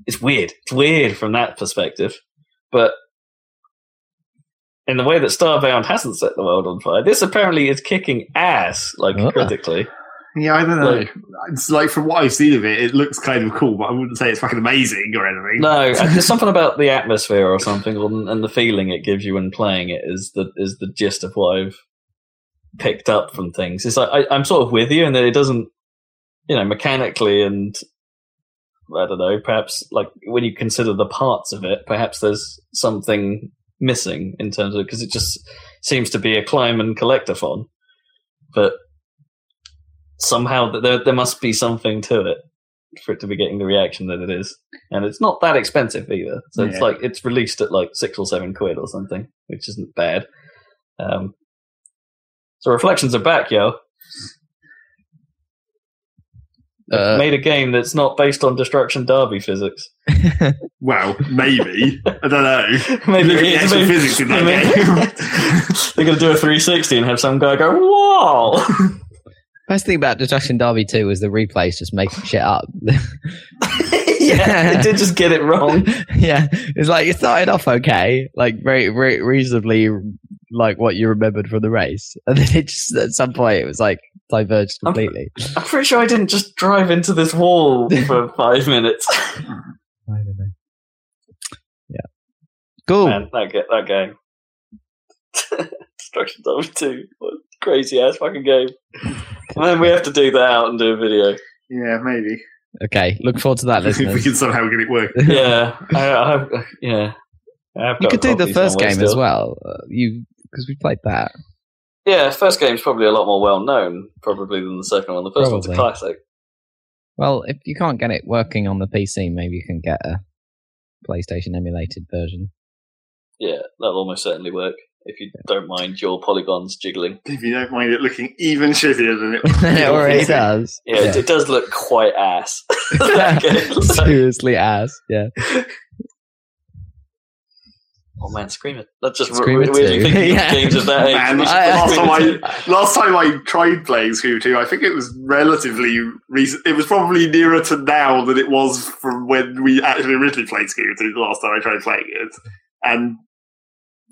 Speaker 3: It's weird. It's weird from that perspective, but in the way that Starbound hasn't set the world on fire, this apparently is kicking ass, like
Speaker 6: Ah.
Speaker 3: critically.
Speaker 2: Yeah, I don't know.
Speaker 3: Like-
Speaker 2: it's like from what I've seen of it, it looks kind of cool, but I wouldn't say it's fucking amazing or anything.
Speaker 3: No, uh, there's something about the atmosphere or something, or, and the feeling it gives you when playing it is the is the gist of what I've picked up from things. It's like I, I'm sort of with you, and that it doesn't, you know, mechanically and I don't know. Perhaps like when you consider the parts of it, perhaps there's something missing in terms of because it just seems to be a climb and collectathon, but somehow th- there there must be something to it for it to be getting the reaction that it is, and it's not that expensive either. So it's
Speaker 2: Yeah.
Speaker 3: like it's released at like six or seven quid or something, which isn't bad. Um, so reflections are back, yo. They've
Speaker 6: Uh,
Speaker 3: made a game that's not based on destruction derby physics.
Speaker 2: Well, maybe. I don't know.
Speaker 3: Maybe
Speaker 2: Look
Speaker 3: it
Speaker 2: at the
Speaker 3: is,
Speaker 2: actual
Speaker 3: maybe-
Speaker 2: physics in
Speaker 3: maybe-
Speaker 2: that
Speaker 3: They're gonna do a 360 and have some guy go, "Whoa!"
Speaker 6: Best thing about Destruction Derby 2 was the replays just making shit up.
Speaker 3: yeah, they did just get it wrong.
Speaker 6: yeah, it's like it started off okay, like very, very reasonably, like what you remembered from the race, and then it just at some point it was like diverged
Speaker 3: I'm-
Speaker 6: completely.
Speaker 3: I'm pretty sure I didn't just drive into this wall for five minutes.
Speaker 6: I don't know. Yeah,
Speaker 1: Cool.
Speaker 3: Man, that, ga- that game. Destruction Derby 2. What a crazy ass fucking game. and then we have to dig that out and do a video.
Speaker 2: Yeah, maybe.
Speaker 1: Okay, look forward to that,
Speaker 2: if we
Speaker 1: listeners.
Speaker 2: can somehow get it work.
Speaker 3: Yeah. I, I have, yeah. I have
Speaker 1: you
Speaker 3: got
Speaker 1: could
Speaker 3: a
Speaker 1: do the
Speaker 3: copy
Speaker 1: first
Speaker 3: somewhere
Speaker 1: game
Speaker 3: still.
Speaker 1: as well. Uh, you because we played that.
Speaker 3: Yeah, first game's probably a lot more well known, probably, than the second one. The first one's a
Speaker 1: Probably.
Speaker 3: classic.
Speaker 1: Well, if you can't get it working on the PC, maybe you can get a PlayStation emulated version.
Speaker 3: Yeah, that'll almost certainly work if you don't mind your polygons jiggling.
Speaker 2: If you don't mind it looking even shittier than it
Speaker 1: it already
Speaker 2: Yeah.
Speaker 1: does.
Speaker 3: Yeah, It, it does look quite ass. that game. looks like-
Speaker 1: Seriously, ass. Yeah.
Speaker 3: oh man, Screamer. That's just
Speaker 1: Screamer
Speaker 3: weird. Really
Speaker 1: two.
Speaker 3: thinking
Speaker 1: Yeah.
Speaker 3: of games of that age.
Speaker 2: Man,
Speaker 3: It's
Speaker 1: I-
Speaker 3: just
Speaker 2: last, time
Speaker 3: Screamer two.
Speaker 2: I, last time I tried playing Scream 2, I think it was relatively recent. It was probably nearer to now than it was from when we actually originally played Scream 2 the last time I tried playing it. And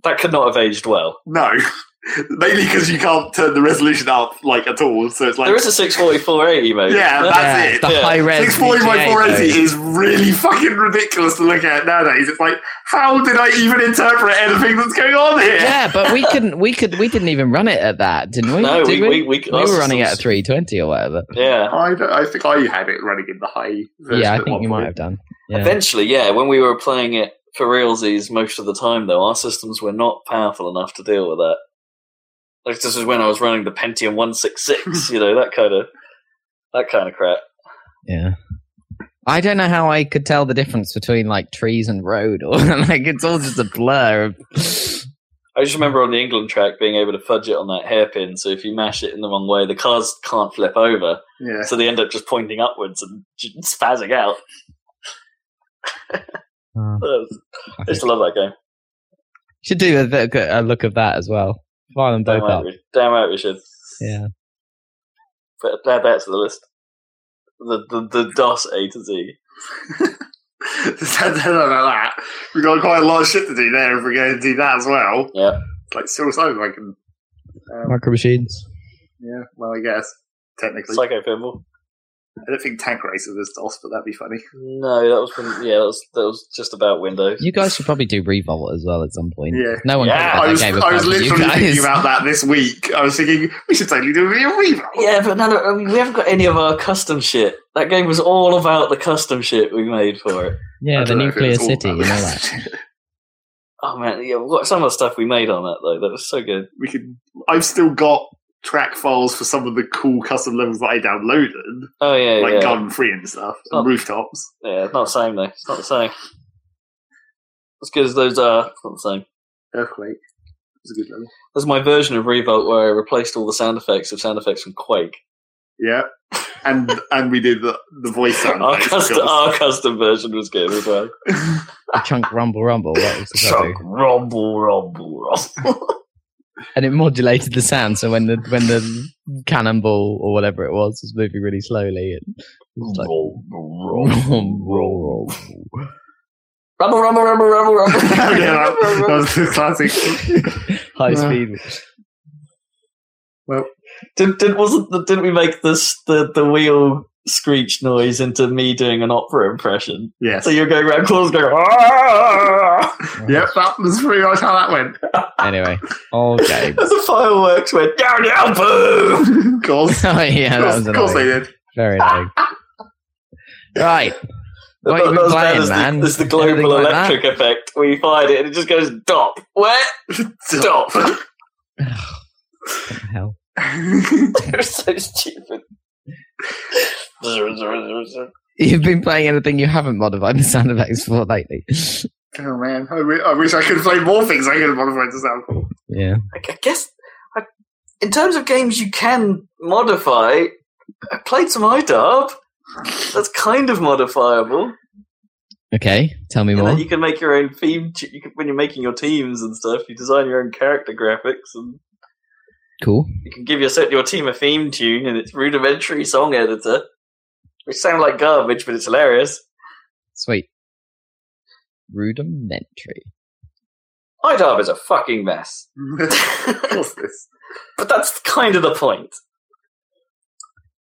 Speaker 3: that could not have aged well.
Speaker 2: no. Mainly because you can't turn the resolution up like at all, so it's like
Speaker 3: there is a 64480 mode.
Speaker 2: Yeah,
Speaker 3: No,
Speaker 2: that's
Speaker 1: Yeah,
Speaker 2: it.
Speaker 1: it's The
Speaker 3: Yeah.
Speaker 1: high res.
Speaker 2: 640 by 480
Speaker 3: E,
Speaker 1: VGA,
Speaker 2: is really fucking ridiculous to look at nowadays. It's like, how did I even interpret anything that's going on
Speaker 1: though.
Speaker 2: here?
Speaker 1: Yeah, but we couldn't. We could. We didn't even run it at that, didn't we?
Speaker 3: No,
Speaker 1: Did
Speaker 3: we, we, we,
Speaker 1: We were running it at 320 or whatever.
Speaker 3: Yeah.
Speaker 2: I, don't- I think I had it running in the high. version
Speaker 1: Yeah, I
Speaker 2: at
Speaker 1: think
Speaker 2: one
Speaker 1: you might
Speaker 2: point.
Speaker 1: have done. Yeah.
Speaker 3: Eventually, yeah, when we were playing it for realsies most of the time, though, our systems were not powerful enough to deal with that. Like, this is when I was running the Pentium 166, you know, that kind of that kind of crap.
Speaker 1: Yeah. I don't know how I could tell the difference between like trees and road, or like it's all just a blur. Of...
Speaker 3: I just remember on the England track being able to fudge it on that hairpin, so if you mash it in the wrong way, the cars can't flip over,
Speaker 2: Yeah.
Speaker 3: so they end up just pointing upwards and just spazzing out.
Speaker 1: Oh,
Speaker 3: I used to love that game.
Speaker 1: Should do a, look- a look of that as well. Fire them
Speaker 3: Damn
Speaker 2: Oh,
Speaker 1: both
Speaker 3: right,
Speaker 1: up.
Speaker 3: we- damn right we should.
Speaker 1: Yeah.
Speaker 3: But add that to the list. The the, the DOS A to Z.
Speaker 2: Just had to know about that. "Ah, We've got quite a lot of shit to do there if we're going to do that as well.
Speaker 3: Yeah.
Speaker 2: It's like, still something I can. Um,
Speaker 1: Micro machines.
Speaker 2: yeah, well, I guess. Technically.
Speaker 3: Psycho Pinball.
Speaker 2: I don't think Tank Racer was DOS, but that'd be funny.
Speaker 3: No, that was when, yeah, that was that was just about Windows.
Speaker 1: You guys should probably do Revolt as well at some point.
Speaker 2: Yeah.
Speaker 1: No one
Speaker 3: Yeah,
Speaker 1: yeah,
Speaker 2: I was,
Speaker 1: that game
Speaker 2: I was
Speaker 1: apart from you
Speaker 2: literally thinking
Speaker 1: guys.
Speaker 2: about that this week. I was thinking, we should totally do a video review.
Speaker 3: Yeah, but none of, I mean, we haven't got any of our custom shit. That game was all about the custom shit we made for it.
Speaker 1: Yeah,
Speaker 2: I
Speaker 1: the
Speaker 2: don't know if it
Speaker 1: nuclear
Speaker 2: was all
Speaker 1: city and all
Speaker 2: about
Speaker 1: that.
Speaker 3: Oh man, yeah, what some of the stuff we made on that though, that was so good.
Speaker 2: we could. I've still got track files for some of the cool custom levels that I downloaded,
Speaker 3: Oh yeah,
Speaker 2: like
Speaker 3: yeah,
Speaker 2: Garden Free and stuff, and
Speaker 3: Oh.
Speaker 2: rooftops.
Speaker 3: yeah. It's not the same though. It's not the same. As good as those are, it's not the same.
Speaker 2: Earthquake was a good level.
Speaker 3: That's my version of Revolt where I replaced all the sound effects of sound effects from Quake.
Speaker 2: Yeah, and and we did the the voice sound.
Speaker 3: Our
Speaker 2: effects, of
Speaker 3: custom,
Speaker 2: course.
Speaker 3: our custom version was good as well.
Speaker 1: Chunk Rumble Rumble. What was the
Speaker 3: Chug, rumble, rumble, rumble.
Speaker 1: And it modulated the sound, so when the when the cannonball or whatever it was was moving really slowly, it
Speaker 2: Oh,
Speaker 1: was like
Speaker 3: rumble, rumble, rumble, rumble, rumble,
Speaker 2: yeah, that, that
Speaker 3: rumble.
Speaker 2: was the classic.
Speaker 1: high
Speaker 2: Yeah.
Speaker 1: speed.
Speaker 3: Did, did, wasn't the, didn't we make this the, the wheel screech noise into me doing an opera impression?
Speaker 2: Yes.
Speaker 3: So you're going around corners going, "Ah!"
Speaker 2: Yep, that was pretty much how that went.
Speaker 1: Anyway, okay.
Speaker 3: as the fireworks went down, down, boom.
Speaker 2: of course,
Speaker 1: oh yeah, that was
Speaker 2: of course they
Speaker 1: annoying.
Speaker 2: did.
Speaker 1: Very annoying. Right. What
Speaker 3: Not-
Speaker 1: you been
Speaker 3: not as
Speaker 1: playing,
Speaker 3: as
Speaker 1: man?
Speaker 3: The, as the
Speaker 1: Anything
Speaker 3: global
Speaker 1: like that?
Speaker 3: electric effect. We fired it and it just goes, dop. Where? Stop.
Speaker 2: Oh,
Speaker 1: What the hell?
Speaker 3: They're so stupid. yeah,
Speaker 1: You've been playing anything you haven't modified the sound effects for lately.
Speaker 2: Oh man, I, wi- I wish I could play more things I could have modified to sound cool.
Speaker 1: Yeah.
Speaker 3: I I guess I, in terms of games you can modify, I played some iDub. That's kind of modifiable.
Speaker 1: Okay. Tell me
Speaker 3: You, know,
Speaker 1: more.
Speaker 3: you can make your own theme. t- You can, when you're making your teams and stuff, you design your own character graphics, and
Speaker 1: Cool.
Speaker 3: you can give your set your team a theme tune and its rudimentary song editor, which sound like garbage, but it's hilarious.
Speaker 1: Sweet. Rudimentary.
Speaker 3: iDub is a fucking mess,
Speaker 2: of course, this.
Speaker 3: but that's kind of the point.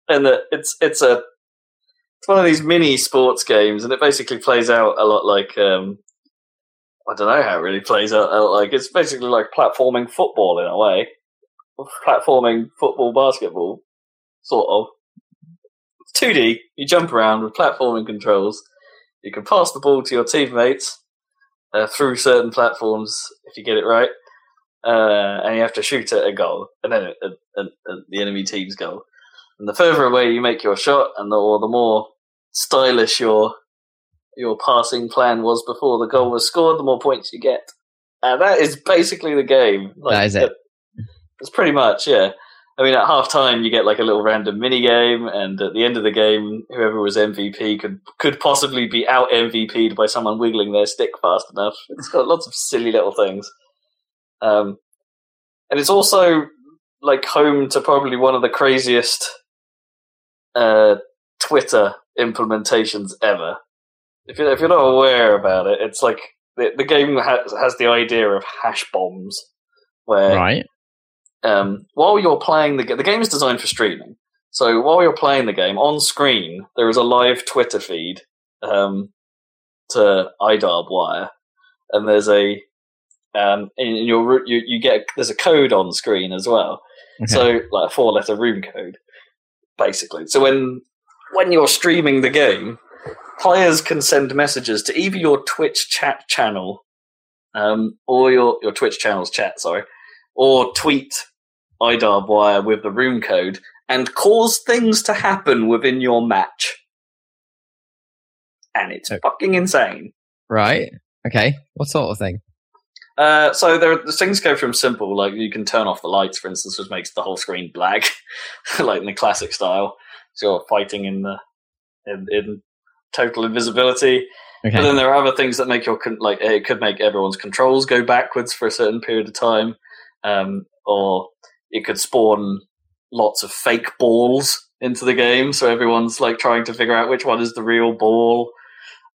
Speaker 3: And that it's it's a it's one of these mini sports games, and it basically plays out a lot like um, I don't know how it really plays out. out Like it's basically like platforming football in a way, platforming football basketball, sort of. It's two D. You jump around with platforming controls. You can pass the ball to your teammates uh, through certain platforms if you get it right, uh, and you have to shoot at a goal, and then at, at, at the enemy team's goal. And the further away you make your shot, and the, or the more stylish your your passing plan was before the goal was scored, the more points you get. And that is basically the game.
Speaker 6: That is it.
Speaker 3: That's pretty much, yeah. I mean, at half time, you get like a little random mini game, and at the end of the game, whoever was MVP could could possibly be out MVP'd by someone wiggling their stick fast enough. It's got lots of silly little things. Um, and it's also like home to probably one of the craziest uh, Twitter implementations ever if you're, if you're not aware about it, it's like the, the game has, has the idea of hash bombs,
Speaker 1: Uh,
Speaker 3: where
Speaker 6: Right.
Speaker 3: um, while you're playing the game, the game is designed for streaming. So while you're playing the game on screen, there is a live Twitter feed um, to iDarb Wire, and there's a um, in in your ru- you, you get there's a code on screen as well.
Speaker 6: Okay.
Speaker 3: So like a four letter room code, basically. So when when you're streaming the game, players can send messages to either your Twitch chat channel, um, or your your Twitch channel's chat, sorry, or tweet IDARB wire with the room code and cause things to happen within your match. And it's
Speaker 6: Okay.
Speaker 3: fucking insane.
Speaker 6: Right. Okay. What sort of thing?
Speaker 3: Uh, so there, are, things go from simple, like you can turn off the lights, for instance, which makes the whole screen black, like in the classic style. So you're fighting in the in, in total invisibility. But
Speaker 6: Okay.
Speaker 3: then there are other things that make your con- like it could make everyone's controls go backwards for a certain period of time, um, or it could spawn lots of fake balls into the game. So everyone's like trying to figure out which one is the real ball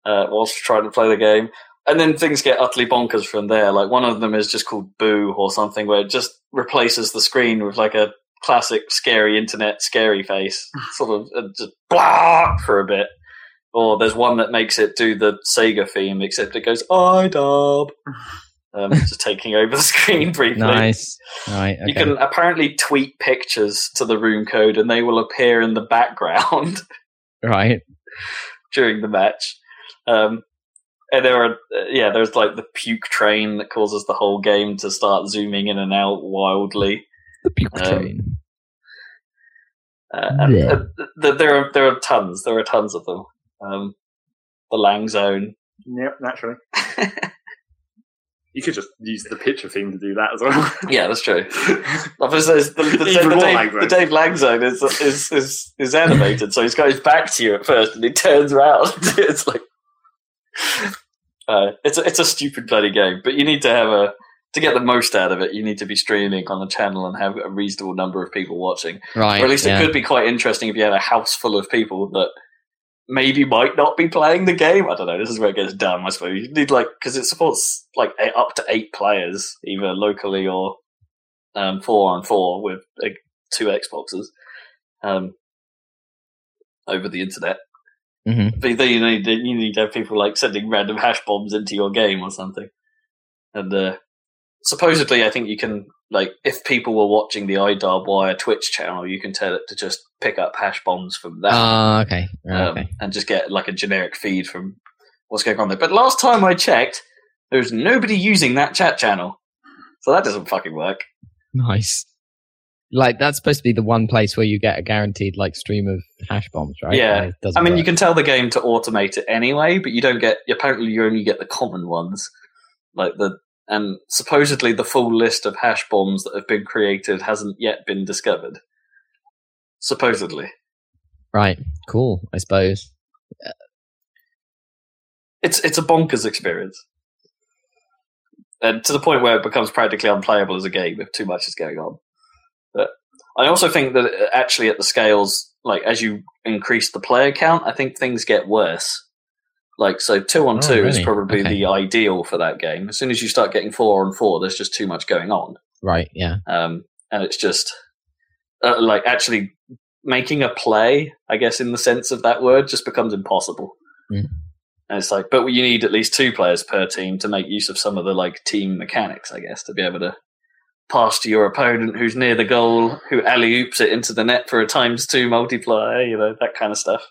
Speaker 3: uh, whilst trying to play the game. And then things get utterly bonkers from there. Like one of them is just called Boo or something, where it just replaces the screen with like a classic scary internet scary face, sort of uh, just blah for a bit. Or there's one that makes it do the Sega theme, except it goes IDARB, um, just taking over the screen briefly.
Speaker 6: Nice. Right. Okay.
Speaker 3: You can apparently tweet pictures to the room code, and they will appear in the background
Speaker 6: Right.
Speaker 3: during the match. Um, and there are, uh, yeah, there's like the puke train that causes the whole game to start zooming in and out wildly.
Speaker 6: The puke
Speaker 3: Um,
Speaker 6: train.
Speaker 3: Uh, and,
Speaker 6: Yeah.
Speaker 3: uh, th- th- there are there are tons, there are tons of them. Um, the Lang Zone.
Speaker 2: Yep, naturally. You could just use the picture theme to do that as well.
Speaker 3: yeah, that's true. Obviously, there's the, the, the,
Speaker 2: Even
Speaker 3: the
Speaker 2: more Lang
Speaker 3: Dave,
Speaker 2: Zone.
Speaker 3: the Dave Lang Zone is, is is is animated, so he's got his back to you at first, and he turns around. it's like uh, it's a, it's a stupid bloody game, but you need to have a to get the most out of it. You need to be streaming on a channel and have a reasonable number of people watching,
Speaker 6: Right.
Speaker 3: or at least
Speaker 6: yeah.
Speaker 3: it could be quite interesting if you had a house full of people that maybe might not be playing the game. I don't know. This is where it gets dumb, I suppose. You need like because it supports like eight, up to eight players, either locally or um, four on four with like, two Xboxes um, over the internet.
Speaker 6: Mhm.
Speaker 3: But then you need you need to have people like sending random hash bombs into your game or something. And uh, supposedly, I think you can like if people were watching the iDarb Wire Twitch channel, you can tell it to just pick up hash bombs from that
Speaker 6: Ah. okay.
Speaker 1: Oh,
Speaker 6: Right,
Speaker 3: um,
Speaker 6: okay.
Speaker 3: and just get like a generic feed from what's going on there. But last time I checked, there was nobody using that chat channel, so that doesn't fucking work.
Speaker 6: Nice. Like that's supposed to be the one place where you get a guaranteed like stream of hash bombs, right?
Speaker 3: Yeah.
Speaker 6: And it doesn't
Speaker 3: I mean, you
Speaker 6: work.
Speaker 3: can tell the game to automate it anyway, but you don't get. Apparently, you only get the common ones, like the and supposedly the full list of hash bombs that have been created hasn't yet been discovered. Supposedly,
Speaker 6: Right. Cool. I suppose.
Speaker 3: it's it's a bonkers experience, and to the point where it becomes practically unplayable as a game if too much is going on. But I also think that uh, actually at the scales, like as you increase the player count, I think things get worse. Like so, two on
Speaker 6: Oh,
Speaker 3: two is
Speaker 6: really?
Speaker 3: probably
Speaker 6: Okay.
Speaker 3: the ideal for that game. As soon as you start getting four on four, there's just too much going on
Speaker 6: Right. Yeah.
Speaker 3: um, and it's just uh, like actually making a play, I guess, in the sense of that word, just becomes impossible.
Speaker 6: Mm.
Speaker 3: And it's like, but you need at least two players per team to make use of some of the like team mechanics, I guess, to be able to pass to your opponent who's near the goal, who alley oops it into the net for a times two multiplier, you know, that kind of stuff.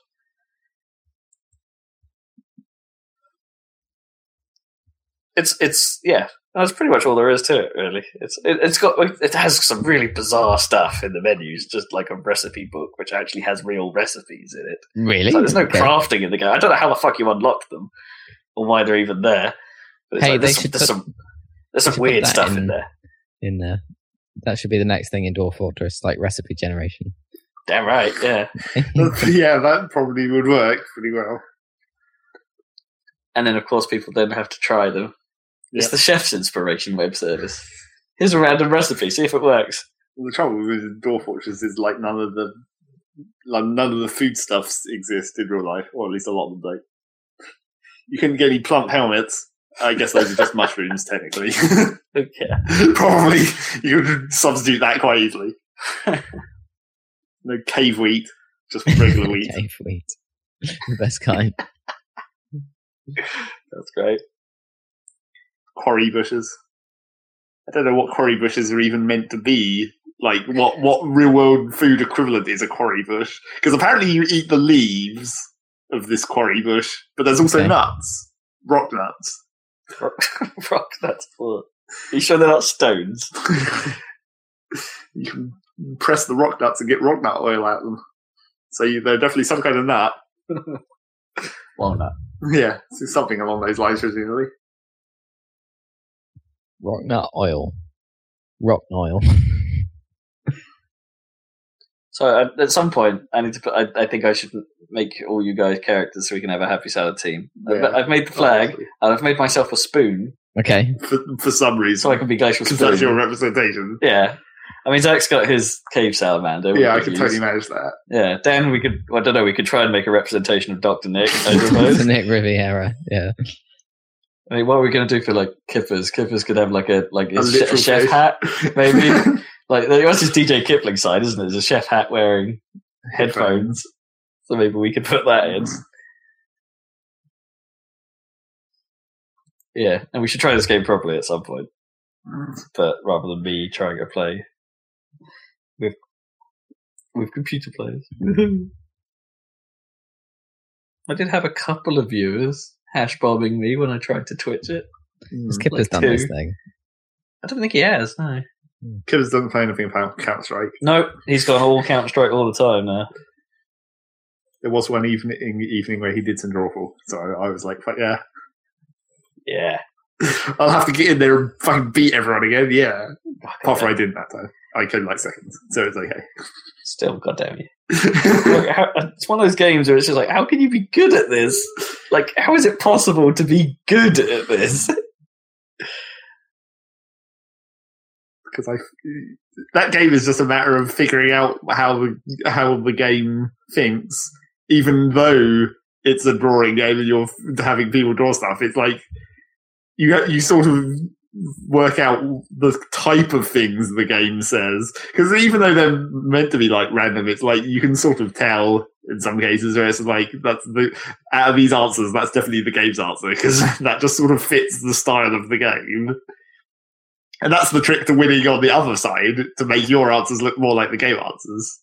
Speaker 3: It's it's yeah, that's pretty much all there is to it, really. It's it, it's got it has some really bizarre stuff in the menus, just like a recipe book, which actually has real recipes in it.
Speaker 1: Really?
Speaker 3: So there's no crafting in the game. I don't know how the fuck you unlock them or why they're even there. But it's
Speaker 1: Hey,
Speaker 3: like,
Speaker 1: they
Speaker 3: there's, some,
Speaker 1: should
Speaker 3: there's
Speaker 1: put-
Speaker 3: some there's some
Speaker 1: should put
Speaker 3: weird
Speaker 1: that
Speaker 3: stuff in,
Speaker 1: in-
Speaker 3: there.
Speaker 1: in there. That should be the next thing in Dwarf Fortress, like recipe generation.
Speaker 3: Damn right, yeah.
Speaker 2: yeah, that probably would work pretty well.
Speaker 3: And then of course people then have to try them. It's
Speaker 2: Yeah.
Speaker 3: the chef's inspiration web service. Here's a random recipe, see if it works.
Speaker 2: Well, the trouble with Dwarf Fortress is like none of the like none of the foodstuffs exist in real life, or at least a lot of them don't. You couldn't get any plump helmets. I guess those are just mushrooms, technically.
Speaker 3: Okay.
Speaker 2: probably you could substitute that quite easily. no cave wheat, just regular wheat.
Speaker 1: Cave wheat. the best kind.
Speaker 3: That's great.
Speaker 2: quarry bushes. I don't know what quarry bushes are even meant to be. Like what what real world food equivalent is a quarry bush? Because apparently you eat the leaves of this quarry bush, but there's also
Speaker 1: Okay.
Speaker 2: nuts, rock nuts.
Speaker 3: Rock that's cool. Are you sure they're not stones?
Speaker 2: you can press the rock nuts and get rock nut oil out of them. So you, they're definitely some kind of nut.
Speaker 3: Walnut.
Speaker 2: Yeah, so something along those lines, presumably.
Speaker 1: Rock nut oil. Rock oil.
Speaker 3: So at, at some point, I need to. Put, I, I think I should make all you guys characters so we can have a happy salad team. I've-
Speaker 2: Yeah.
Speaker 3: I've, made the flag, and I've made myself a spoon
Speaker 1: Okay.
Speaker 2: for, for some reason.
Speaker 3: so I can be glacial
Speaker 2: Because that's your
Speaker 3: spoon.
Speaker 2: representation.
Speaker 3: Yeah, I mean Zach's got his cave salamander. we
Speaker 2: Yeah, I
Speaker 3: could
Speaker 2: can
Speaker 3: use.
Speaker 2: totally manage that.
Speaker 3: Yeah, Dan, we could. I don't know. We could try and make a representation of Doctor Nick. I
Speaker 1: It's
Speaker 3: suppose.
Speaker 1: Nick Riviera. Yeah.
Speaker 3: I mean, what are we going to do for like kippers? Kippers could have like a like a,
Speaker 2: A
Speaker 3: sh-
Speaker 2: literal
Speaker 3: chef
Speaker 2: cave.
Speaker 3: hat. Maybe. Like that's his DJ Kipling side, isn't it? It's a chef hat wearing headphones. So maybe we could put that in. Yeah, and we should try this game properly at some point. But rather than me trying to play with with computer players. I did have a couple of viewers hash bombing me when I tried to Twitch it.
Speaker 1: Has Kipper's
Speaker 3: like
Speaker 1: done
Speaker 3: two.
Speaker 1: this thing?
Speaker 3: I don't think he has, no.
Speaker 2: Kibbers doesn't play anything about Counter Strike.
Speaker 3: Nope, he's gone all Counter Strike all the time now.
Speaker 2: There was one evening evening where he did some drawful, so I, I was like, "Fuck yeah,
Speaker 3: Yeah.
Speaker 2: I'll have to get in there and fucking beat everyone again." Yeah, apart from I didn't that time. I came like second, so it's
Speaker 3: Still, goddamn you.
Speaker 2: okay.
Speaker 3: Look, how, it's one of those games where it's just like, how can you be good at this? Like, how is it possible to be good at this?
Speaker 2: Because I that game is just a matter of figuring out how the how the game thinks, even though it's a drawing game and you're having people draw stuff. It's like you you sort of work out the type of things the game says because even though they're meant to be like random it's like you can sort of tell in some cases where it's like that's the out of these answers that's definitely the game's answer because that just sort of fits the style of the game and that's the trick to winning on the other side to make your answers look more like the game answers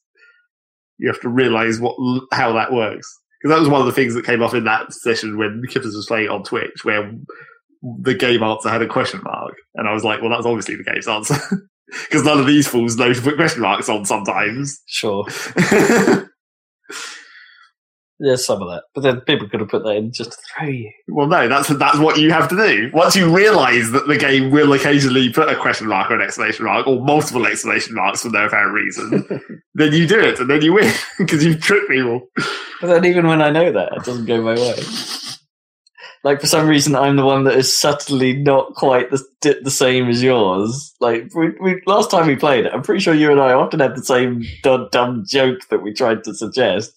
Speaker 2: you have to realize what how that works because that was one of the things that came up in that session when Kippers was playing on Twitch where the game answer had a question mark. And I was like, well, that's obviously the game's answer. Because none of these fools know to put question marks on sometimes.
Speaker 3: Sure, there's some of that, but then people could have put that in just to throw you.
Speaker 2: well, no, that's that's what you have to do. Once you realise that the game will occasionally put a question mark or an exclamation mark or multiple exclamation marks for no apparent reason, then you do it and then you win because you've tricked people.
Speaker 3: But then, even when I know that, it doesn't go my way. Like for some reason, I'm the one that is subtly not quite the the same as yours. Like we, we last time we played, I'm pretty sure you and I often had the same dumb, dumb joke that we tried to suggest.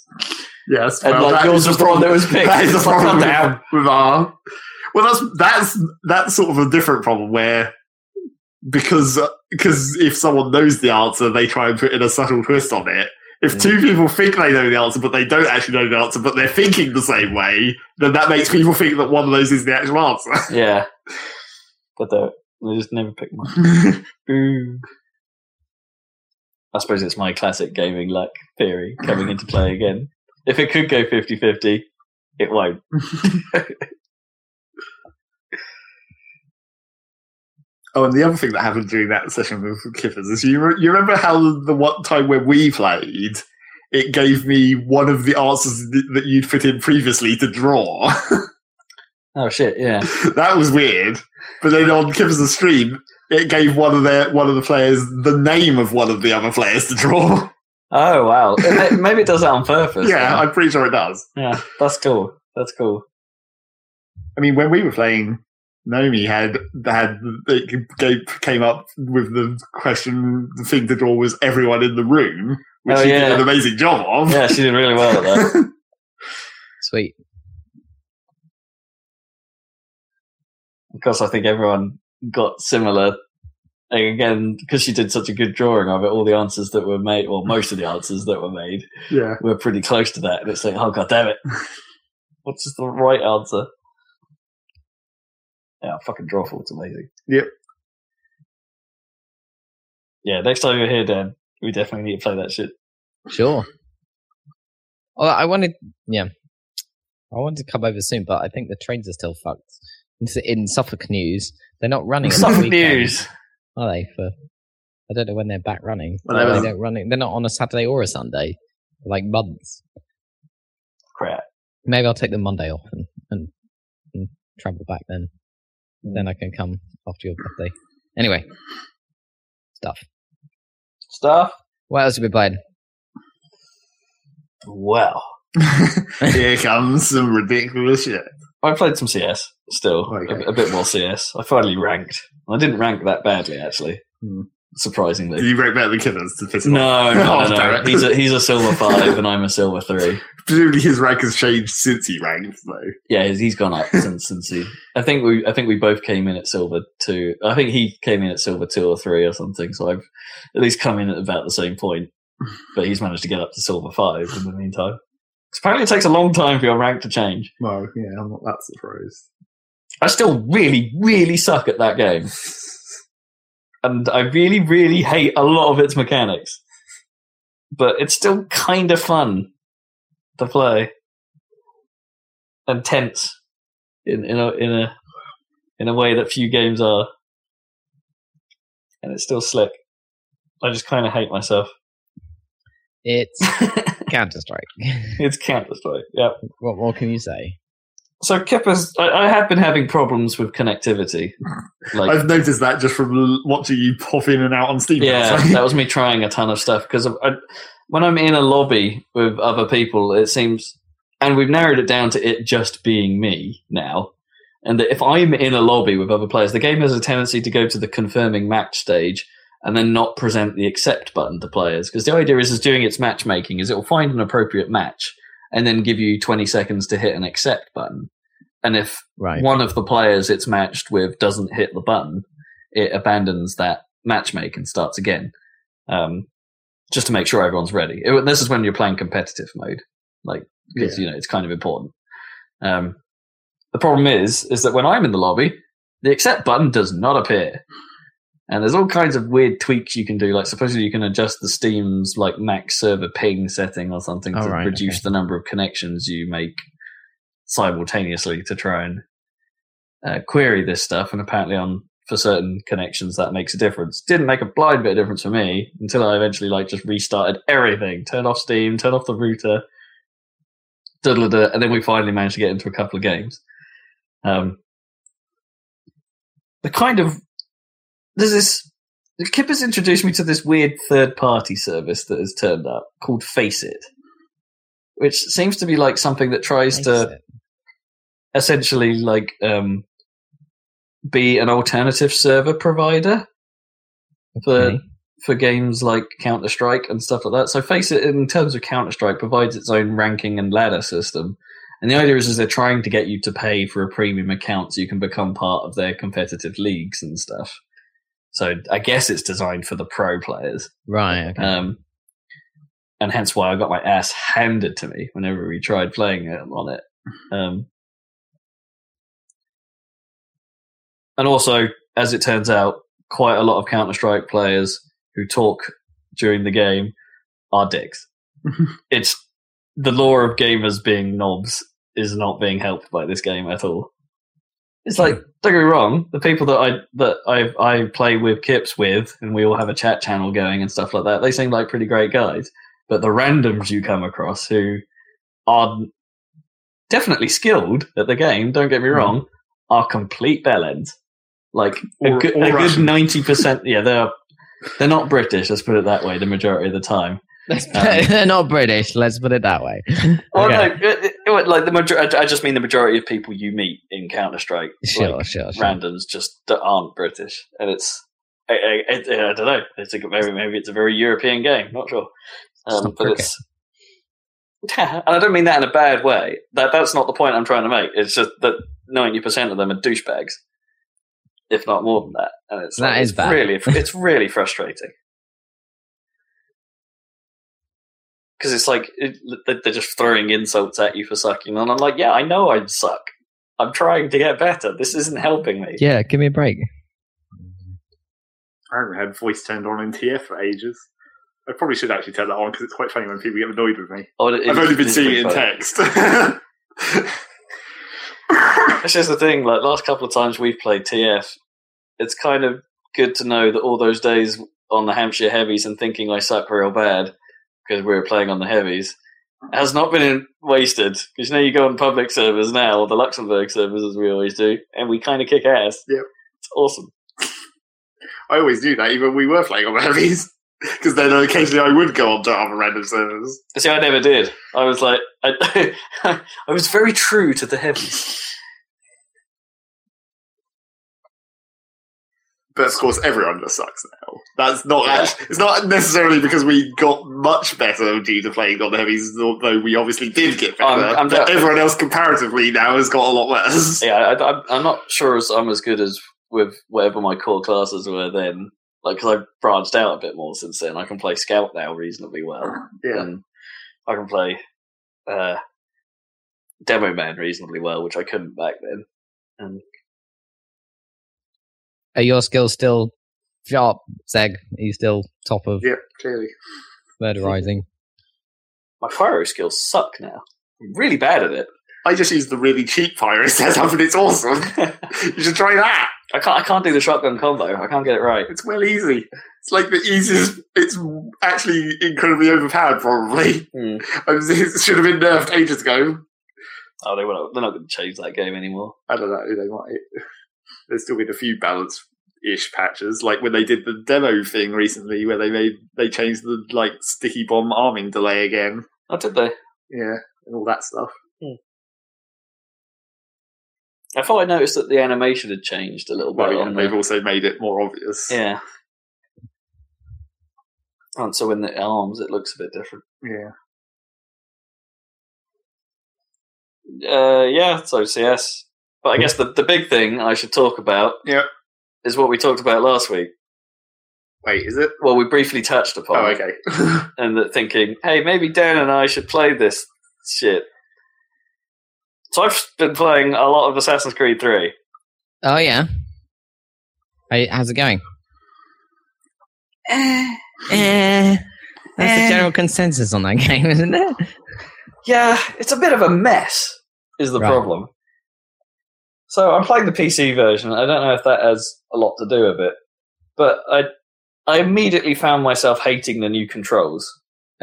Speaker 2: Yes,
Speaker 3: And, like,
Speaker 2: that
Speaker 3: yours
Speaker 2: is
Speaker 3: was
Speaker 2: the
Speaker 3: the one
Speaker 2: problem-
Speaker 3: that was picked.
Speaker 2: That is the
Speaker 3: It's like,
Speaker 2: problem
Speaker 3: goddamn.
Speaker 2: with, with R. Well, that's that's that's sort of a different problem where because because if someone knows the answer, they try and put in a subtle twist on it, If
Speaker 3: Mm.
Speaker 2: two people think they know the answer, but they don't actually know the answer, but they're thinking the same way, then that makes people think that one of those is the actual answer.
Speaker 3: Yeah. But they they just never pick one. Boo. I suppose it's my classic gaming luck theory coming into play again. If it could go 50 50, it won't.
Speaker 2: oh, and the other thing that happened during that session with Kiffers is you, re- you remember how the one time when we played, it gave me one of the answers th- that you'd put in previously to draw.
Speaker 3: Oh, shit, yeah.
Speaker 2: that was weird. But then on Kiffers' stream, it gave one of their one of the players the name of one of the other players to draw.
Speaker 3: Oh, wow. It may- Maybe it does that on purpose.
Speaker 2: yeah,
Speaker 3: then.
Speaker 2: I'm pretty sure it does.
Speaker 3: yeah. That's cool. That's cool.
Speaker 2: I mean, when we were playing, Nomi had had it gave, came up with the question. The thing to draw was everyone in the room, which
Speaker 3: Oh,
Speaker 2: she
Speaker 3: yeah.
Speaker 2: did an amazing job of.
Speaker 3: Yeah, she did really well at that.
Speaker 6: Sweet.
Speaker 3: because I think everyone got similar. And again, because she did such a good drawing of it, all the answers that were made, or most of the answers that were made,
Speaker 2: yeah.
Speaker 3: were pretty close to that. And it's like, oh god damn it, what's the right answer? Yeah, fucking drawful. It's amazing.
Speaker 2: Yep.
Speaker 3: Yeah, next time you're here, Dan, we definitely need to play that shit.
Speaker 6: Sure. Well, I wanted, yeah, I wanted to come over soon, but I think the trains are still fucked. It's In Suffolk news, they're not running. at the
Speaker 3: Suffolk
Speaker 6: weekend,
Speaker 3: news.
Speaker 6: are they? For I don't know when they're back running.
Speaker 2: Well, they
Speaker 6: they
Speaker 2: were-
Speaker 6: don't running. They're not on a Saturday or a Sunday for like months.
Speaker 3: Crap.
Speaker 6: Maybe I'll take the Monday off and, and, and travel back then. Then I can come after your birthday. Anyway, stuff.
Speaker 3: Stuff.
Speaker 6: What else have we played?
Speaker 3: Wow.
Speaker 2: Here comes some ridiculous shit.
Speaker 3: I played some CS still,
Speaker 2: Oh, Okay.
Speaker 3: a, a bit more CS. I finally ranked. I didn't rank that badly actually,
Speaker 2: Hmm. Did
Speaker 3: surprisingly.
Speaker 2: you break better than Kiffers to piss him off?
Speaker 3: No, no,
Speaker 2: Oh,
Speaker 3: no,
Speaker 2: damn
Speaker 3: no.
Speaker 2: it.
Speaker 3: He's a, he's a silver five, and I'm a silver three.
Speaker 2: Presumably his rank has changed since he ranked, though.
Speaker 3: Yeah, he's, he's gone up since since he. I think we I think we both came in at silver two. I think he came in at silver two or three or something. So I've at least come in at about the same point, but he's managed to get up to silver five in the meantime. 'Cause apparently, it takes a long time for your rank to change.
Speaker 2: Well, yeah, I'm not that surprised.
Speaker 3: I still really really suck at that game. and I really, really hate a lot of its mechanics. But it's still kind of fun to play and tense in in a in a in a way that few games are, and it's still slick. I just kind of hate myself.
Speaker 6: It's Counter Strike.
Speaker 3: it's Counter Strike. Yep.
Speaker 6: what more can you say?
Speaker 3: So Kippa's, I, I have been having problems with connectivity. Like
Speaker 2: I've noticed that just from l- watching you pop in and out on Steam.
Speaker 3: Yeah,
Speaker 2: It's like-
Speaker 3: that was me trying a ton of stuff because I, when I'm in a lobby with other people, it seems, and we've narrowed it down to it just being me now. And that if I'm in a lobby with other players, the game has a tendency to go to the confirming match stage and then not present the accept button to players because the idea is, is doing its matchmaking is it will find an appropriate match and then give you 20 seconds to hit an accept button. And if
Speaker 6: Right.
Speaker 3: one of the players it's matched with doesn't hit the button, it abandons that matchmake and starts again, um, just to make sure everyone's ready. It- this is when you're playing competitive mode, like because you know it's kind of important. Um, the problem is, is that when I'm in the lobby, the accept button does not appear. And there's all kinds of weird tweaks you can do. Like supposedly you can adjust the Steam's like max server ping setting or something
Speaker 6: Oh,
Speaker 3: to
Speaker 6: right,
Speaker 3: reduce
Speaker 6: okay.
Speaker 3: the number of connections you make simultaneously to try and uh, query this stuff. And apparently, on for certain connections, that makes a difference. Didn't make a blind bit of difference for me until I eventually like just restarted everything, turned off Steam, turned off the router, da-da-da, and then we finally managed to get into a couple of games. Um, the kind of there's this. Kip has introduced me to this weird third-party service that has turned up called Face It, which seems to be like something that tries to essentially like um be an alternative server provider for
Speaker 6: Okay.
Speaker 3: for games like Counter Strike and stuff like that. So face it in terms of Counter Strike provides its own ranking and ladder system. And the idea is, is they're trying to get you to pay for a premium account so you can become part of their competitive leagues and stuff. So I guess it's designed for the pro players.
Speaker 6: Right. Okay.
Speaker 3: Um, and hence why I got my ass handed to me whenever we tried playing it on it. Um, and also, as it turns out, quite a lot of Counter Strike players who talk during the game are dicks. it's the law of gamers being knobs is not being helped by this game at all. It's like
Speaker 2: Hmm.
Speaker 3: don't get me wrong, the people that I that I I play with Kips with, and we all have a chat channel going and stuff like that. They seem like pretty great guys, but the randoms you come across who are definitely skilled at the game. Don't
Speaker 2: Hmm.
Speaker 3: get me wrong, are complete bellends. Like a
Speaker 2: Or-
Speaker 3: good
Speaker 2: or
Speaker 3: a good
Speaker 2: Russian.
Speaker 3: ninety percent. Yeah, they're they're not British. Let's put it that way. The majority of the time.
Speaker 6: Let's put-
Speaker 3: Um,
Speaker 6: they're Uh, not British. Let's put it that way.
Speaker 3: Oh
Speaker 6: Okay.
Speaker 3: no, it- it- it- like the major- I I just mean the majority of people you meet in Counter Strike,
Speaker 6: Sure, sure, sure.
Speaker 3: randoms just that aren't British, and it's I, I, I, I don't know. It's like maybe maybe it's a very European game. Not sure,
Speaker 6: It's
Speaker 3: um,
Speaker 6: not
Speaker 3: but it's. and I don't mean that in a bad way. That that's not the point I'm trying to make. It's just that ninety percent of them are douchebags, if not more than that. And it's
Speaker 6: That
Speaker 3: like,
Speaker 6: is
Speaker 3: it's
Speaker 6: bad.
Speaker 3: really it's really frustrating. because it's like it, they- they're just throwing insults at you for sucking, and I'm like, yeah, I know I suck. I'm trying to get better. This isn't helping me.
Speaker 6: Yeah, give me a break.
Speaker 2: I haven't had voice turned on in TF for ages. I probably should actually turn that on because it's quite funny when people get annoyed with me.
Speaker 3: Oh, it-
Speaker 2: I've only been
Speaker 3: it's
Speaker 2: seeing it in
Speaker 3: funny.
Speaker 2: text.
Speaker 3: This is the thing. Like last couple of times we've played TF, it's kind of good to know that all those days on the Hampshire heavies and thinking I suck real bad because we were playing on the heavies has not been in, wasted. Because now you go on public servers now, or the Luxembourg servers as we always do, and we kind of kick ass.
Speaker 2: Yep.
Speaker 3: it's awesome.
Speaker 2: I always do that, even when we were playing on the heavies. Because then occasionally I would go on to other random servers.
Speaker 3: See, I never did. I was like, I, I was very true to the heavens.
Speaker 2: But of course, everyone just sucks now. That's not actually, it's not necessarily because we got much better due to playing on the heavies, although we obviously did get
Speaker 3: I'm-
Speaker 2: better.
Speaker 3: I'm
Speaker 2: but
Speaker 3: de-
Speaker 2: everyone else comparatively now has got a lot worse.
Speaker 3: Yeah, I, I, I'm- I'm not sure as I'm as good as with whatever my core classes were then. Like, because I branched out a bit more since then. I can play scout now reasonably well.
Speaker 2: Yeah.
Speaker 3: And I can play uh, demo man reasonably well, which I couldn't back then.
Speaker 6: Are your skills still sharp, Zeg? Are you still top of
Speaker 2: Yeah, clearly.
Speaker 6: murderizing?
Speaker 3: My pyro skills suck now. I'm really bad at it.
Speaker 2: I just use the really cheap pyro setup and it's awesome. you should try that.
Speaker 3: I can't. I can't do the shotgun combo. I can't get it right.
Speaker 2: It's well easy. It's like the easiest. It's actually incredibly overpowered, probably.
Speaker 3: Hmm.
Speaker 2: I was- It should have been nerfed ages ago.
Speaker 3: Oh, they won't, they're not going to change that game anymore.
Speaker 2: I don't know. They might. There's still been a few balance ish patches, like when they did the demo thing recently, where they made they changed the like sticky bomb arming delay again.
Speaker 3: Oh, did they?
Speaker 2: Yeah, and all that stuff.
Speaker 3: I thought I noticed that the animation had changed a little bit.
Speaker 2: Well, yeah,
Speaker 3: on the-
Speaker 2: they've also made it more obvious.
Speaker 3: yeah. Oh, And so in the arms, it looks a bit different.
Speaker 2: yeah.
Speaker 3: Uh, yeah, so CS. But I guess the, the big thing I should talk about
Speaker 2: Yep.
Speaker 3: is what we talked about last week.
Speaker 2: Wait, is it?
Speaker 3: Well, we briefly touched upon
Speaker 2: Oh,
Speaker 3: it.
Speaker 2: okay.
Speaker 3: and that thinking, hey, maybe Dan and I should play this shit. So I've been playing a lot of Assassin's Creed 3.
Speaker 6: Oh yeah. Hey, how's it going? Eh, that's the general consensus on that game, isn't it?
Speaker 3: Yeah, it's a bit of a mess, is the
Speaker 6: Right.
Speaker 3: problem. So I'm playing the PC version. I don't know if that has a lot to do with it, but I I immediately found myself hating the new controls.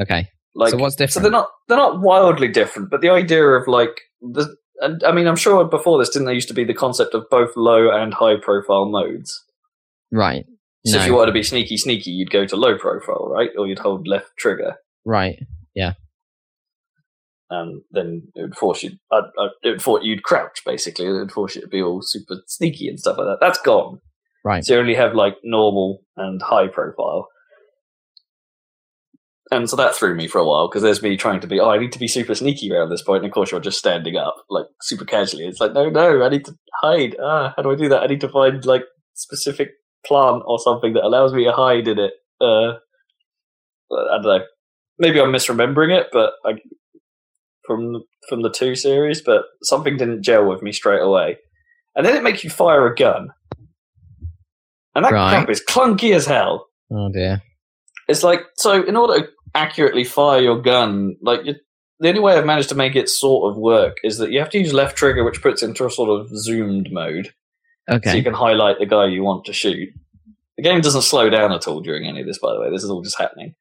Speaker 6: Okay.
Speaker 3: Like,
Speaker 6: so what's different?
Speaker 3: so they're not they're not wildly different, but the idea of like the and I mean I'm sure before this didn't there used to be the concept of both low and high profile modes.
Speaker 6: right.
Speaker 3: So
Speaker 6: no.
Speaker 3: if you wanted to be sneaky sneaky, you'd go to low profile, right? Or you'd hold left trigger.
Speaker 6: right.
Speaker 3: and um, then it would force you. Uh, uh, it would force you'd crouch basically. It would force you to be all super sneaky and stuff like that. That's gone.
Speaker 6: Right.
Speaker 3: So you only have like normal and high profile. And so that threw me for a while because there's me trying to be, oh, I need to be super sneaky around this point, And of course, you're just standing up like super casually. It's like, no, no, I need to hide. Ah, how do I do that? I need to find like specific plant or something that allows me to hide in it. Uh, I don't know. maybe I'm misremembering it, but I, from from the two series, but something didn't gel with me straight away. And then it makes you fire a gun, and that
Speaker 6: Right.
Speaker 3: crap is clunky as hell.
Speaker 6: Oh dear.
Speaker 3: It's like so. In order to accurately fire your gun, like you, the only way I've managed to make it sort of work is that you have to use left trigger, which puts it into a sort of zoomed mode, so you
Speaker 6: Okay.
Speaker 3: can highlight the guy you want to shoot. The game doesn't slow down at all during any of this, by the way. This is all just happening,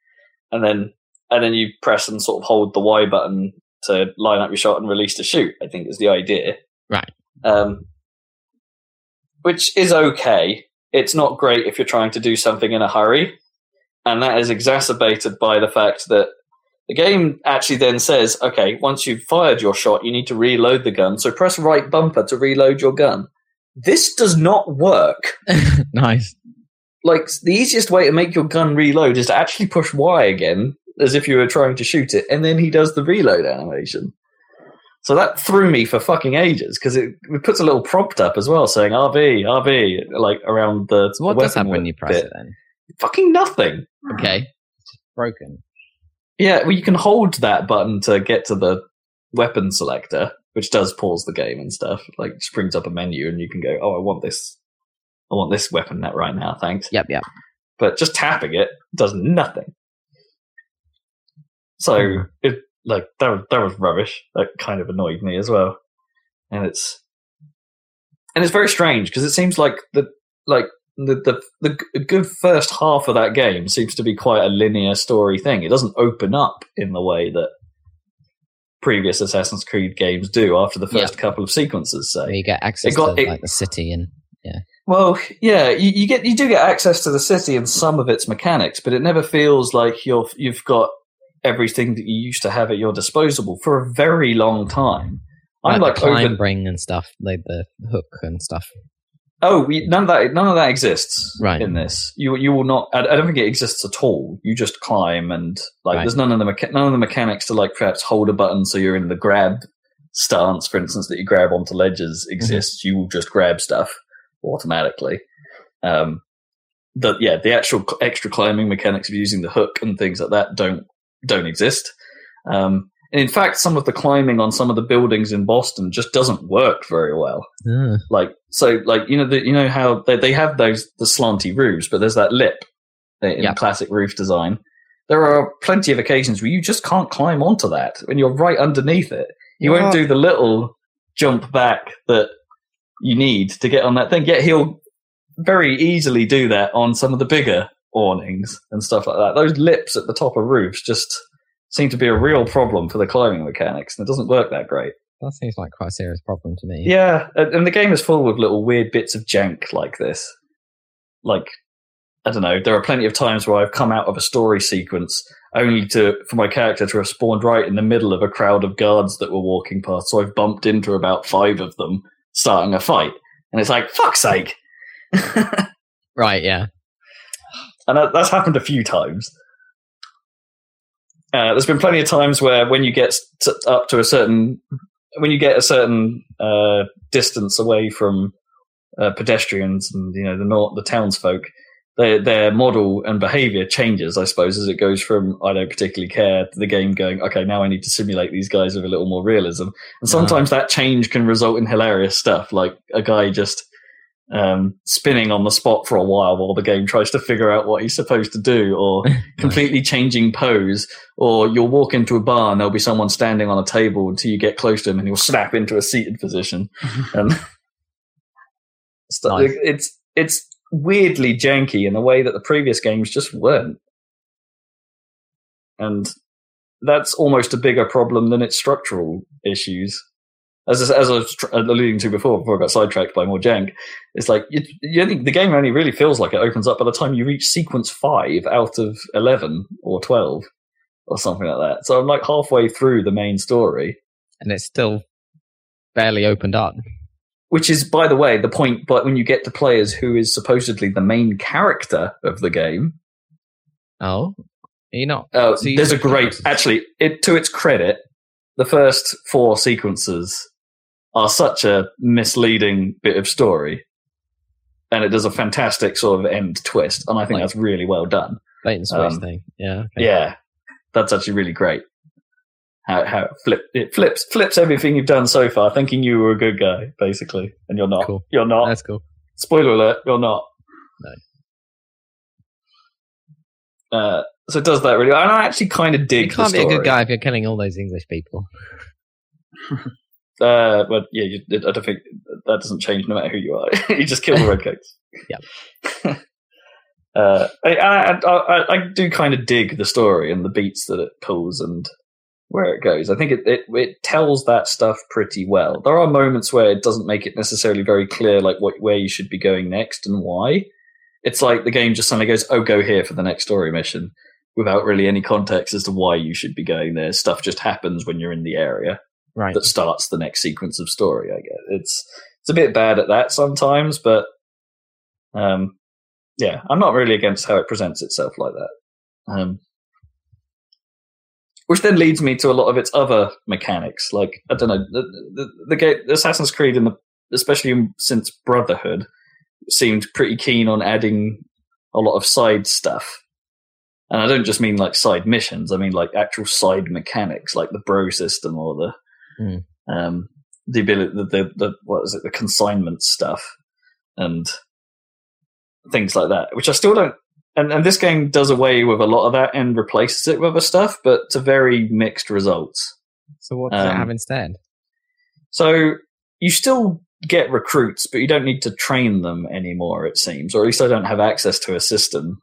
Speaker 3: and then and then you press and sort of hold the Y button to line up your shot and release to shoot. I think is the idea,
Speaker 6: Right.
Speaker 3: Um, which is okay. It's not great if you're trying to do something in a hurry, and that is exacerbated by the fact that the game actually then says, okay, once you've fired your shot, you need to reload the gun. So press right bumper to reload your gun. This does not work.
Speaker 6: nice.
Speaker 3: Like the easiest way to make your gun reload is to actually push Y again, as if you were trying to shoot it, and then he does the reload animation. So that threw me for fucking ages because it, it puts a little prompt up as well, saying RB, RB, like around the.
Speaker 6: So what
Speaker 3: the
Speaker 6: does
Speaker 3: weapon
Speaker 6: happen when you press
Speaker 3: bit.
Speaker 6: it then?
Speaker 3: Fucking nothing.
Speaker 6: Okay. It's just broken.
Speaker 3: Yeah, well, you can hold that button to get to the weapon selector, which does pause the game and stuff. Like, it springs up a menu, and you can go, "Oh, I want this, I want this weapon net right now, thanks."
Speaker 6: Yep, yep.
Speaker 3: But just tapping it does nothing. So it like that was- that was rubbish. That kind of annoyed me as well, and it's and it's very strange because it seems like the like the, the the g- good first half of that game seems to be quite a linear story thing. It doesn't open up in the way that previous Assassin's Creed games do after the first couple of sequences. Say,
Speaker 6: Where you get access
Speaker 3: got-
Speaker 6: to
Speaker 3: it-
Speaker 6: like the city and
Speaker 3: well, yeah, you, you get you do get access to the city and some of its mechanics, but it never feels like you're you've got everything that you used to have at your disposal for a very long time.
Speaker 6: like,
Speaker 3: I'm like
Speaker 6: the climb
Speaker 3: over.
Speaker 6: ring and stuff, like the hook and stuff.
Speaker 3: Oh, we, none of that none of that exists
Speaker 6: Right.
Speaker 3: in this. You you will not. I, I don't think it exists at all. You just climb and like
Speaker 6: Right.
Speaker 3: there's none of the mecha- none of the mechanics to like perhaps hold a button so you're in the grab stance, for instance, that you grab onto ledges
Speaker 6: Mhm.
Speaker 3: exists. You will just grab stuff automatically. Um, the yeah, the actual cl- extra climbing mechanics of using the hook and things like that don't don't exist. Um, and in fact, some of the climbing on some of the buildings in Boston just doesn't work very well
Speaker 6: Ah,
Speaker 3: like so like you know the, you know how they, they have those the slanty roofs but there's that lip in
Speaker 6: Yeah.
Speaker 3: classic roof design there are plenty of occasions where you just can't climb onto that when you're right underneath it you
Speaker 6: Ah,
Speaker 3: won't do the little jump back that you need to get on that thing yet he'll very easily do that on some of the bigger awnings and stuff like that those lips at the top of roofs just seem to be a real problem for the climbing mechanics and it doesn't work that great
Speaker 6: that seems like quite a serious problem to me.
Speaker 3: yeah, and and the game is full with little weird bits of jank like this. Like, I don't know. There are plenty of times where I've come out of a story sequence only to for my character to have spawned right in the middle of a crowd of guards that were walking past. So I've bumped into about five of them, starting a fight, and it's like fuck's sake. and
Speaker 6: Right, yeah.
Speaker 3: that, that's happened a few times. Uh, there's been plenty of times where when you get s- t- up to a certain when you get a certain uh, distance away from uh, pedestrians and you know the nor- the townsfolk, their their model and behaviour changes. I suppose as it goes from I don't particularly care to the game going okay now I need to simulate these guys with a little more realism. And sometimes that change can result in hilarious stuff like a guy just um, spinning on the spot for a while while the game tries to figure out what he's supposed to do, or completely changing pose or you'll walk into a bar and there'll be someone standing on a table until you get close to him and he'll snap into a seated position. and stuff.
Speaker 6: Nice.
Speaker 3: It's it's weirdly janky in a way that the previous games just weren't. And that's almost a bigger problem than its structural issues. As, I- as I was tr- alluding to before, before I got sidetracked by more jank, it's like you, you think the game only really feels like it opens up by the time you reach sequence five out of eleven or twelve or something like that. So I'm like halfway through the main story,
Speaker 6: And it's still barely opened up.
Speaker 3: which is, by the way, the point. But when you get to players who is supposedly the main character of the game,
Speaker 6: Oh. Are you not?
Speaker 3: uh,
Speaker 6: Oh, So you-
Speaker 3: there's a great. Actually, it to its credit, the first four sequences are such a misleading bit of story, and it does a fantastic sort of end twist, and I think
Speaker 6: Like-
Speaker 3: that's really well done.
Speaker 6: Bait and switch
Speaker 3: Um,
Speaker 6: thing. Yeah. okay.
Speaker 3: Yeah. That's actually really great. How, how it, flip, it flips flips everything you've done so far, thinking you were a good guy, basically, and you're not.
Speaker 6: Cool.
Speaker 3: You're not.
Speaker 6: That's cool.
Speaker 3: Spoiler alert: you're not. No. Uh, so it does that really? And I actually kind of dig.
Speaker 6: You can't
Speaker 3: the
Speaker 6: be a good
Speaker 3: story.
Speaker 6: guy if you're killing all those English people.
Speaker 3: Uh, but yeah, you, I don't think that doesn't change no matter who you are. you just kill the redcoats. yeah. uh, I, I, I, I do kind of dig the story and the beats that it pulls and where it goes. I think it, it it tells that stuff pretty well. There are moments where it doesn't make it necessarily very clear, like what where you should be going next and why. It's like the game just suddenly goes, "Oh, go here for the next story mission," without really any context as to why you should be going there. Stuff just happens when you're in the area
Speaker 6: Right.
Speaker 3: that starts the next sequence of story. I guess it's it's a bit bad at that sometimes, but um, yeah, I'm not really against how it presents itself like that. Um, which then leads me to a lot of its other mechanics. Like I don't know, the the, the game, Assassin's Creed, and the, especially in- since Brotherhood, seemed pretty keen on adding a lot of side stuff. And I don't just mean like side missions. I mean like actual side mechanics, like the bro system or the um, the ability, the, the, the what is it, the consignment stuff, and things like that, which I still don't. And, and this game does away with a lot of that and replaces it with other stuff, but to very mixed results.
Speaker 6: So what does it
Speaker 3: Um,
Speaker 6: have instead?
Speaker 3: So you still get recruits, but you don't need to train them anymore, it seems, or at least I don't have access to a system,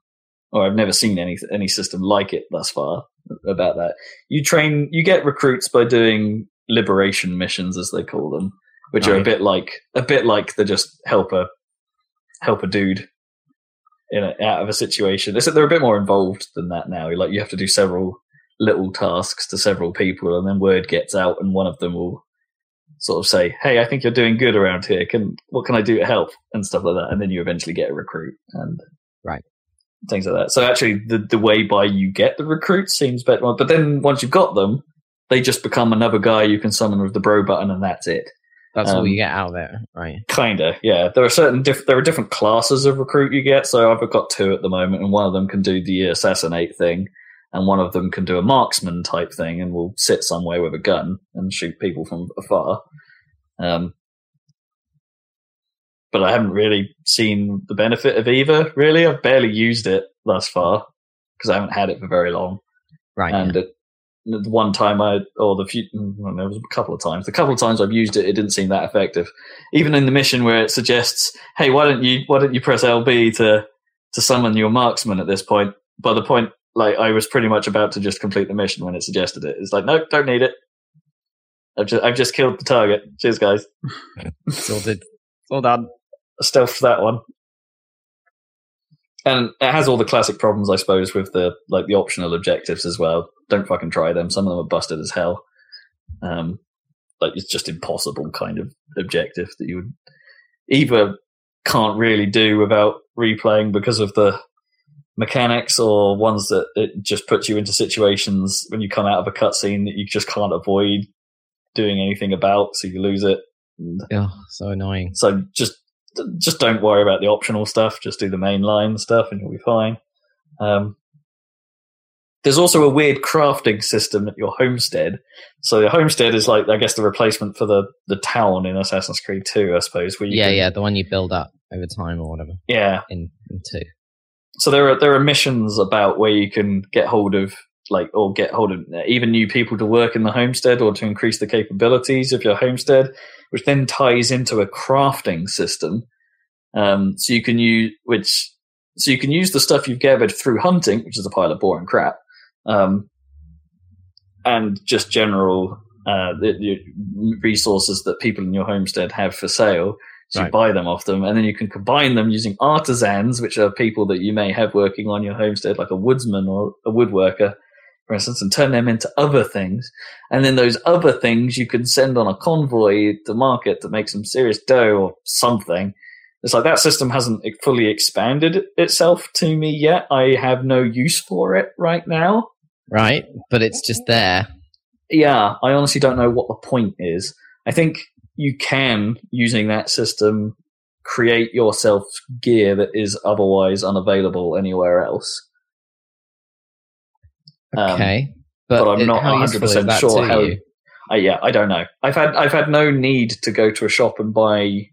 Speaker 3: or I've never seen any any system like it thus far about that. You train, you get recruits by doing liberation missions, as they call them, which are a
Speaker 6: Right.
Speaker 3: bit like a bit like the just help a help a dude in a, out of a situation. Except they're a bit more involved than that now. Like you have to do several little tasks to several people, and then word gets out, and one of them will sort of say, "Hey, I think you're doing good around here. Can what can I do to help?" and stuff like that. And then you eventually get a recruit and
Speaker 6: Right.
Speaker 3: things like that. So actually, the the way by you get the recruits seems better. But then once you've got them, they just become another guy you can summon with the bro button, and that's it.
Speaker 6: That's all
Speaker 3: um,
Speaker 6: you get out of it, right?
Speaker 3: Kinda, yeah. There are certain diff- there are different classes of recruit you get. So I've got two at the moment, and one of them can do the assassinate thing, and one of them can do a marksman type thing, and will sit somewhere with a gun and shoot people from afar. Um, but I haven't really seen the benefit of either. Really, I've barely used it thus far because I haven't had it for very long
Speaker 6: Right. yeah.
Speaker 3: and it, the one time I, or the few, well, there was a couple of times. The couple of times I've used it, it didn't seem that effective. Even in the mission where it suggests, "Hey, why don't you why don't you press LB to to summon your marksman?" At this point, by the point, like I was pretty much about to just complete the mission when it suggested it. It's like, nope, don't need it. I've just I've just killed the target. Cheers, guys.
Speaker 6: Sorted. It's all done.
Speaker 3: stealth for that one. And it has all the classic problems, I suppose, with the like the optional objectives as well. Don't fucking try them. Some of them are busted as hell. Um, like it's just impossible kind of objective that you would either can't really do without replaying because of the mechanics, or ones that it just puts you into situations when you come out of a cutscene that you just can't avoid doing anything about, so you lose it. And
Speaker 6: Oh, so annoying.
Speaker 3: so just just don't worry about the optional stuff. Just do the main line stuff, and you'll be fine. Um, there's also a weird crafting system at your homestead. So the homestead is like, I guess, the replacement for the the town in Assassin's Creed 2, I suppose. Where you
Speaker 6: Yeah,
Speaker 3: can-
Speaker 6: yeah, the one you build up over time or whatever
Speaker 3: yeah.
Speaker 6: in, in two.
Speaker 3: so there are there are missions about where you can get hold of like or get hold of even new people to work in the homestead or to increase the capabilities of your homestead, which then ties into a crafting system. Um, so you can use which so you can use the stuff you've gathered through hunting, which is a pile of boring crap, um, and just general uh, the, the resources that people in your homestead have for sale. So you
Speaker 6: Right.
Speaker 3: buy them off them, and then you can combine them using artisans, which are people that you may have working on your homestead, like a woodsman or a woodworker, for instance, and turn them into other things. And then those other things you can send on a convoy to market to make some serious dough or something. It's like that system hasn't fully expanded itself to me yet. I have no use for it right now
Speaker 6: Right? But it's just there.
Speaker 3: yeah, I honestly don't know what the point is. I think you can, using that system, create yourself gear that is otherwise unavailable anywhere else. Um,
Speaker 6: Okay.
Speaker 3: but, I'm
Speaker 1: it-
Speaker 3: not
Speaker 1: how useful
Speaker 3: 100
Speaker 1: is
Speaker 3: percent
Speaker 1: that
Speaker 3: sure
Speaker 1: to
Speaker 3: how.
Speaker 1: you?
Speaker 3: Uh, yeah, I don't know. I've had I've had no need to go to a shop and buy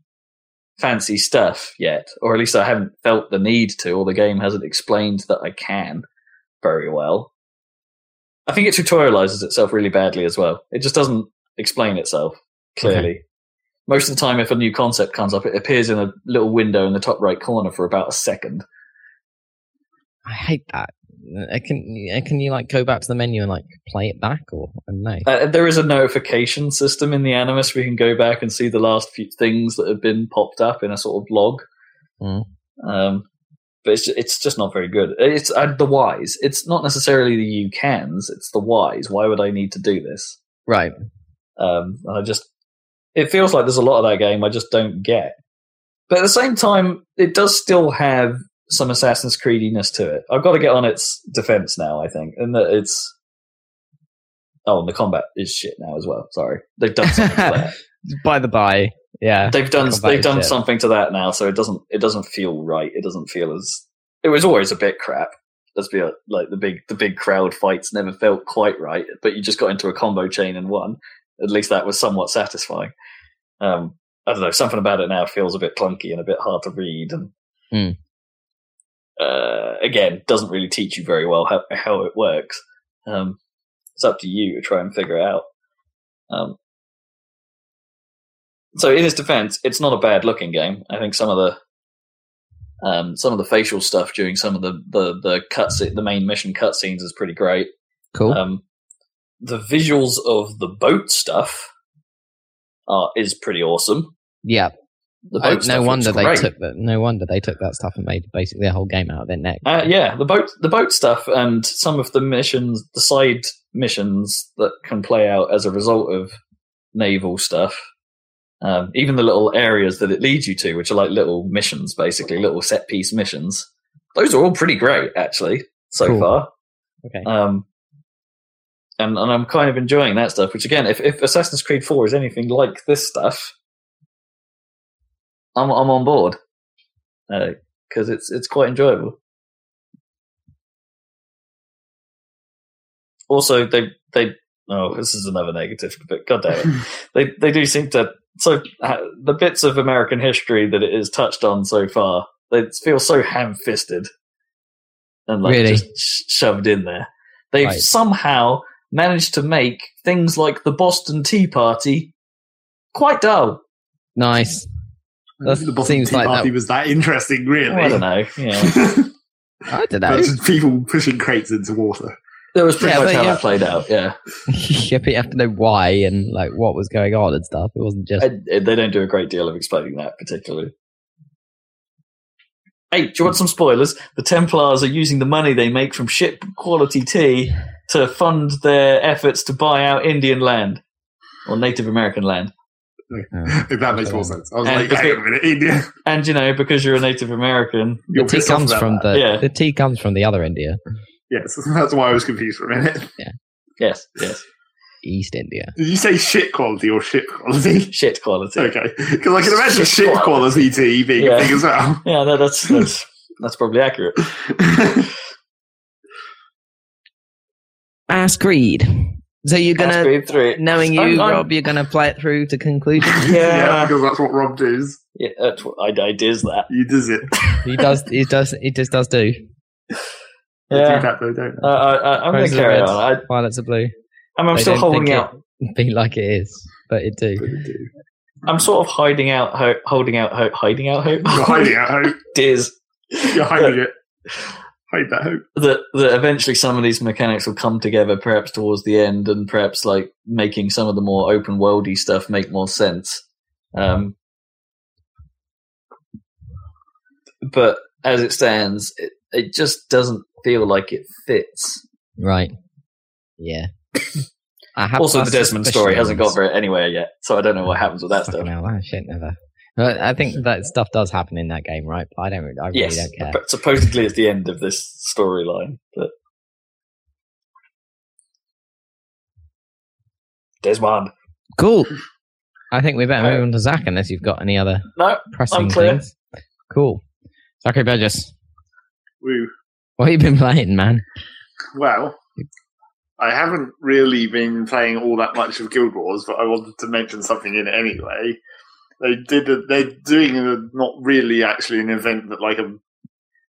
Speaker 3: fancy stuff yet, or at least I haven't felt the need to, or the game hasn't explained that I can very well. I think it tutorializes itself really badly as well. It just doesn't explain itself clearly. Most of the time, if a new concept comes up, it appears in a little window in the top right corner for about a second.
Speaker 1: I hate that. Uh, Can uh, can you like go back to the menu and like play it back or I don't know?
Speaker 3: Uh, there is a notification system in the Animus. We can go back and see the last few things that have been popped up in a sort of log.
Speaker 1: Mm.
Speaker 3: Um, but it's it's just not very good. It's uh, the whys. It's not necessarily the you cans. It's the whys. Why would I need to do this?
Speaker 1: Right.
Speaker 3: Um, and I just it feels like there's a lot of that game I just don't get. But at the same time, it does still have some Assassin's Creediness to it. I've got to get on its defense now. I think, and that it's oh, and the combat is shit now as well. Sorry, they've done something to that
Speaker 1: By the by, yeah.
Speaker 3: they've done
Speaker 1: Combat
Speaker 3: they've
Speaker 1: is
Speaker 3: done
Speaker 1: shit.
Speaker 3: something to that now, so it doesn't it doesn't feel right. It doesn't feel as it was always a bit crap. Let's be honest, like the big the big crowd fights never felt quite right, but you just got into a combo chain and won. At least that was somewhat satisfying. Um, I don't know something about it now feels a bit clunky and a bit hard to read, and
Speaker 1: Hmm.
Speaker 3: uh, again doesn't really teach you very well how how it works. Um, it's up to you to try and figure it out. Um, so in his defense, it's not a bad looking game. I think some of the um, some of the facial stuff during some of the the the cuts the main mission cutscenes is pretty great.
Speaker 1: Cool.
Speaker 3: Um, the visuals of the boat stuff are is pretty awesome.
Speaker 1: yeah.
Speaker 3: The
Speaker 1: Oh,
Speaker 3: boat stuff
Speaker 1: no
Speaker 3: looks
Speaker 1: wonder they
Speaker 3: great.
Speaker 1: took that. No wonder they took that stuff and made basically a whole game out of their neck.
Speaker 3: Uh, yeah, the boat, the boat stuff, and some of the missions, the side missions that can play out as a result of naval stuff. Um, even the little areas that it leads you to, which are like little missions, basically little set piece missions. Those are all pretty great, actually, so
Speaker 1: Cool.
Speaker 3: far.
Speaker 1: Okay.
Speaker 3: Um, and and I'm kind of enjoying that stuff. Which again, if, if Assassin's Creed Four is anything like this stuff, I'm I'm on board because it's it's quite enjoyable. Also, they they oh, this is another negative, but goddamn it, they they do seem to so uh, the bits of American history that it is touched on so far, they feel so ham-fisted and like
Speaker 1: Really?
Speaker 3: just sh- shoved in there. They've
Speaker 1: Right.
Speaker 3: somehow managed to make things like the Boston Tea Party quite dull.
Speaker 1: Nice. That
Speaker 2: the Boston
Speaker 1: seems
Speaker 2: Tea
Speaker 1: like that-
Speaker 2: Party was that interesting, really.
Speaker 3: I don't know. Yeah,
Speaker 1: I don't know.
Speaker 2: Bunch of people pushing crates into water.
Speaker 3: that was pretty
Speaker 1: Yeah,
Speaker 3: much
Speaker 1: but
Speaker 3: how
Speaker 1: yeah.
Speaker 3: that played out. Yeah.
Speaker 1: yeah, but you have to know why and like what was going on and stuff. It wasn't just
Speaker 3: I, they don't do a great deal of explaining that particularly. Hey, do you want some spoilers? The Templars are using the money they make from ship quality tea to fund their efforts to buy out Indian land or Native American land.
Speaker 2: If that makes more sense. I was
Speaker 3: And
Speaker 2: like, hang on a minute, India.
Speaker 3: And you know, because you're a Native American,
Speaker 1: the
Speaker 2: You're
Speaker 1: tea
Speaker 2: pissed off
Speaker 1: comes
Speaker 2: about
Speaker 1: from
Speaker 2: that.
Speaker 1: the
Speaker 3: Yeah.
Speaker 1: the tea comes from the other India,
Speaker 2: Yes, that's why I was confused for a minute.
Speaker 3: yes, yes,
Speaker 1: East India.
Speaker 2: Did you say shit quality or shit quality?
Speaker 3: shit quality.
Speaker 2: Okay, because I can imagine
Speaker 3: Shit
Speaker 2: shit quality tea being
Speaker 3: Yeah.
Speaker 2: a thing as well.
Speaker 3: Yeah, that, that's that's that's probably accurate.
Speaker 1: Ass greed. So you're
Speaker 3: That's
Speaker 1: gonna
Speaker 3: grade three.
Speaker 1: knowing you,
Speaker 3: I'm- I'm-
Speaker 1: Rob, you're gonna play it through to conclusion.
Speaker 3: Yeah.
Speaker 2: because that's what Rob does.
Speaker 3: Yeah, that's what- I, I did that.
Speaker 2: He does it.
Speaker 1: he does. He does. He just does do.
Speaker 2: They do
Speaker 3: Yeah,
Speaker 2: that though, don't
Speaker 3: uh, I, I, I'm going
Speaker 1: Roses
Speaker 3: to
Speaker 1: are
Speaker 3: carry
Speaker 1: red,
Speaker 3: on. I,
Speaker 1: Violets are blue.
Speaker 3: I'm, I'm
Speaker 1: They
Speaker 3: still
Speaker 1: don't
Speaker 3: holding
Speaker 1: think
Speaker 3: out.
Speaker 1: it Be like it is, but it do.
Speaker 3: Uh,
Speaker 2: they? They do.
Speaker 3: I'm sort of hiding out hope, holding out hope, hiding out hope.
Speaker 2: You're hiding it, hope.
Speaker 3: Tears.
Speaker 2: You're hiding it. Hide that hope.
Speaker 3: That that eventually some of these mechanics will come together, perhaps towards the end, and perhaps like making some of the more open worldy stuff make more sense. Um, but as it stands, it, it just doesn't feel like it fits.
Speaker 1: Right. Yeah. I have
Speaker 3: also,
Speaker 1: my
Speaker 3: the Desmond story hasn't got
Speaker 1: suspicions.
Speaker 3: very anywhere yet, so I don't know what happens with that
Speaker 1: Fucking
Speaker 3: stuff.
Speaker 1: hell, that shit never. But I think that stuff does happen in that game, right? But I don't. I really
Speaker 3: Yes,
Speaker 1: don't care.
Speaker 3: but supposedly it's the end of this storyline, but Desmond.
Speaker 1: Cool. I think we better
Speaker 3: Uh,
Speaker 1: move on to Zach unless you've got any other
Speaker 3: No,
Speaker 1: pressing
Speaker 3: clear.
Speaker 1: things. Cool. Zachary Burgess,
Speaker 2: Woo.
Speaker 1: what have you been playing, man?
Speaker 2: Well, I haven't really been playing all that much of Guild Wars, but I wanted to mention something in it anyway. They did. A, they're doing a, not really actually an event, but like a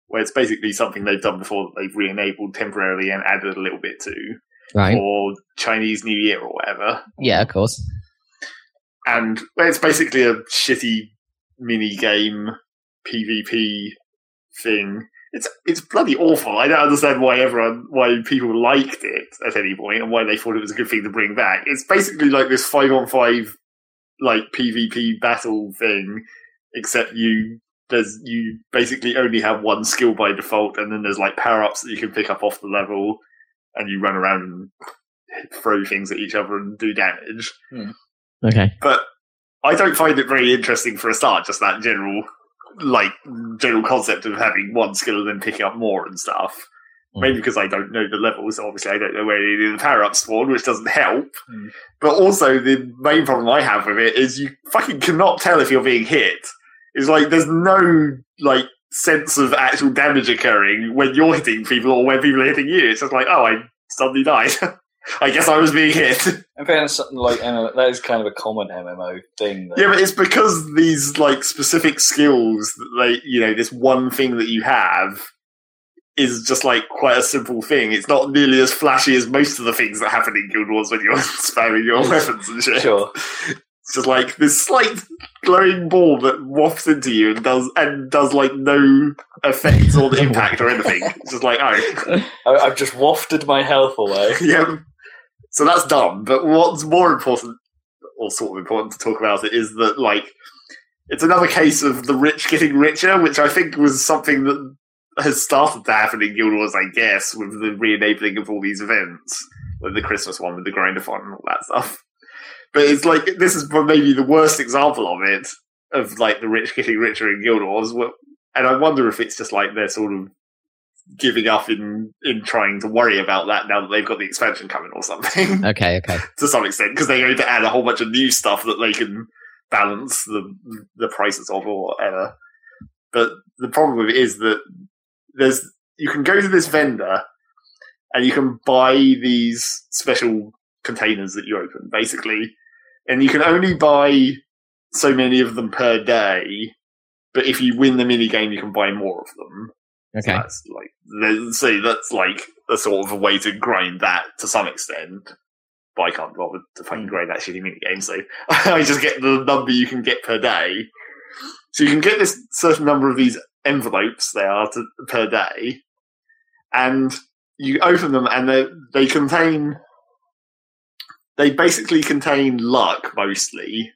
Speaker 2: where it's basically something they've done before that they've re-enabled temporarily and added a little bit to,
Speaker 6: Right.
Speaker 2: or Chinese New Year or whatever.
Speaker 6: Yeah, of course.
Speaker 2: and well, it's basically a shitty mini game PvP thing. It's it's bloody awful. I don't understand why everyone why people liked it at any point and why they thought it was a good thing to bring back. It's basically like this five on five like PvP battle thing, except you there's you basically only have one skill by default, and then there's like power ups that you can pick up off the level, and you run around and throw things at each other and do damage
Speaker 6: Okay.
Speaker 2: but I don't find it very interesting for a start. Just that general, like general concept of having one skill and then picking up more and stuff.
Speaker 6: Mm.
Speaker 2: Maybe because I don't know the levels. Obviously, I don't know where any of the power ups spawn, which doesn't help.
Speaker 3: Mm.
Speaker 2: But also, the main problem I have with it is you fucking cannot tell if you're being hit. It's like there's no like sense of actual damage occurring when you're hitting people or when people are hitting you. It's just like, oh, I suddenly died. I guess I was being hit.
Speaker 3: In fairness, something like MMO, that is kind of a common MMO thing. That,
Speaker 2: Yeah, but it's because these like specific skills that they, you know, this one thing that you have is just like quite a simple thing. It's not nearly as flashy as most of the things that happen in Guild Wars when you're spamming your weapons and shit.
Speaker 3: sure.
Speaker 2: It's just like this slight glowing ball that wafts into you and does and does like no effect or impact or anything. It's just like oh,
Speaker 3: I, I've just wafted my health away.
Speaker 2: yeah. So that's dumb. But what's more important, or sort of important to talk about it, is that like it's another case of the rich getting richer, which I think was something that has started to happen in Guild Wars, I guess, with the re-enabling of all these events, like the Christmas one with the Grindathon and all that stuff. But it's like this is maybe the worst example of it, of like the rich getting richer in Guild Wars. wh- And I wonder if it's just like they're sort of giving up in in trying to worry about that now that they've got the expansion coming or something
Speaker 6: Okay. Okay.
Speaker 2: to some extent because they're going to add a whole bunch of new stuff that they can balance the the prices of or whatever. But the problem with it is that there's you can go to this vendor and you can buy these special containers that you open basically, and you can only buy so many of them per day. But if you win the mini game, you can buy more of them. So
Speaker 6: Okay.
Speaker 2: that's like there's- so that's like a sort of a way to grind that to some extent. But I can't bother to fucking grind that shitty mini game, so I just get the number you can get per day. So you can get this certain number of these envelopes they are to, per day, and you open them, and they they contain they basically contain luck mostly.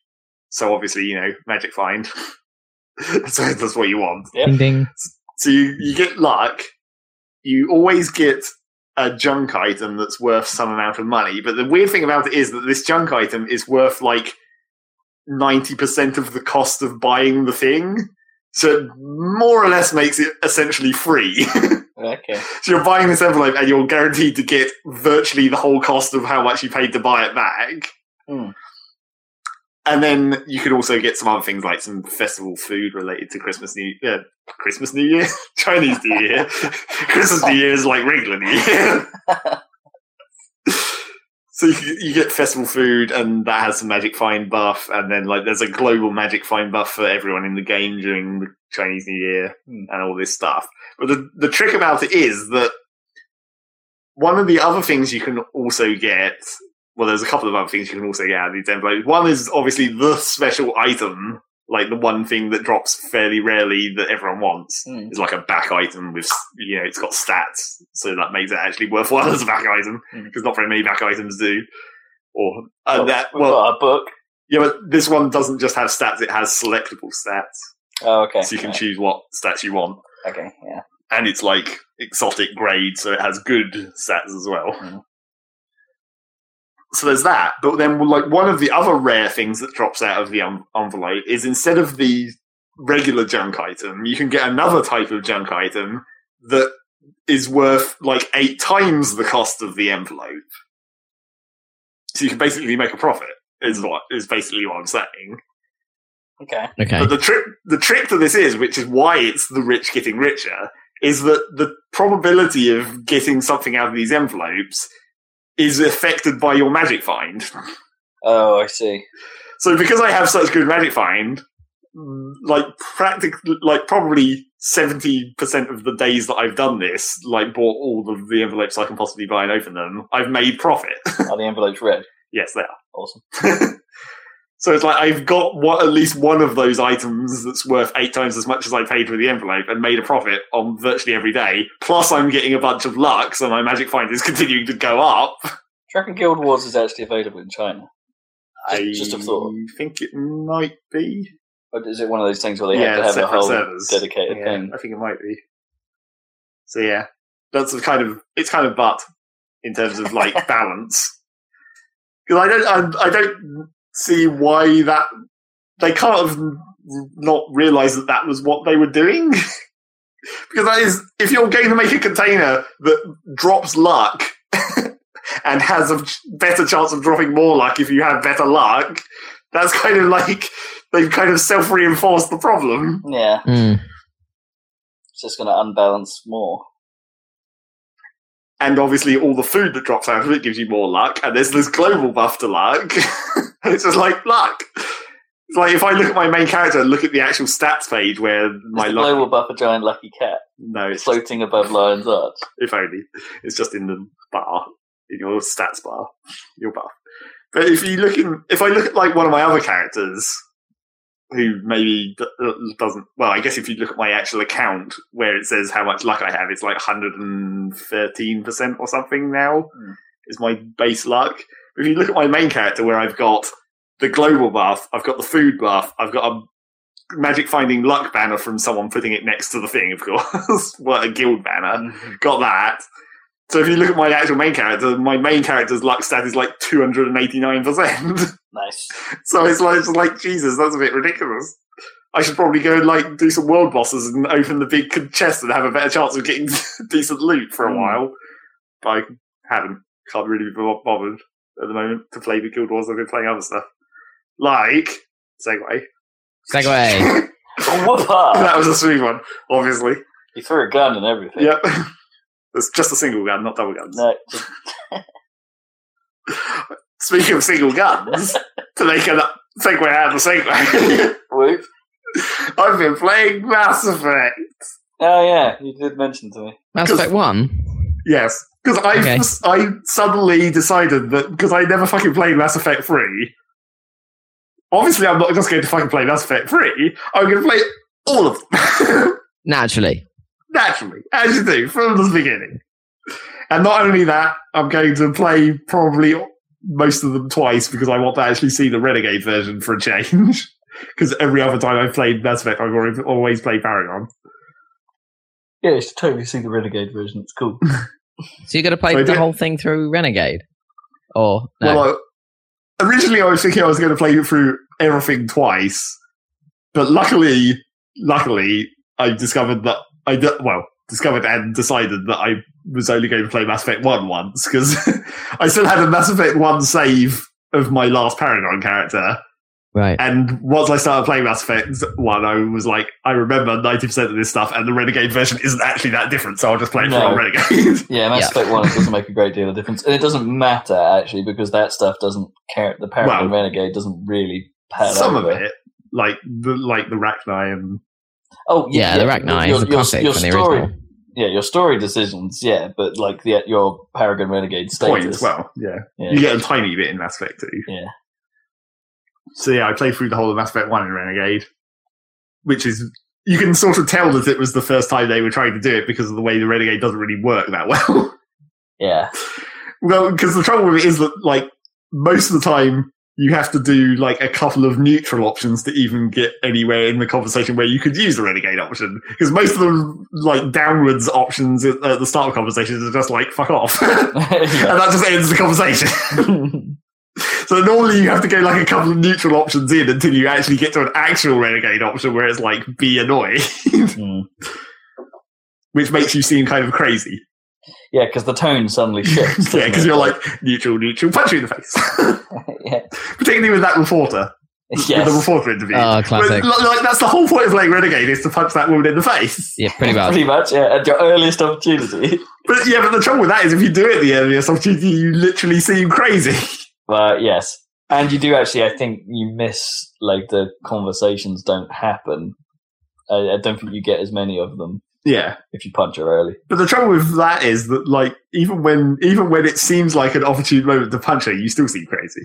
Speaker 2: So obviously, you know, magic find. so that's what you want.
Speaker 3: Yep.
Speaker 6: Ding ding.
Speaker 2: So you, you get luck. You always get a junk item that's worth some amount of money. But the weird thing about it is that this junk item is worth like 90% of the cost of buying the thing. So it more or less makes it essentially free.
Speaker 3: Okay.
Speaker 2: so you're buying this envelope and you're guaranteed to get virtually the whole cost of how much you paid to buy it back.
Speaker 3: Hmm.
Speaker 2: And then you can also get some other things like some festival food related to Christmas New uh, Christmas New Year, Chinese New Year, Christmas New Year is like regular New Year. so you, you get festival food, and that has some magic find buff, and then like there's a global magic find buff for everyone in the game during the Chinese New Year
Speaker 3: Hmm.
Speaker 2: and all this stuff. But the, the trick about it is that one of the other things you can also get, well, there's a couple of other things you can also get out of these envelopes. One is obviously the special item, like the one thing that drops fairly rarely that everyone wants.
Speaker 3: Hmm.
Speaker 2: It's like a back item with, you know, it's got stats, so that makes it actually worthwhile as a back item,
Speaker 3: Hmm.
Speaker 2: because not very many back items do. Or, and
Speaker 3: Well,
Speaker 2: that,
Speaker 3: we've
Speaker 2: well,
Speaker 3: got a book.
Speaker 2: yeah, but this one doesn't just have stats, it has selectable stats.
Speaker 3: Oh, okay.
Speaker 2: So you can
Speaker 3: Right.
Speaker 2: choose what stats you want
Speaker 3: Okay. Yeah.
Speaker 2: and it's like exotic grade, so it has good stats as well.
Speaker 3: Mhm.
Speaker 2: So there's that. But then, like one of the other rare things that drops out of the um- envelope is instead of the regular junk item, you can get another type of junk item that is worth like eight times the cost of the envelope. So you can basically make a profit. Is what is basically what I'm saying.
Speaker 3: Okay.
Speaker 6: Okay.
Speaker 2: But the trick, the trick to this is, which is why it's the rich getting richer, is that the probability of getting something out of these envelopes is affected by your magic find.
Speaker 3: Oh, I see.
Speaker 2: So because I have such good magic find, mm, like practically, like probably seventy percent of the days that I've done this, like bought all the, the envelopes I can possibly buy and open them. I've made profit.
Speaker 3: Are the envelopes red?
Speaker 2: yes, they are.
Speaker 3: Awesome.
Speaker 2: So it's like I've got what at least one of those items that's worth eight times as much as I paid for the envelope and made a profit on virtually every day. Plus, I'm getting a bunch of luck, so my magic find is continuing to go up.
Speaker 3: Track and Guild Wars is actually available in China.
Speaker 2: I
Speaker 3: Just- just a thought.
Speaker 2: think it might be.
Speaker 3: Or is it one of those things where they have
Speaker 2: Yeah,
Speaker 3: to have a
Speaker 2: separate
Speaker 3: whole
Speaker 2: servers.
Speaker 3: dedicated
Speaker 2: Yeah,
Speaker 3: thing?
Speaker 2: I think it might be. So yeah, that's the kind of it's kind of but in terms of like balance because I don't I, I don't see why that they can't have not realised that that was what they were doing because that is if you're going to make a container that drops luck and has a ch- better chance of dropping more luck if you have better luck that's kind of like they've kind of self-reinforced the problem
Speaker 3: Yeah,
Speaker 6: Hmm.
Speaker 3: it's just going to unbalance more.
Speaker 2: and obviously all the food that drops out of it gives you more luck, and there's this global buff to luck. and it's just like luck. It's like if I look at my main character and look at the actual stats page where my
Speaker 3: My the
Speaker 2: luck.
Speaker 3: global buff a giant lucky cat
Speaker 2: no, it's just,
Speaker 3: floating above Lion's Arch.
Speaker 2: if only it's just in the bar in your stats bar, your buff. But if you look in, if I look at like one of my other characters. Who maybe d- uh, doesn't? Well, I guess if you look at my actual account where it says how much luck I have, it's like 113% or something now. is my base luck. If you look at my main character, where I've got the global buff, I've got the food buff, I've got a magic finding luck banner from someone putting it next to the thing, of course, what a guild banner. Got that. So if you look at my actual main character, my main character's luck stat is like two hundred and eighty nine percent.
Speaker 3: Nice.
Speaker 2: So it's like, it's like Jesus, that's a bit ridiculous. I should probably go and like do some world bosses and open the big chest and have a better chance of getting decent loot for a
Speaker 3: Hmm.
Speaker 2: while. But I haven't. Can't really be bo- bothered at the moment to play the Guild Wars. I've been playing other stuff, like Segway.
Speaker 6: Segway.
Speaker 3: Whoop-ah!
Speaker 2: that was a smooth one, obviously.
Speaker 3: He threw a gun and everything.
Speaker 2: Yep. It's just a single gun, not double guns.
Speaker 3: No, just-
Speaker 2: Speaking of single guns, to make a Segway out of a Segway,
Speaker 3: whoop.
Speaker 2: I've been playing Mass Effect.
Speaker 3: Oh yeah, you did mention to me.
Speaker 6: Mass Effect One.
Speaker 2: Yes, because I
Speaker 6: Okay.
Speaker 2: I suddenly decided that because I never fucking played Mass Effect three. Obviously, I'm not just going to fucking play Mass Effect three. I'm going to play all of them
Speaker 6: Naturally.
Speaker 2: naturally, as you do from the beginning. And not only that, I'm going to play probably most of them twice because I want to actually see the Renegade version for a change. Because every other time I've played Mass Effect, I've always- always played Paragon.
Speaker 3: Yeah, you should totally see the renegade version. It's cool.
Speaker 6: So you're gonna play
Speaker 2: I
Speaker 6: the
Speaker 2: did-
Speaker 6: whole thing through Renegade, or no?
Speaker 2: Well, uh, I, originally I was thinking I was going to play it through everything twice, but luckily, luckily, I discovered that I d- well discovered and decided that I was only going to play Mass Effect One once because I still had a Mass Effect One save of my last Paragon character.
Speaker 6: right.
Speaker 2: And once I started playing Mass Effect 1, I was like, I remember 90% of this stuff, and the Renegade version isn't actually that different, so I'll just play it
Speaker 3: No.
Speaker 2: from Renegade.
Speaker 3: Yeah, Mass
Speaker 6: Yeah.
Speaker 3: Effect One it doesn't make a great deal of difference, and it doesn't matter actually because that stuff doesn't care. The Paragon
Speaker 2: Well,
Speaker 3: Renegade doesn't really pan
Speaker 2: Some
Speaker 3: over.
Speaker 2: of it, like the, like the Rachni and
Speaker 3: Oh y-
Speaker 6: Yeah, the Rachni is a classic
Speaker 3: your
Speaker 6: from the
Speaker 3: story,
Speaker 6: original.
Speaker 3: Yeah, your story decisions. Yeah, but like the, your Paragon Renegade
Speaker 2: point
Speaker 3: status.
Speaker 2: as well. Yeah.
Speaker 3: Yeah.
Speaker 2: You get a tiny bit in Mass Effect 2.
Speaker 3: Yeah.
Speaker 2: So yeah, I played through the whole of Mass Effect 1 in Renegade, which is you can sort of tell that it was the first time they were trying to do it because of the way the Renegade doesn't really work that well.
Speaker 3: Yeah,
Speaker 2: well, because the trouble with it is that like most of the time you have to do like a couple of neutral options to even get anywhere in the conversation where you could use the renegade option. Because most of the like downwards options at, at the start of conversations are just like fuck off.
Speaker 3: Yeah.
Speaker 2: and that just ends the conversation. so normally you have to go like a couple of neutral options in until you actually get to an actual renegade option where it's like be annoyed,
Speaker 3: Hmm.
Speaker 2: which makes you seem kind of crazy.
Speaker 3: yeah, because the tone suddenly shifts.
Speaker 2: yeah,
Speaker 3: doesn't
Speaker 2: because
Speaker 3: it?
Speaker 2: you're like neutral, neutral, punch you in the face.
Speaker 3: yeah,
Speaker 2: Particularly with that reporter. with the
Speaker 3: Yes,
Speaker 2: reporter interview.
Speaker 1: Oh,
Speaker 2: But,
Speaker 1: classic.
Speaker 2: li- like that's the whole point of playing Renegade is to punch that woman in the face.
Speaker 1: Yeah, pretty much.
Speaker 3: pretty much. Yeah, at your earliest opportunity.
Speaker 2: But yeah, but the trouble with that is if you do it the earliest opportunity, you literally seem crazy.
Speaker 3: But yes, and you do actually. I think you miss like the conversations don't happen. I, I don't think you get as many of them
Speaker 2: yeah.
Speaker 3: if you punch her early.
Speaker 2: But the trouble with that is that like even when even when it seems like an opportune moment to punch her, you still seem crazy.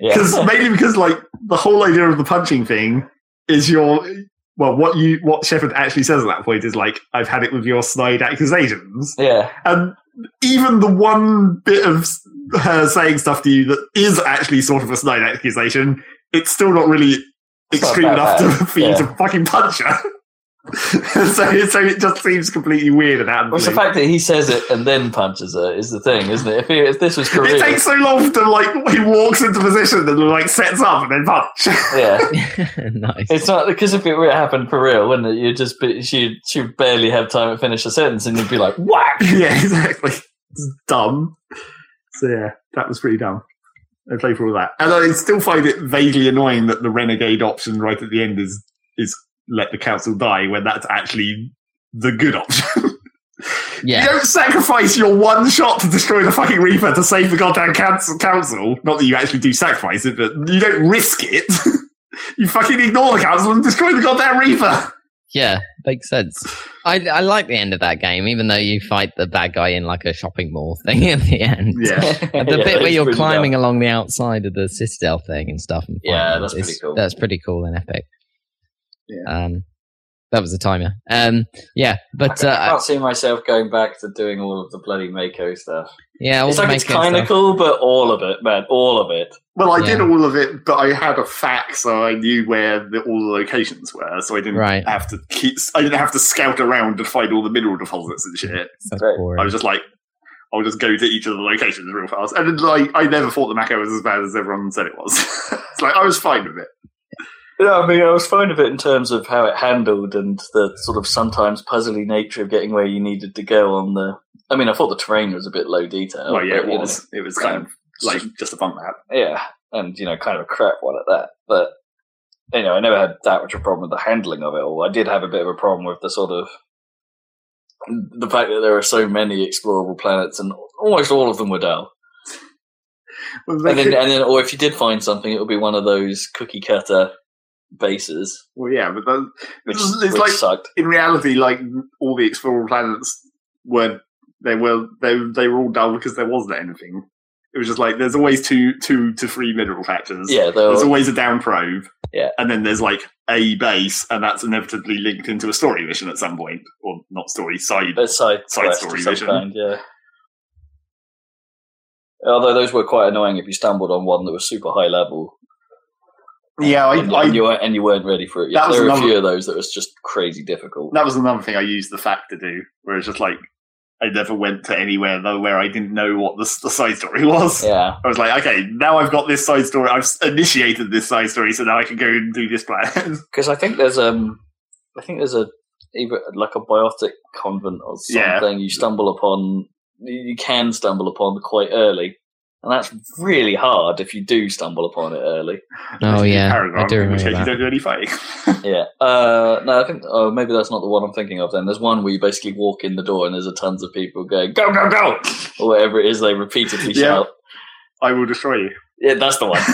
Speaker 3: Yeah,
Speaker 2: Because mainly because like the whole idea of the punching thing is your well, what you what Shepard actually says at that point is like, I've had it with your snide accusations.
Speaker 3: yeah,
Speaker 2: And even the one bit of s- her saying stuff to you that is actually sort of a snide accusation, it's still not really
Speaker 3: It's not
Speaker 2: extreme
Speaker 3: that
Speaker 2: enough to, for you
Speaker 3: yeah.
Speaker 2: to fucking punch her. so, so it just seems completely weird and out
Speaker 3: Well,
Speaker 2: of
Speaker 3: it's the
Speaker 2: the blue.
Speaker 3: fact that he says it and then punches her is the thing, isn't it? If, he, if this was Korea,
Speaker 2: It takes so long to like he walks into position and like sets up and then punch.
Speaker 3: yeah,
Speaker 6: nice.
Speaker 3: it's not because if it were happened for real, wouldn't it? You'd just be she she would barely have time to finish a sentence, and you'd be like, whack.
Speaker 2: yeah, exactly. It's dumb. So yeah, that was pretty dumb. I play for all that, and I still find it vaguely annoying that the renegade option right at the end is is let the council die when that's actually the good option. You
Speaker 6: Yeah.
Speaker 2: don't sacrifice your one shot to destroy the fucking Reaper to save the goddamn council. council. Not that you actually do sacrifice it, but you don't risk it. you fucking ignore the council and destroy the goddamn Reaper.
Speaker 6: Yeah, makes sense. I, I like the end of that game, even though you fight the bad guy in like a shopping mall thing at the end.
Speaker 2: Yeah.
Speaker 6: And the bit where you're climbing along the outside of the citadel thing and stuff. And
Speaker 3: Yeah,
Speaker 6: fighting
Speaker 3: that's
Speaker 6: is-
Speaker 3: pretty cool.
Speaker 6: That's pretty cool and epic. Yeah. Um, that was a timer. Um, yeah, but
Speaker 3: I
Speaker 6: uh,
Speaker 3: can't see myself going back to doing all of the bloody Mako stuff.
Speaker 6: yeah, all
Speaker 3: It's
Speaker 6: the
Speaker 3: like it's
Speaker 6: Mako
Speaker 3: kind of
Speaker 6: stuff.
Speaker 3: cool, but all of it, man, all of it.
Speaker 2: Well, I did
Speaker 6: Yeah.
Speaker 2: all of it, but I had a fac, so I knew where the, all the locations were, so I didn't
Speaker 6: Right.
Speaker 2: have to keep. I didn't have to scout around to find all the mineral deposits and shit.
Speaker 6: That's
Speaker 3: Right.
Speaker 6: boring.
Speaker 2: I was just like, I'll just go to each of the locations real fast, and then, like I never thought the Mako was as bad as everyone said it was. it's like I was fine with it.
Speaker 3: Yeah, I mean, I was fine with it in terms of how it handled and the sort of sometimes puzzly nature of getting where you needed to go on the. I mean, I thought the terrain was a bit low detail.
Speaker 2: well, yeah,
Speaker 3: Oh, but,
Speaker 2: it
Speaker 3: you
Speaker 2: was. It was
Speaker 3: know,
Speaker 2: kind of
Speaker 3: it's
Speaker 2: like
Speaker 3: just-
Speaker 2: just a bump map.
Speaker 3: yeah, and you know, kind of a crap one at that. But you know, I never had that much of a problem with the handling of it all. I did have a bit of a problem with the sort of the fact that there are so many explorable planets, and almost all of them were dull. And then, and then, or if you did find something, it would be one of those cookie cutter bases,
Speaker 2: well, yeah, but that,
Speaker 3: which,
Speaker 2: It's
Speaker 3: which
Speaker 2: like-
Speaker 3: sucked.
Speaker 2: in reality, like all the explorable planets were they were they they were all dull because there wasn't anything. It was just like there's always two two to three mineral patches.
Speaker 3: Yeah, they
Speaker 2: There's
Speaker 3: were,
Speaker 2: always a down probe.
Speaker 3: Yeah.
Speaker 2: And then there's like a base, and that's inevitably linked into a story mission at some point. Or not story, side.
Speaker 3: a side,
Speaker 2: side
Speaker 3: quest
Speaker 2: story
Speaker 3: of some
Speaker 2: vision.
Speaker 3: kind, yeah. Although those were quite annoying if you stumbled on one that was super high level
Speaker 2: Yeah, I,
Speaker 3: and, and
Speaker 2: I,
Speaker 3: you weren't, and you weren't ready for it.
Speaker 2: That
Speaker 3: Yet.
Speaker 2: was
Speaker 3: There were a
Speaker 2: another-
Speaker 3: few of those that was just crazy difficult.
Speaker 2: that was another thing I used the fact to do, where it's just like I never went to anywhere though where I didn't know what the, s- the side story was.
Speaker 3: Yeah,
Speaker 2: I was like, okay, now I've got this side story. I've s- initiated this side story, so now I can go and do this plan.
Speaker 3: because I think there's um, I think there's a either like a biotic convent or
Speaker 2: Yeah.
Speaker 3: something you stumble upon. You you can stumble upon quite early, and that's really hard if you do stumble upon it early.
Speaker 6: Oh,
Speaker 2: Basically
Speaker 6: yeah,
Speaker 2: Paragon,
Speaker 6: I do
Speaker 2: in
Speaker 6: remember
Speaker 2: which case you
Speaker 6: that.
Speaker 2: don't do any fighting.
Speaker 3: Yeah. Uh, no, I think oh maybe that's not the one I'm thinking of. Then there's one where you basically walk in the door and there's a tons of people going go go go or whatever it is they repeatedly
Speaker 2: Yeah.
Speaker 3: shout.
Speaker 2: I will destroy you.
Speaker 3: Yeah, that's the one.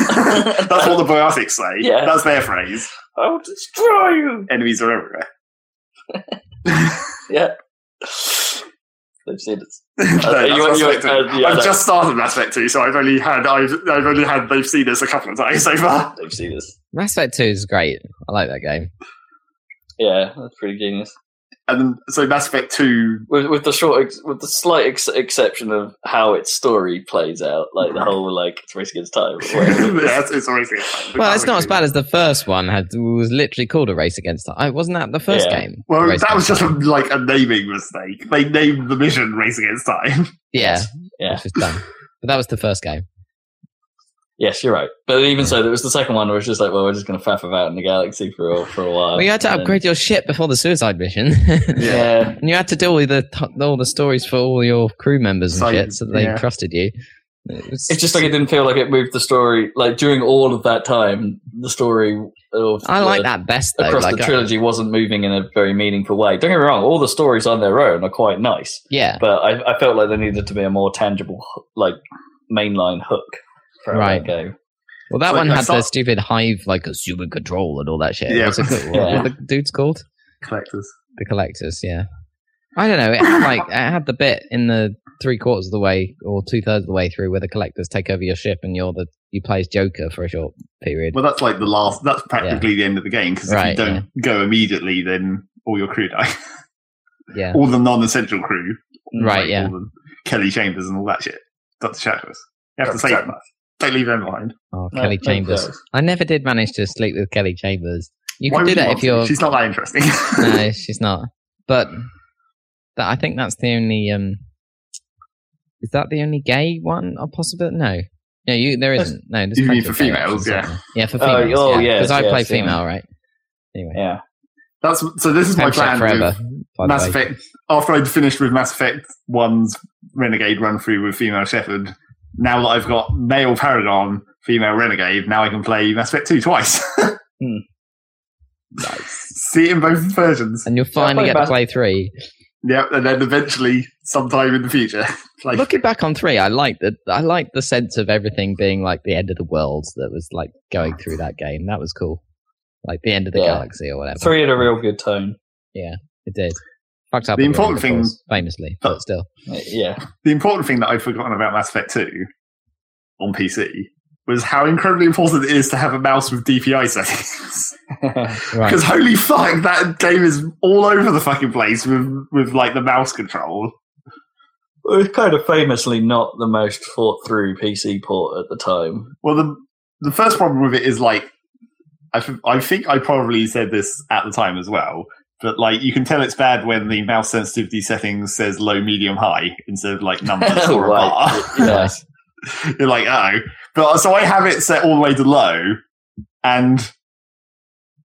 Speaker 2: That's what the biotics say.
Speaker 3: Yeah.
Speaker 2: That's their phrase.
Speaker 3: I will destroy you.
Speaker 2: Enemies are everywhere.
Speaker 3: Yeah. They've seen it.
Speaker 2: No,
Speaker 3: Uh,
Speaker 2: that's
Speaker 3: you- you-
Speaker 2: Aspect
Speaker 3: uh,
Speaker 2: Two.
Speaker 3: yeah,
Speaker 2: I've
Speaker 3: that-
Speaker 2: just started Mass Effect 2, so I've only had I've I've only had they've seen this a couple of times so
Speaker 6: Ah.
Speaker 2: far.
Speaker 3: They've seen this.
Speaker 6: Mass Effect Two is great. I like that game.
Speaker 3: Yeah, that's pretty genius.
Speaker 2: And then, so Mass Effect 2
Speaker 3: With, with the short, ex- with the slight ex- exception of how its story plays out, like the whole like it's race against time. or whatever.
Speaker 2: yeah, it's, it's already seen.
Speaker 6: Well, it's not as bad as the first one. Had was literally called a race against. Time. I wasn't that the first
Speaker 3: Yeah.
Speaker 6: game.
Speaker 2: Well,
Speaker 6: Race
Speaker 2: that was
Speaker 6: Against
Speaker 2: just a, like a naming mistake. They named the mission Race Against Time.
Speaker 6: Yeah,
Speaker 3: Yeah.
Speaker 6: which was dumb. But that was the first game.
Speaker 3: yes, you're right. But even so, there was the second one where it's just like, well, we're just going to faff about in the galaxy for a, for a while.
Speaker 6: well, you had to
Speaker 3: Oh, And then-
Speaker 6: upgrade your ship before the suicide mission,
Speaker 3: Yeah,
Speaker 6: and you had to do all the all the stories for all your crew members and
Speaker 2: So,
Speaker 6: shit, so that they
Speaker 2: yeah.
Speaker 6: trusted you.
Speaker 1: It was-
Speaker 3: It's just like it didn't feel like it moved the story. Like during all of that time, the story of
Speaker 1: I like
Speaker 3: the-
Speaker 1: that best though.
Speaker 3: across
Speaker 1: Like,
Speaker 6: uh,
Speaker 1: uh,
Speaker 3: the
Speaker 1: I-
Speaker 3: trilogy wasn't moving in a very meaningful way. Don't get me wrong; all the stories on their own are quite nice,
Speaker 1: yeah,
Speaker 3: but I, I felt like there needed to be a more tangible, like mainline hook for
Speaker 1: Right.
Speaker 3: that game.
Speaker 1: Well, that
Speaker 2: Like,
Speaker 1: one
Speaker 2: I
Speaker 1: had
Speaker 2: saw-
Speaker 1: the stupid hive, like super control and all that shit.
Speaker 2: Yeah.
Speaker 1: What's it called?
Speaker 3: Yeah.
Speaker 1: What were the dudes called?
Speaker 2: Collectors.
Speaker 1: The collectors. Yeah. I don't know. It had like it had the bit in the three quarters of the way or two thirds of the way through where the collectors take over your ship and you're the you play as Joker for a short period.
Speaker 2: Well, that's like the last. That's practically the end of the game because if
Speaker 1: Right,
Speaker 2: you don't go immediately, then all your crew die.
Speaker 1: yeah.
Speaker 2: all the non-essential crew.
Speaker 1: Right. Yeah.
Speaker 2: All the Kelly Chambers and all that shit. Dr. Shackles. You have to
Speaker 3: Dr.
Speaker 2: save them.
Speaker 3: Shackles.
Speaker 2: Don't leave them behind.
Speaker 1: Oh,
Speaker 3: No,
Speaker 1: Kelly
Speaker 3: no
Speaker 1: Chambers.
Speaker 3: clothes.
Speaker 1: I never did manage to sleep with Kelly Chambers. You
Speaker 2: Why
Speaker 1: can do
Speaker 2: would
Speaker 1: that
Speaker 2: want
Speaker 1: if
Speaker 2: to?
Speaker 1: you're.
Speaker 2: She's not that interesting.
Speaker 1: no, she's not. But that, I think that's the only. um Is that the only gay one? Or possible? No, no, you there
Speaker 3: That's-
Speaker 1: isn't. No, there's
Speaker 2: you mean
Speaker 1: plenty
Speaker 2: for
Speaker 1: of gay
Speaker 2: females,
Speaker 1: options,
Speaker 2: yeah.
Speaker 1: isn't there? yeah, for
Speaker 3: Oh,
Speaker 1: females.
Speaker 3: oh,
Speaker 1: yeah,
Speaker 3: yes,
Speaker 1: because I play
Speaker 3: yes, yeah.
Speaker 1: female, right? Anyway,
Speaker 3: Yeah,
Speaker 2: That's so. This is my
Speaker 1: Time Shack
Speaker 2: plan.
Speaker 1: forever.
Speaker 2: with
Speaker 1: by the
Speaker 2: Mass
Speaker 1: way.
Speaker 2: Effect. After I'd finished with Mass Effect One's Renegade run through with female Shepherd, now that I've got male Paragon, female Renegade, now I can play Mass Effect Two twice.
Speaker 1: Hmm.
Speaker 2: See it in both versions.
Speaker 1: And you'll
Speaker 3: I
Speaker 1: finally
Speaker 3: play
Speaker 1: get to
Speaker 3: Mass-
Speaker 1: play three.
Speaker 2: Yep, and then eventually, sometime in the future, like
Speaker 1: Looking back on three, I liked the I liked the sense of everything being like the end of the world that was like going through that game. That was cool, like the end of the
Speaker 3: Yeah.
Speaker 1: galaxy or whatever.
Speaker 3: three had a real good tone.
Speaker 1: It did. Fucked up.
Speaker 2: The
Speaker 1: everyone,
Speaker 2: important
Speaker 1: of
Speaker 2: thing- Oh.
Speaker 1: course, famously, but still,
Speaker 3: Yeah,
Speaker 2: the important thing that I'd forgotten about Mass Effect Two on PC was how incredibly important it is to have a mouse with DPI settings.
Speaker 1: right?
Speaker 2: Because holy fuck, that game is all over the fucking place with with like the mouse control.
Speaker 3: it was kind of famously not the most thought through PC port at the time.
Speaker 2: Well, the the first problem with it is like, I th- I think I probably said this at the time as well, but like you can tell it's bad when the mouse sensitivity settings says low, medium, high instead of like numbers or a bar.
Speaker 3: Right. Yes.
Speaker 2: You're like, oh, but so I have it set all the way to low, and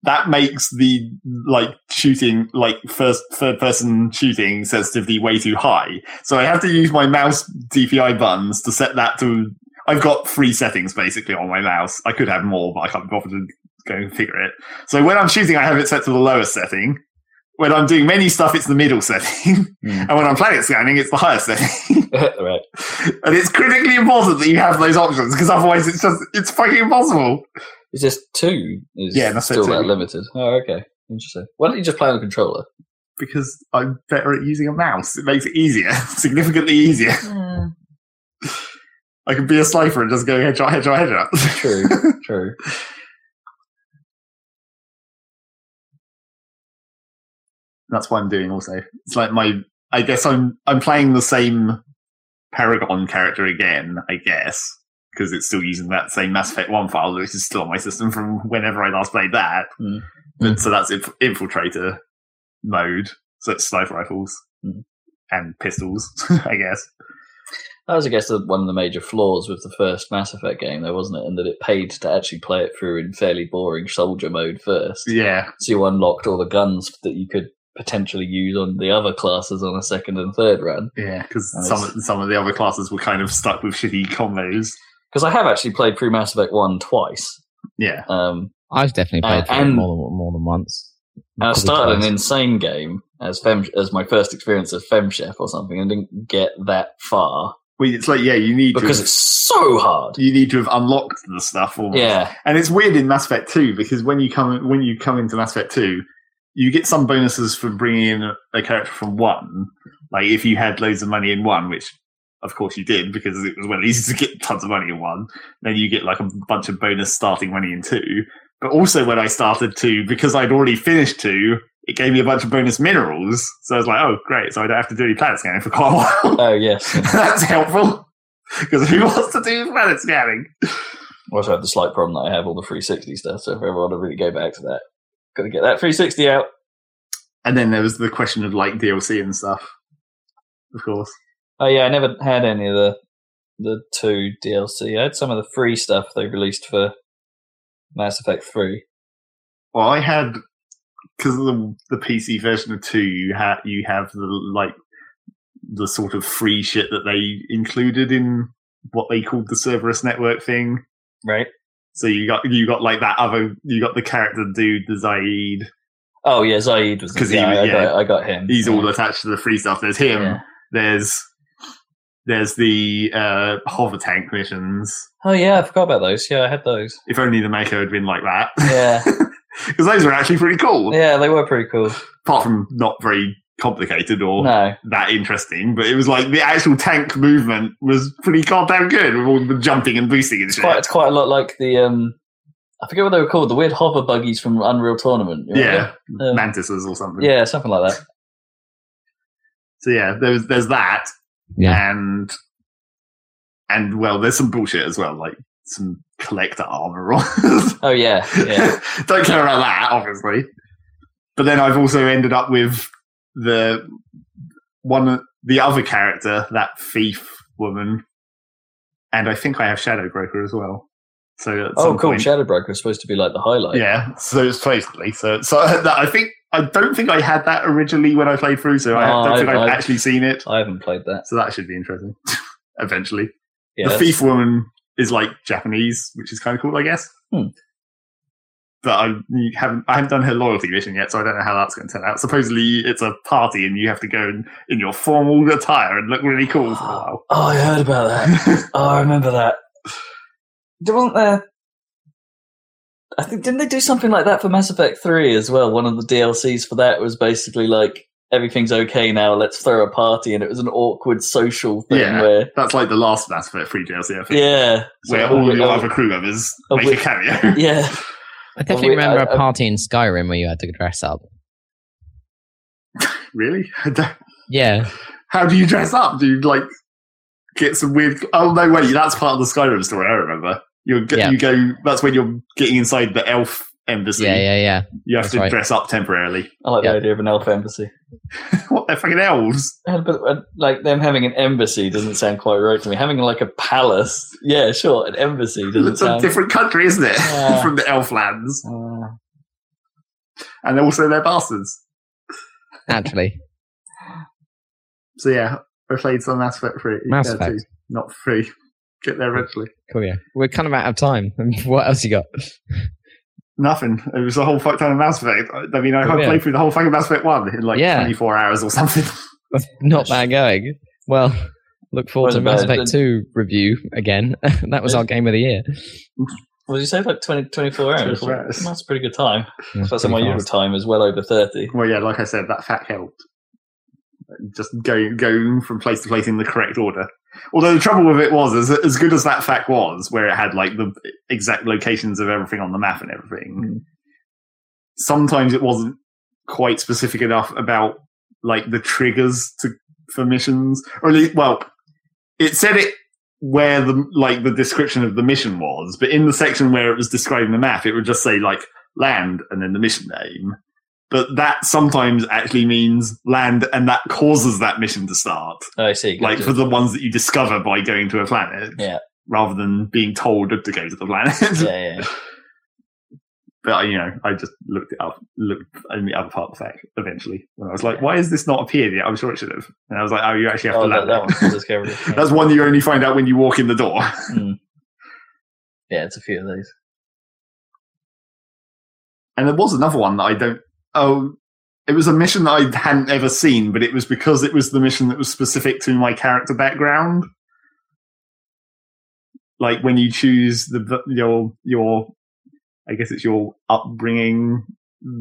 Speaker 2: that makes the like shooting, like first third person shooting sensitivity way too high. So I have to use my mouse DPI buttons to set that to. I've got three settings basically on my mouse. I could have more, but I can't be bothered to go and figure it. So when I'm shooting, I have it set to the lowest setting. When I'm doing menu stuff, it's the middle setting,
Speaker 3: Mm.
Speaker 2: and when I'm planet scanning, it's the highest setting
Speaker 3: right.
Speaker 2: and it's critically important that you have those options because otherwise it's just it's fucking impossible.
Speaker 3: Is this two? Is
Speaker 2: Yeah, that's
Speaker 3: still
Speaker 2: it,
Speaker 3: that
Speaker 2: two.
Speaker 3: limited. Oh, okay. Interesting. Why don't you just play on the controller?
Speaker 2: Because I'm better at using a mouse. It makes it easier, significantly easier. I can be a slifer and just go headshot, headshot, headshot.
Speaker 3: True. True.
Speaker 2: That's what I'm doing. Also, it's like my. I guess I'm I'm playing the same Paragon character again. I guess because it's still using that same Mass Effect One file, which is still on my system from whenever I last played that.
Speaker 3: Mm.
Speaker 2: But so that's inf- infiltrator mode. So it's sniper rifles
Speaker 3: Mm.
Speaker 2: and pistols, I guess.
Speaker 3: That was, I guess, the, one of the major flaws with the first Mass Effect game, though, wasn't it? In that it paid to actually play it through in fairly boring soldier mode first.
Speaker 2: Yeah,
Speaker 3: So you unlocked all the guns that you could potentially use on the other classes on a second and third run.
Speaker 2: yeah. Because
Speaker 3: Nice.
Speaker 2: some some of the other classes were kind of stuck with shitty combos.
Speaker 3: Because I have actually played through Mass Effect 1 twice.
Speaker 2: Yeah,
Speaker 3: Um,
Speaker 1: I've definitely played
Speaker 3: Uh,
Speaker 1: through it
Speaker 3: and-
Speaker 1: more than more than once.
Speaker 3: and I
Speaker 1: Probably
Speaker 3: started
Speaker 1: twice.
Speaker 3: an insane game as Fem- as my first experience as Fem Chef or something and didn't get that far
Speaker 2: well, it's like yeah, you need
Speaker 3: because
Speaker 2: to have,
Speaker 3: it's so hard.
Speaker 2: you need to have unlocked the stuff. Almost.
Speaker 3: Yeah.
Speaker 2: and it's weird in Mass Effect Two because when you come when you come into Mass Effect Two, you get some bonuses for bringing in a character from one. Like if you had loads of money in one, which of course you did because it was well easy to get tons of money in one. Then you get like a bunch of bonus starting money in two. But also when I started two, because I'd already finished two, it gave me a bunch of bonus minerals. So I was like, oh great, so I don't have to do any planet scanning for quite a while.
Speaker 3: Oh, yes.
Speaker 2: That's helpful because who wants to do planet scanning?
Speaker 3: I also have the slight problem that I have all the 360 stuff, so if ever I want to really go back to that, got to get that 360 out.
Speaker 2: And then there was the question of like DLC and stuff, of course.
Speaker 3: Oh yeah, I never had any of the the two DLC. I had some of the free stuff they released for Mass Effect Three.
Speaker 2: Well, I had because of the, the PC version of two, you had you have the like the sort of free shit that they included in what they called the Cerberus network thing.
Speaker 3: right?
Speaker 2: So you got you got like that other you got the character dude, the Zaid.
Speaker 3: Oh yeah, Zaid was
Speaker 2: 'Cause he
Speaker 3: yeah,
Speaker 2: was-
Speaker 3: I,
Speaker 2: yeah.
Speaker 3: got, I got him.
Speaker 2: He's all attached to the free stuff. There's him.
Speaker 3: Yeah.
Speaker 2: There's there's the uh, hover tank missions.
Speaker 3: Oh yeah, I forgot about those. Yeah, I had those.
Speaker 2: If only the Mako had been like that.
Speaker 3: Yeah.
Speaker 2: Because those were actually pretty cool.
Speaker 3: Yeah, they were pretty cool.
Speaker 2: Apart from not very complicated or
Speaker 3: No,
Speaker 2: that interesting, but it was like the actual tank movement was pretty goddamn good with all the jumping and boosting and
Speaker 3: it's
Speaker 2: shit.
Speaker 3: quite it's quite a lot like the um, I forget what they were called. The weird hover buggies from Unreal Tournament. you
Speaker 2: yeah,
Speaker 3: remember? Um,
Speaker 2: mantises or something.
Speaker 3: yeah, something like that.
Speaker 2: So yeah, there's there's that,
Speaker 1: Yeah.
Speaker 2: and and well, there's some bullshit as well, like some collector armor. Or
Speaker 3: Oh yeah, yeah.
Speaker 2: Don't care about that, obviously. But then I've also ended up with the one, the other character, that thief woman, and I think I have Shadow Broker as well. So at
Speaker 3: oh
Speaker 2: some
Speaker 3: cool.
Speaker 2: point-
Speaker 3: Shadow Broker is supposed to be like the highlight.
Speaker 2: yeah. So it's basically so. So that, I think I don't think I had that originally when I played through. So I
Speaker 3: Oh,
Speaker 2: don't think
Speaker 3: I-
Speaker 2: I've,
Speaker 3: I-
Speaker 2: actually seen it.
Speaker 3: I haven't played that.
Speaker 2: So that should be interesting. Eventually,
Speaker 3: Yeah,
Speaker 2: the
Speaker 3: that's-
Speaker 2: thief woman is like Japanese, which is kind of cool, I guess.
Speaker 3: Hmm.
Speaker 2: But I you haven't I haven't done her loyalty mission yet, so I don't know how that's going to turn out. Supposedly, it's a party, and you have to go in, in your formal attire and look really cool for a while.
Speaker 3: Oh, I heard about that. Oh, I remember that. There wasn't there. I think didn't they do something like that for Mass Effect Three as well? One of the DLCs for that was basically like everything's okay now. Let's throw a party, and it was an awkward social thing
Speaker 2: Yeah.
Speaker 3: where
Speaker 2: that's like the last Mass Effect free DLC, I think,
Speaker 3: yeah,
Speaker 2: where
Speaker 3: So-
Speaker 2: all your
Speaker 3: oh,
Speaker 2: other crew members
Speaker 3: oh,
Speaker 2: make
Speaker 3: we-
Speaker 2: a cameo.
Speaker 3: yeah.
Speaker 1: I
Speaker 3: Well,
Speaker 1: definitely
Speaker 3: we-
Speaker 1: remember
Speaker 3: I-
Speaker 1: a party in Skyrim where you had to dress up.
Speaker 2: really? I don't-
Speaker 1: Yeah,
Speaker 2: how do you dress up? Do you like get some weird? Oh no, wait, that's part of the Skyrim story. I remember. You go,
Speaker 1: Yeah.
Speaker 2: you go. That's when you're getting inside the elf embassy.
Speaker 1: yeah, yeah, yeah.
Speaker 2: You have
Speaker 1: that's
Speaker 2: to
Speaker 1: right.
Speaker 2: dress up temporarily.
Speaker 3: I like
Speaker 1: Yeah.
Speaker 3: the idea of an elf embassy.
Speaker 2: what? They're fucking elves.
Speaker 3: And- But uh, like them having an embassy doesn't sound quite right to me. Having like a palace, yeah, sure, an embassy doesn't
Speaker 2: It's a
Speaker 3: sound.
Speaker 2: different country, isn't it?
Speaker 3: Yeah.
Speaker 2: From the elf lands,
Speaker 3: Uh,
Speaker 2: and also they're bastards.
Speaker 1: Actually,
Speaker 2: So yeah, I played some Mass Effect three.
Speaker 1: Mass
Speaker 2: yeah,
Speaker 1: Effect.
Speaker 2: two. not three. Get there eventually.
Speaker 1: cool. Yeah, we're kind of out of time. what else you got?
Speaker 2: Nothing. It was a whole fuck ton of Mass Effect. I I mean, I
Speaker 1: Oh, yeah.
Speaker 2: played through the whole fucking Mass Effect one in like
Speaker 1: Yeah.
Speaker 2: 24 hours or something.
Speaker 1: That's not bad going. Well, look forward to
Speaker 3: Wasn't
Speaker 1: Mass
Speaker 3: bad.
Speaker 1: Effect 2 review again. that was our game of the year.
Speaker 3: what did you say? Like 20, 24 hours.
Speaker 2: 24 hours.
Speaker 3: That's a pretty good time.
Speaker 1: That's
Speaker 3: That's my usual time is well over thirty.
Speaker 2: Well, yeah, like I said, that fact helped. Just going going from place to place in the correct order. Although the trouble with it was, as as good as that fact was, where it had like the exact locations of everything on the map and everything, sometimes it wasn't quite specific enough about like the triggers to for missions, or at least, well, it said it where the like the description of the mission was, but in the section where it was describing the map, it would just say like land and then the mission name but that sometimes actually means land and that causes that mission to start
Speaker 3: Oh, I see.
Speaker 2: like for
Speaker 3: Gotcha.
Speaker 2: the ones that you discover by going to a planet
Speaker 3: Yeah.
Speaker 2: rather than being told to go to the planet
Speaker 3: yeah, yeah.
Speaker 2: but you know i just looked it up looked in the other part of fact eventually and i was like why has this not appeared yet i'm sure it should have and i was like oh you actually have
Speaker 3: Oh,
Speaker 2: to
Speaker 3: that,
Speaker 2: land
Speaker 3: that one's
Speaker 2: it.
Speaker 3: the discovery.
Speaker 2: that's one you only find out when you walk in the door
Speaker 3: yeah, it's a few of these.
Speaker 2: And there was another one that I don't. Oh, it was a mission that I hadn't ever seen, but it was because it was the mission that was specific to my character background. Like when you choose the your your, I guess it's your upbringing.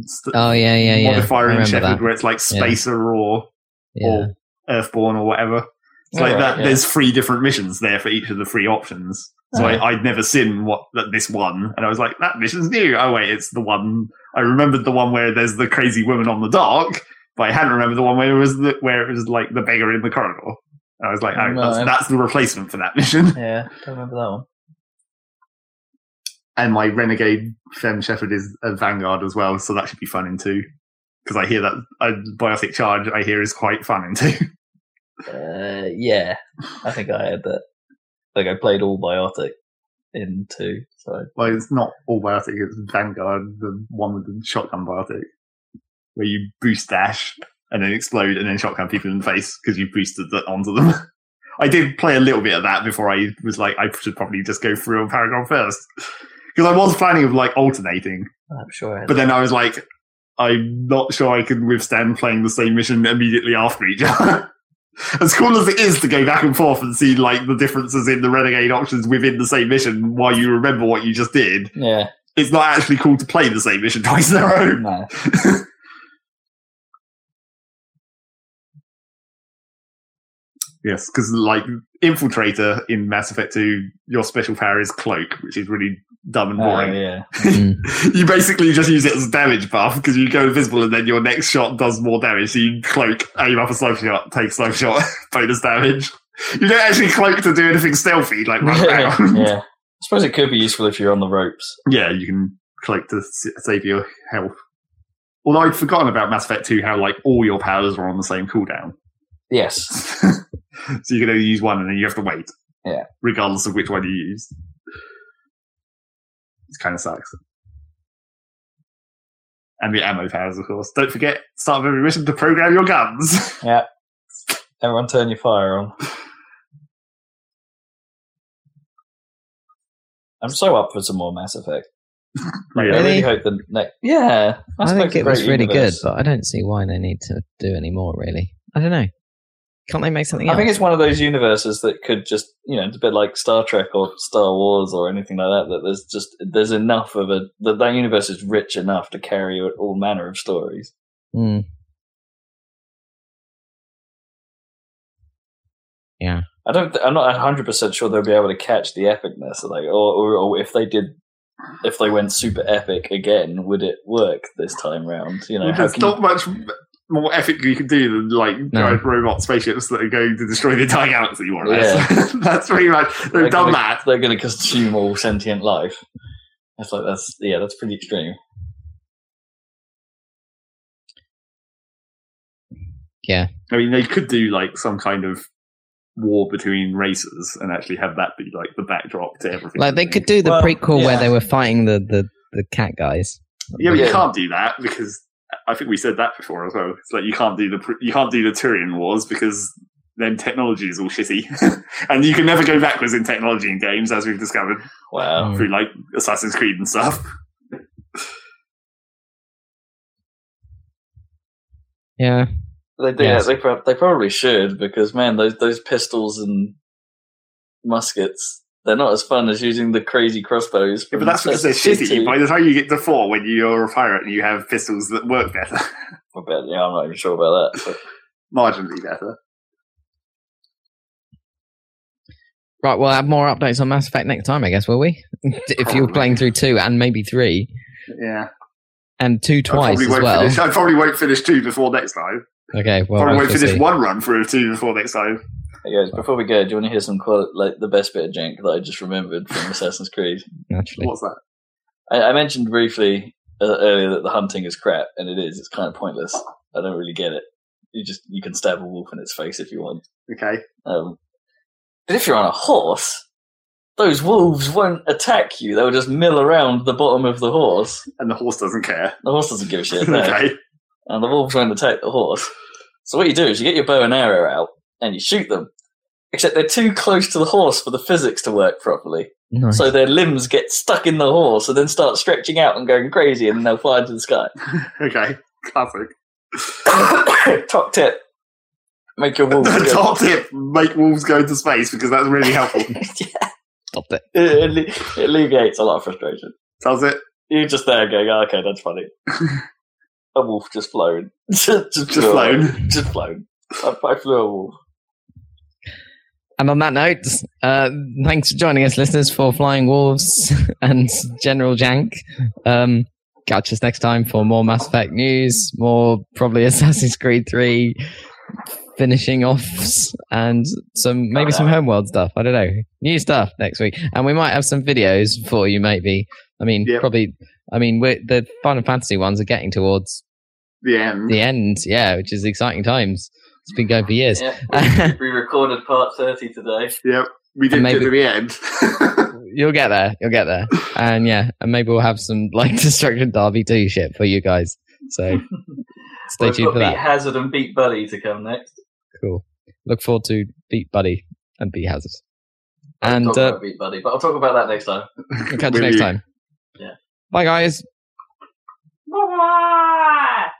Speaker 2: St-
Speaker 1: Oh, yeah, yeah, yeah.
Speaker 2: Modifier
Speaker 1: I
Speaker 2: in
Speaker 1: remember
Speaker 2: Shepherd,
Speaker 1: that.
Speaker 2: where it's like spacer or
Speaker 3: Oh,
Speaker 1: Yeah.
Speaker 2: or Earthborn or whatever. It's like
Speaker 3: Alright,
Speaker 2: that.
Speaker 3: yeah.
Speaker 2: There's three different missions there for each of the three options. So I, I'd never seen what that this one, and I was like, that mission's new. Oh wait, it's the one I remembered. The one where there's the crazy woman on the dock, but I hadn't remembered the one where it was the, where it was like the beggar in the corridor. And I was like, oh,
Speaker 3: No,
Speaker 2: that's,
Speaker 3: I've-
Speaker 2: that's the replacement for that mission.
Speaker 3: Yeah, don't remember that one.
Speaker 2: And my renegade femme shepherd is a vanguard as well, so that should be fun in two. Because I hear that a biotic charge I hear is quite fun in two.
Speaker 3: Uh, yeah, I think I had that. Like I played all biotic in two, so I-
Speaker 2: Well, it's not all biotic, it's Vanguard, the one with the shotgun biotic, where you boost dash and then explode and then shotgun people in the face because you boosted that onto them. I did play a little bit of that before I was like, I should probably just go through a Paragon first. Because I was planning of like alternating,
Speaker 3: I'm sure. I
Speaker 2: but then I was like, I'm not sure I can withstand playing the same mission immediately after each other. as cool as it is to go back and forth and see like the differences in the renegade options within the same mission while you remember what you just did,
Speaker 3: yeah.
Speaker 2: it's not actually cool to play the same mission twice in a row.
Speaker 3: No.
Speaker 2: Yes, because like infiltrator in Mass Effect 2, your special power is cloak, which is really dumb and
Speaker 3: Oh,
Speaker 2: boring.
Speaker 3: yeah.
Speaker 2: you basically just use it as a damage buff because you go invisible and then your next shot does more damage. So you cloak, aim up a sniper shot, take sniper shot, bonus damage. You don't actually cloak to do anything stealthy, like run around. Yeah.
Speaker 3: yeah. I suppose it could be useful if you're on the ropes.
Speaker 2: you can cloak to s- save your health. Although I'd forgotten about Mass Effect 2, how like all your powers were on the same cooldown.
Speaker 3: Yes.
Speaker 2: so you can only use one and then you have to wait.
Speaker 3: Yeah.
Speaker 2: Regardless of which one you use. It kind of sucks. And the ammo powers, of course. Don't forget, start of every mission to program your guns.
Speaker 3: Everyone turn your fire on. I'm so up for some more Mass Effect. Like, I
Speaker 2: Yeah.
Speaker 3: really
Speaker 1: Really?
Speaker 3: hope the next. Yeah. Mass
Speaker 1: I
Speaker 3: Effect's
Speaker 1: think
Speaker 3: a
Speaker 1: it was
Speaker 3: great
Speaker 1: really good,
Speaker 3: universe.
Speaker 1: but I don't see why they need to do any more. Really, I don't know. Can't they make something
Speaker 3: I
Speaker 1: else?
Speaker 3: think it's one of those universes that could just, you know, it's a bit like Star Trek or Star Wars or anything like that. That there's just there's enough of a that that universe is rich enough to carry all manner of stories.
Speaker 1: Mm.
Speaker 3: I don't. Th- I'm not 100 percent sure they'll be able to catch the epicness. Like, or, or, or if they did, if they went super epic again, would it work this time round? You know, how
Speaker 2: There's
Speaker 3: can you-
Speaker 2: not much m- more epic you can do than like giant robot spaceships that are going to destroy the entire galaxy, more or less. That's pretty much they've
Speaker 3: Like,
Speaker 2: done
Speaker 3: like-
Speaker 2: that.
Speaker 3: they're going to consume all sentient life. That's like that's yeah, that's pretty extreme.
Speaker 2: I mean, they could do like some kind of war between races and actually have that be like the backdrop to everything.
Speaker 1: Like they could do the
Speaker 3: Well,
Speaker 1: prequel
Speaker 3: yeah.
Speaker 1: where they were fighting the the, the cat guys.
Speaker 2: Yeah, but you
Speaker 3: Yeah.
Speaker 2: can't do that because I think we said that before as well. It's like you can't do the pr- you can't do the Turian Wars because then technology is all shitty, and you can never go backwards in technology in games, as we've discovered
Speaker 3: Wow.
Speaker 1: Mm.
Speaker 2: through like Assassin's Creed and stuff.
Speaker 1: Yeah,
Speaker 3: They do.
Speaker 1: Yes.
Speaker 3: They, prob- they probably should because man, those those pistols and muskets. They're not as fun as using the crazy crossbows.
Speaker 2: Yeah, but
Speaker 3: from
Speaker 2: that's because they're
Speaker 3: Assassin's Creed
Speaker 2: shitty.
Speaker 3: 2.
Speaker 2: By the time you get to four, when you're a pirate and you have pistols that work better,
Speaker 3: I bet, yeah, I'm not even sure about that. but-
Speaker 2: marginally better.
Speaker 1: Right, we'll have more updates on Mass Effect next time, I guess, will we? if you're
Speaker 2: Probably.
Speaker 1: playing through two and maybe three
Speaker 2: Yeah,
Speaker 1: and two
Speaker 2: I
Speaker 1: twice
Speaker 2: probably
Speaker 1: as
Speaker 2: won't
Speaker 1: well.
Speaker 2: finish. I probably won't finish two before next time.
Speaker 1: Okay, well,
Speaker 2: probably
Speaker 1: we'll
Speaker 2: won't finish
Speaker 1: see.
Speaker 2: one run through of two before next time.
Speaker 3: Hey guys, before we go, do you want to hear some quali- like the best bit of jank that I just remembered from Assassin's Creed?
Speaker 1: naturally.
Speaker 2: What's that?
Speaker 3: I, I mentioned briefly uh, earlier that the hunting is crap, and it is. It's kind of pointless. I don't really get it. You just you can stab a wolf in its face if you want.
Speaker 2: Okay.
Speaker 3: Um, but if you're on a horse, those wolves won't attack you. They'll just mill around the bottom of the horse.
Speaker 2: And the horse doesn't care.
Speaker 3: The horse doesn't give a shit. no.
Speaker 2: okay.
Speaker 3: and the wolves won't attack the horse. So what you do is you get your bow and arrow out and you shoot them. Except they're too close to the horse for the physics to work properly.
Speaker 1: Nice.
Speaker 3: So their limbs get stuck in the horse and then start stretching out and going crazy and they'll fly into the sky.
Speaker 2: Okay. Classic.
Speaker 3: Top tip. Make your wolves
Speaker 2: The
Speaker 3: go.
Speaker 2: top tip: make wolves go into space because that's really helpful.
Speaker 1: Stop it.
Speaker 3: It alle- it alleviates a lot of frustration.
Speaker 2: Does it?
Speaker 3: You're just there going, "Oh, okay, that's funny. a wolf just flown. just,
Speaker 2: Just flown.
Speaker 3: Just flown. I, I flew a wolf.
Speaker 1: And on that note, uh, thanks for joining us, listeners, for Flying Wolves and General Jank. Um, catch us next time for more Mass Effect news, more probably Assassin's Creed 3 finishing offs, and some maybe some homeworld stuff. I don't know. New stuff next week. And we might have some videos for you, maybe. I mean,
Speaker 2: Yep.
Speaker 1: probably. I mean, we're, the Final Fantasy ones are getting towards
Speaker 2: The end.
Speaker 1: the end, yeah, which is exciting times. It's been going for years.
Speaker 3: Yeah, we, we recorded part 30 today.
Speaker 2: Yep. We didn't
Speaker 1: Maybe-
Speaker 2: get to the end.
Speaker 1: You'll get there. You'll get there. And yeah, and maybe we'll have some like Destruction Derby 2 shit for you guys. So stay
Speaker 3: We've
Speaker 1: tuned
Speaker 3: got
Speaker 1: for
Speaker 3: Beat
Speaker 1: that.
Speaker 3: Hazard and Beat Buddy to come next.
Speaker 1: Cool. Look forward to Beat Buddy and bee hazards.
Speaker 3: I'll
Speaker 1: And
Speaker 3: talk
Speaker 1: uh,
Speaker 3: about Beat Buddy, but I'll talk about that next time.
Speaker 1: we'll catch you
Speaker 7: With
Speaker 1: next
Speaker 7: you.
Speaker 1: time.
Speaker 3: Yeah.
Speaker 1: Bye, guys.
Speaker 8: Bye-bye.